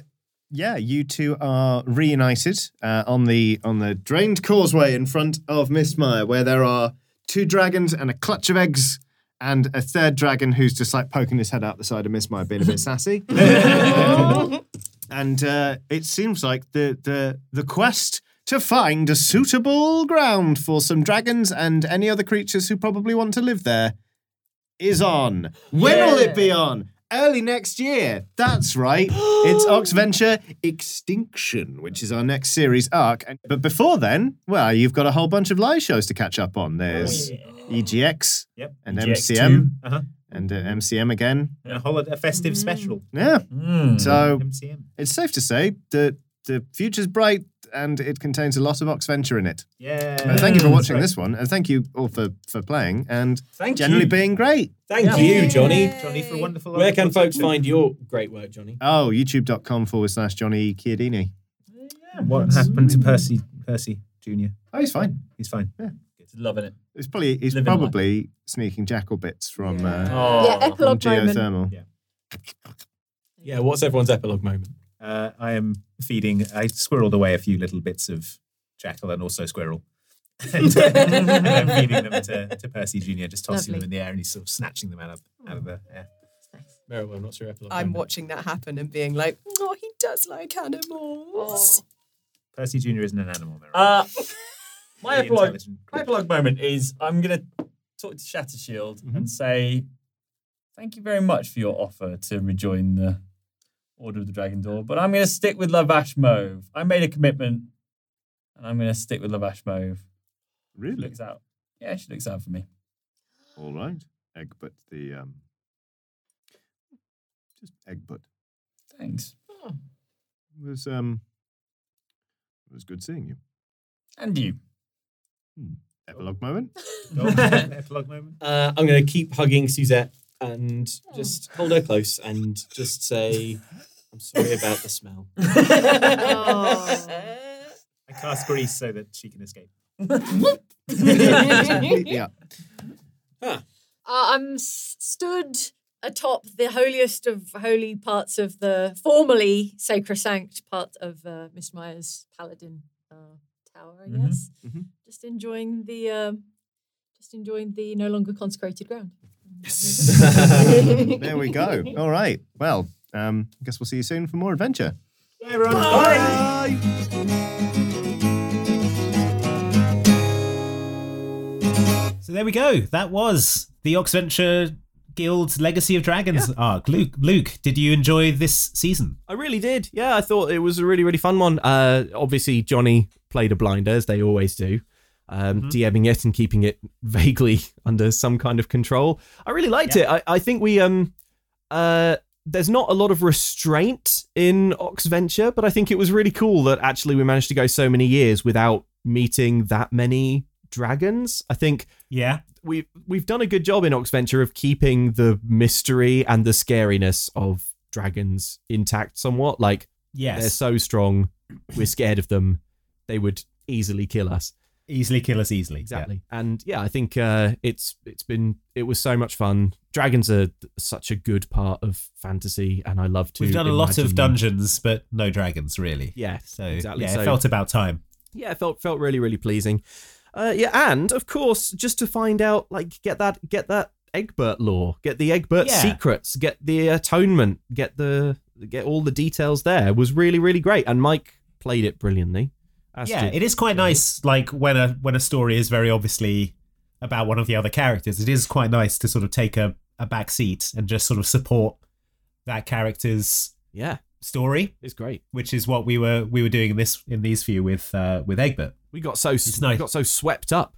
yeah, you two are reunited uh, on the on the drained causeway in front of Miss Meyer, where there are two dragons and a clutch of eggs, and a third dragon who's just like poking his head out the side of Miss Meyer, being a bit sassy. and uh, it seems like the the the quest to find a suitable ground for some dragons and any other creatures who probably want to live there is on. When will it be on? Early next year. That's right. It's Oxventure Extinction, which is our next series arc. And- But before then, well, you've got a whole bunch of live shows to catch up on. There's EGX
Yep.
and
EGX2.
MCM
Uh-huh.
and uh, MCM again.
And a holiday, a festive special.
Yeah. So
MCM.
it's safe to say that the future's bright and it contains a lot of Oxventure in it.
Yeah.
Uh, thank you for
That's
watching
right.
this one, and thank you all for for playing and
Thank
generally
you.
being great.
Thank you, Johnny.
Johnny, for a wonderful.
Where can
wonderful
folks
teacher.
find your great work, Johnny?
Oh, youtube.com forward slash Johnny Chiodini.
What happened to Percy? Percy Junior.
Oh, he's fine.
He's fine.
Loving it.
It's probably he's
Living
probably sneaking jackal bits from uh,
Oh.
Yeah,
from
epilogue moment.
geothermal.
Yeah.
Yeah, what's everyone's epilogue moment?
Uh, I am feeding. I squirreled away a few little bits of jackal and also squirrel. and, uh, and I'm feeding them to, to Percy Junior, just tossing
Lovely.
them in the air, and he's sort of snatching them out of out of the air.
Merriwell, what's your epilogue
I'm
moment?
watching that happen and being like, oh, he does like animals.
Percy Junior isn't an animal. Mary.
Uh, my
Very
epilogue.
intelligent
My
creature.
epilogue moment is I'm going to talk to Shattershield and say, thank you very much for your offer to rejoin the Order of the Dragon Door, but I'm going to stick with Lavash Mauve. I made a commitment and I'm going to stick with Lavash Mauve. She
Really?
looks out. Yeah, she looks out for me.
All right. Egbert the um just Egbert.
Thanks.
It was um it was good seeing you.
And you.
Epilogue moment.
epilogue moment.
Uh, I'm going to keep hugging Suzette and just hold her close and just say, I'm sorry about the smell.
Oh.
I cast grease so that she can escape.
yeah.
Uh, I'm s- stood atop the holiest of holy parts of the formerly sacrosanct part of uh, Miss Meyer's Paladin uh, Tower, I
Mm-hmm,
Mhm,
guess.
mhm.
Just enjoying the, um just enjoying the no longer consecrated ground.
There we go. All right. Well, um, I guess we'll see you soon for more adventure.
everyone. So there we go. That was the Oxventure Guild's Legacy of Dragons arc. Luke, Luke, did you enjoy this season?
I really did. Yeah, I thought it was a really, really fun one. Uh, obviously, Johnny played a blinder, as they always do, um, DMing it and keeping it vaguely under some kind of control. I really liked it. I, I think we. Um, uh, there's not a lot of restraint in Ox Venture, but I think it was really cool that actually we managed to go so many years without meeting that many dragons. I think
Yeah.
we've we've done a good job in Oxventure of keeping the mystery and the scariness of dragons intact somewhat. Like they're
Yes.
so strong, we're scared of them. They would easily kill us.
easily kill us easily.
Exactly. And yeah, I think uh, it's it's been it was so much fun. Dragons are such a good part of fantasy, and I love to.
We've done a lot
imagine
of
them.
dungeons, but no dragons really.
Yeah,
So
exactly.
yeah,
So-
it felt about time.
yeah, it felt felt really really pleasing. Uh, yeah, and of course, just to find out, like, get that get that Egbert lore, get the Egbert
Yeah.
secrets, get the atonement, get the get all the details. There was really really great, and Mike played it brilliantly. As
yeah,
did-
it is quite nice. Like when a when a story is very obviously about one of the other characters, it is quite nice to sort of take a a back seat and just sort of support that character's
yeah,
story,
it's great.
which is what we were we were doing in this in these few with uh, with Egbert.
We got so
It's
we
nice.
got so swept up.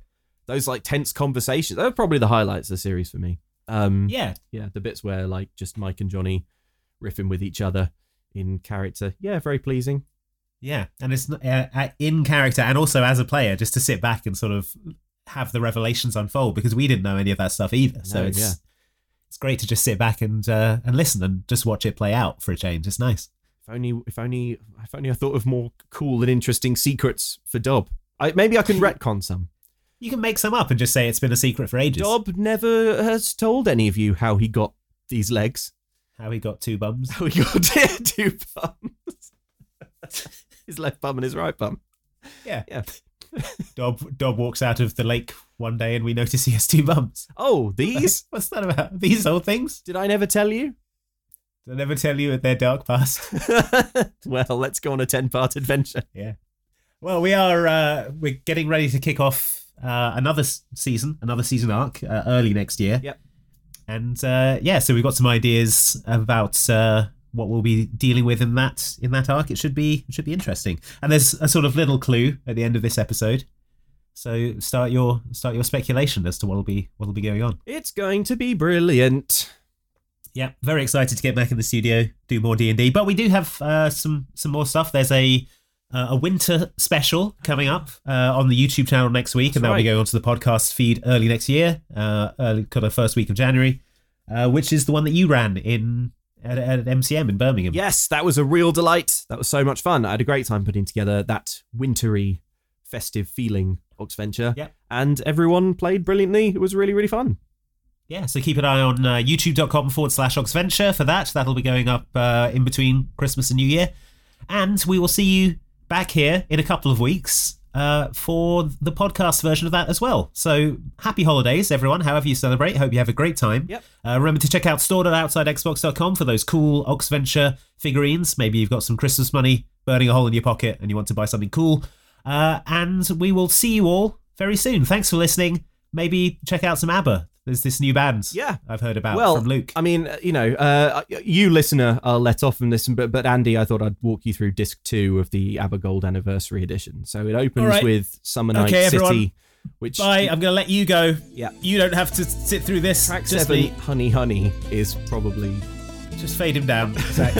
Those like tense conversations. They're probably the highlights of the series for me. Um,
Yeah,
yeah, the bits where like just Mike and Johnny riffing with each other in character. Yeah, very pleasing.
Yeah, and it's n- uh, uh, in character and also as a player, just to sit back and sort of have the revelations unfold because we didn't know any of that stuff either. So
No,
it's
yeah.
it's great to just sit back and uh, and listen and just watch it play out for a change. It's nice.
If only, if only, if only I thought of more cool and interesting secrets for Dob. I, maybe I can retcon some.
You can make some up and just say it's been a secret for ages.
Dob never has told any of you how he got these legs.
How he got two bums.
How he got two bums. his left bum and his right bum.
Yeah.
Yeah.
Dob Dob walks out of the lake one day and we notice he has two bums.
Oh, these?
What's that about? These old things?
Did I never tell you?
Did I never tell you at their dark past?
well, let's go on a ten-part adventure.
Yeah. Well, we are uh, we're getting ready to kick off uh, another s- season, another season arc uh, early next year.
Yep.
And uh, yeah, so we've got some ideas about uh, what we'll be dealing with in that in that arc. It should be it should be interesting. And there's a sort of little clue at the end of this episode. So start your start your speculation as to what'll be what'll be going on.
It's going to be brilliant.
Yeah, very excited to get back in the studio, do more D and D. But we do have uh, some some more stuff. There's a uh, a winter special coming up uh, on the YouTube channel next week, and that'll
right.
be going onto the podcast feed early next year, uh, early kind of first week of January, uh, which is the one that you ran in at, at MCM in Birmingham.
Yes, that was a real delight. That was so much fun. I had a great time putting together that wintry, festive feeling Oxventure.
Yep.
And everyone played brilliantly. It was really, really fun.
Yeah, so keep an eye on uh, youtube.com forward slash Oxventure for that. That'll be going up uh, in between Christmas and New Year. And we will see you back here in a couple of weeks uh, for the podcast version of that as well. So happy holidays, everyone, however you celebrate. Hope you have a great time.
Yep.
Uh, remember to check out store.outsidexbox.com for those cool Oxventure figurines. Maybe you've got some Christmas money burning a hole in your pocket and you want to buy something cool. Uh, and we will see you all very soon. Thanks for listening. Maybe check out some ABBA. There's this new band
Yeah.
I've heard about
well,
from Luke.
I mean, uh, you know, uh, you listener are let off from this, but but Andy, I thought I'd walk you through disc two of the Abergold Anniversary Edition. So it opens
All right.
with Summer Night
Okay,
City,
everyone.
which
Bye. I'm going to let you go.
Yeah.
You don't have to sit through this.
track
just,
seven, Honey Honey, is probably
just fade him down. Zach.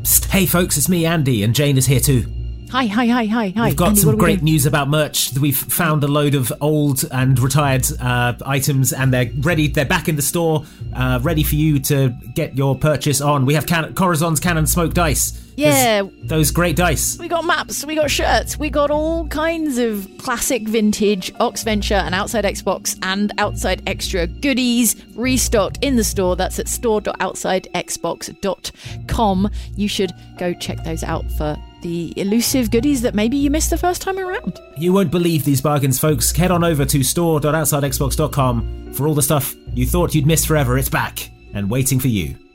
Psst, hey folks, it's me Andy, and Jane is here too.
Hi, hi, hi, hi, hi.
We've got
Andy, what
some
are we
great
doing?
news about merch. We've found a load of old and retired uh, items, and they're ready. They're back in the store, uh, ready for you to get your purchase on. We have can- Corazon's Cannon Smoke Dice.
Yeah.
There's those great dice.
We got maps, we got shirts, we got all kinds of classic vintage Oxventure and Outside Xbox and Outside Extra goodies restocked in the store. That's at store.outsidexbox.com. You should go check those out for the elusive goodies that maybe you missed the first time around.
You won't believe these bargains, folks. Head on over to store.outsidexbox.com for all the stuff you thought you'd miss forever. It's back and waiting for you.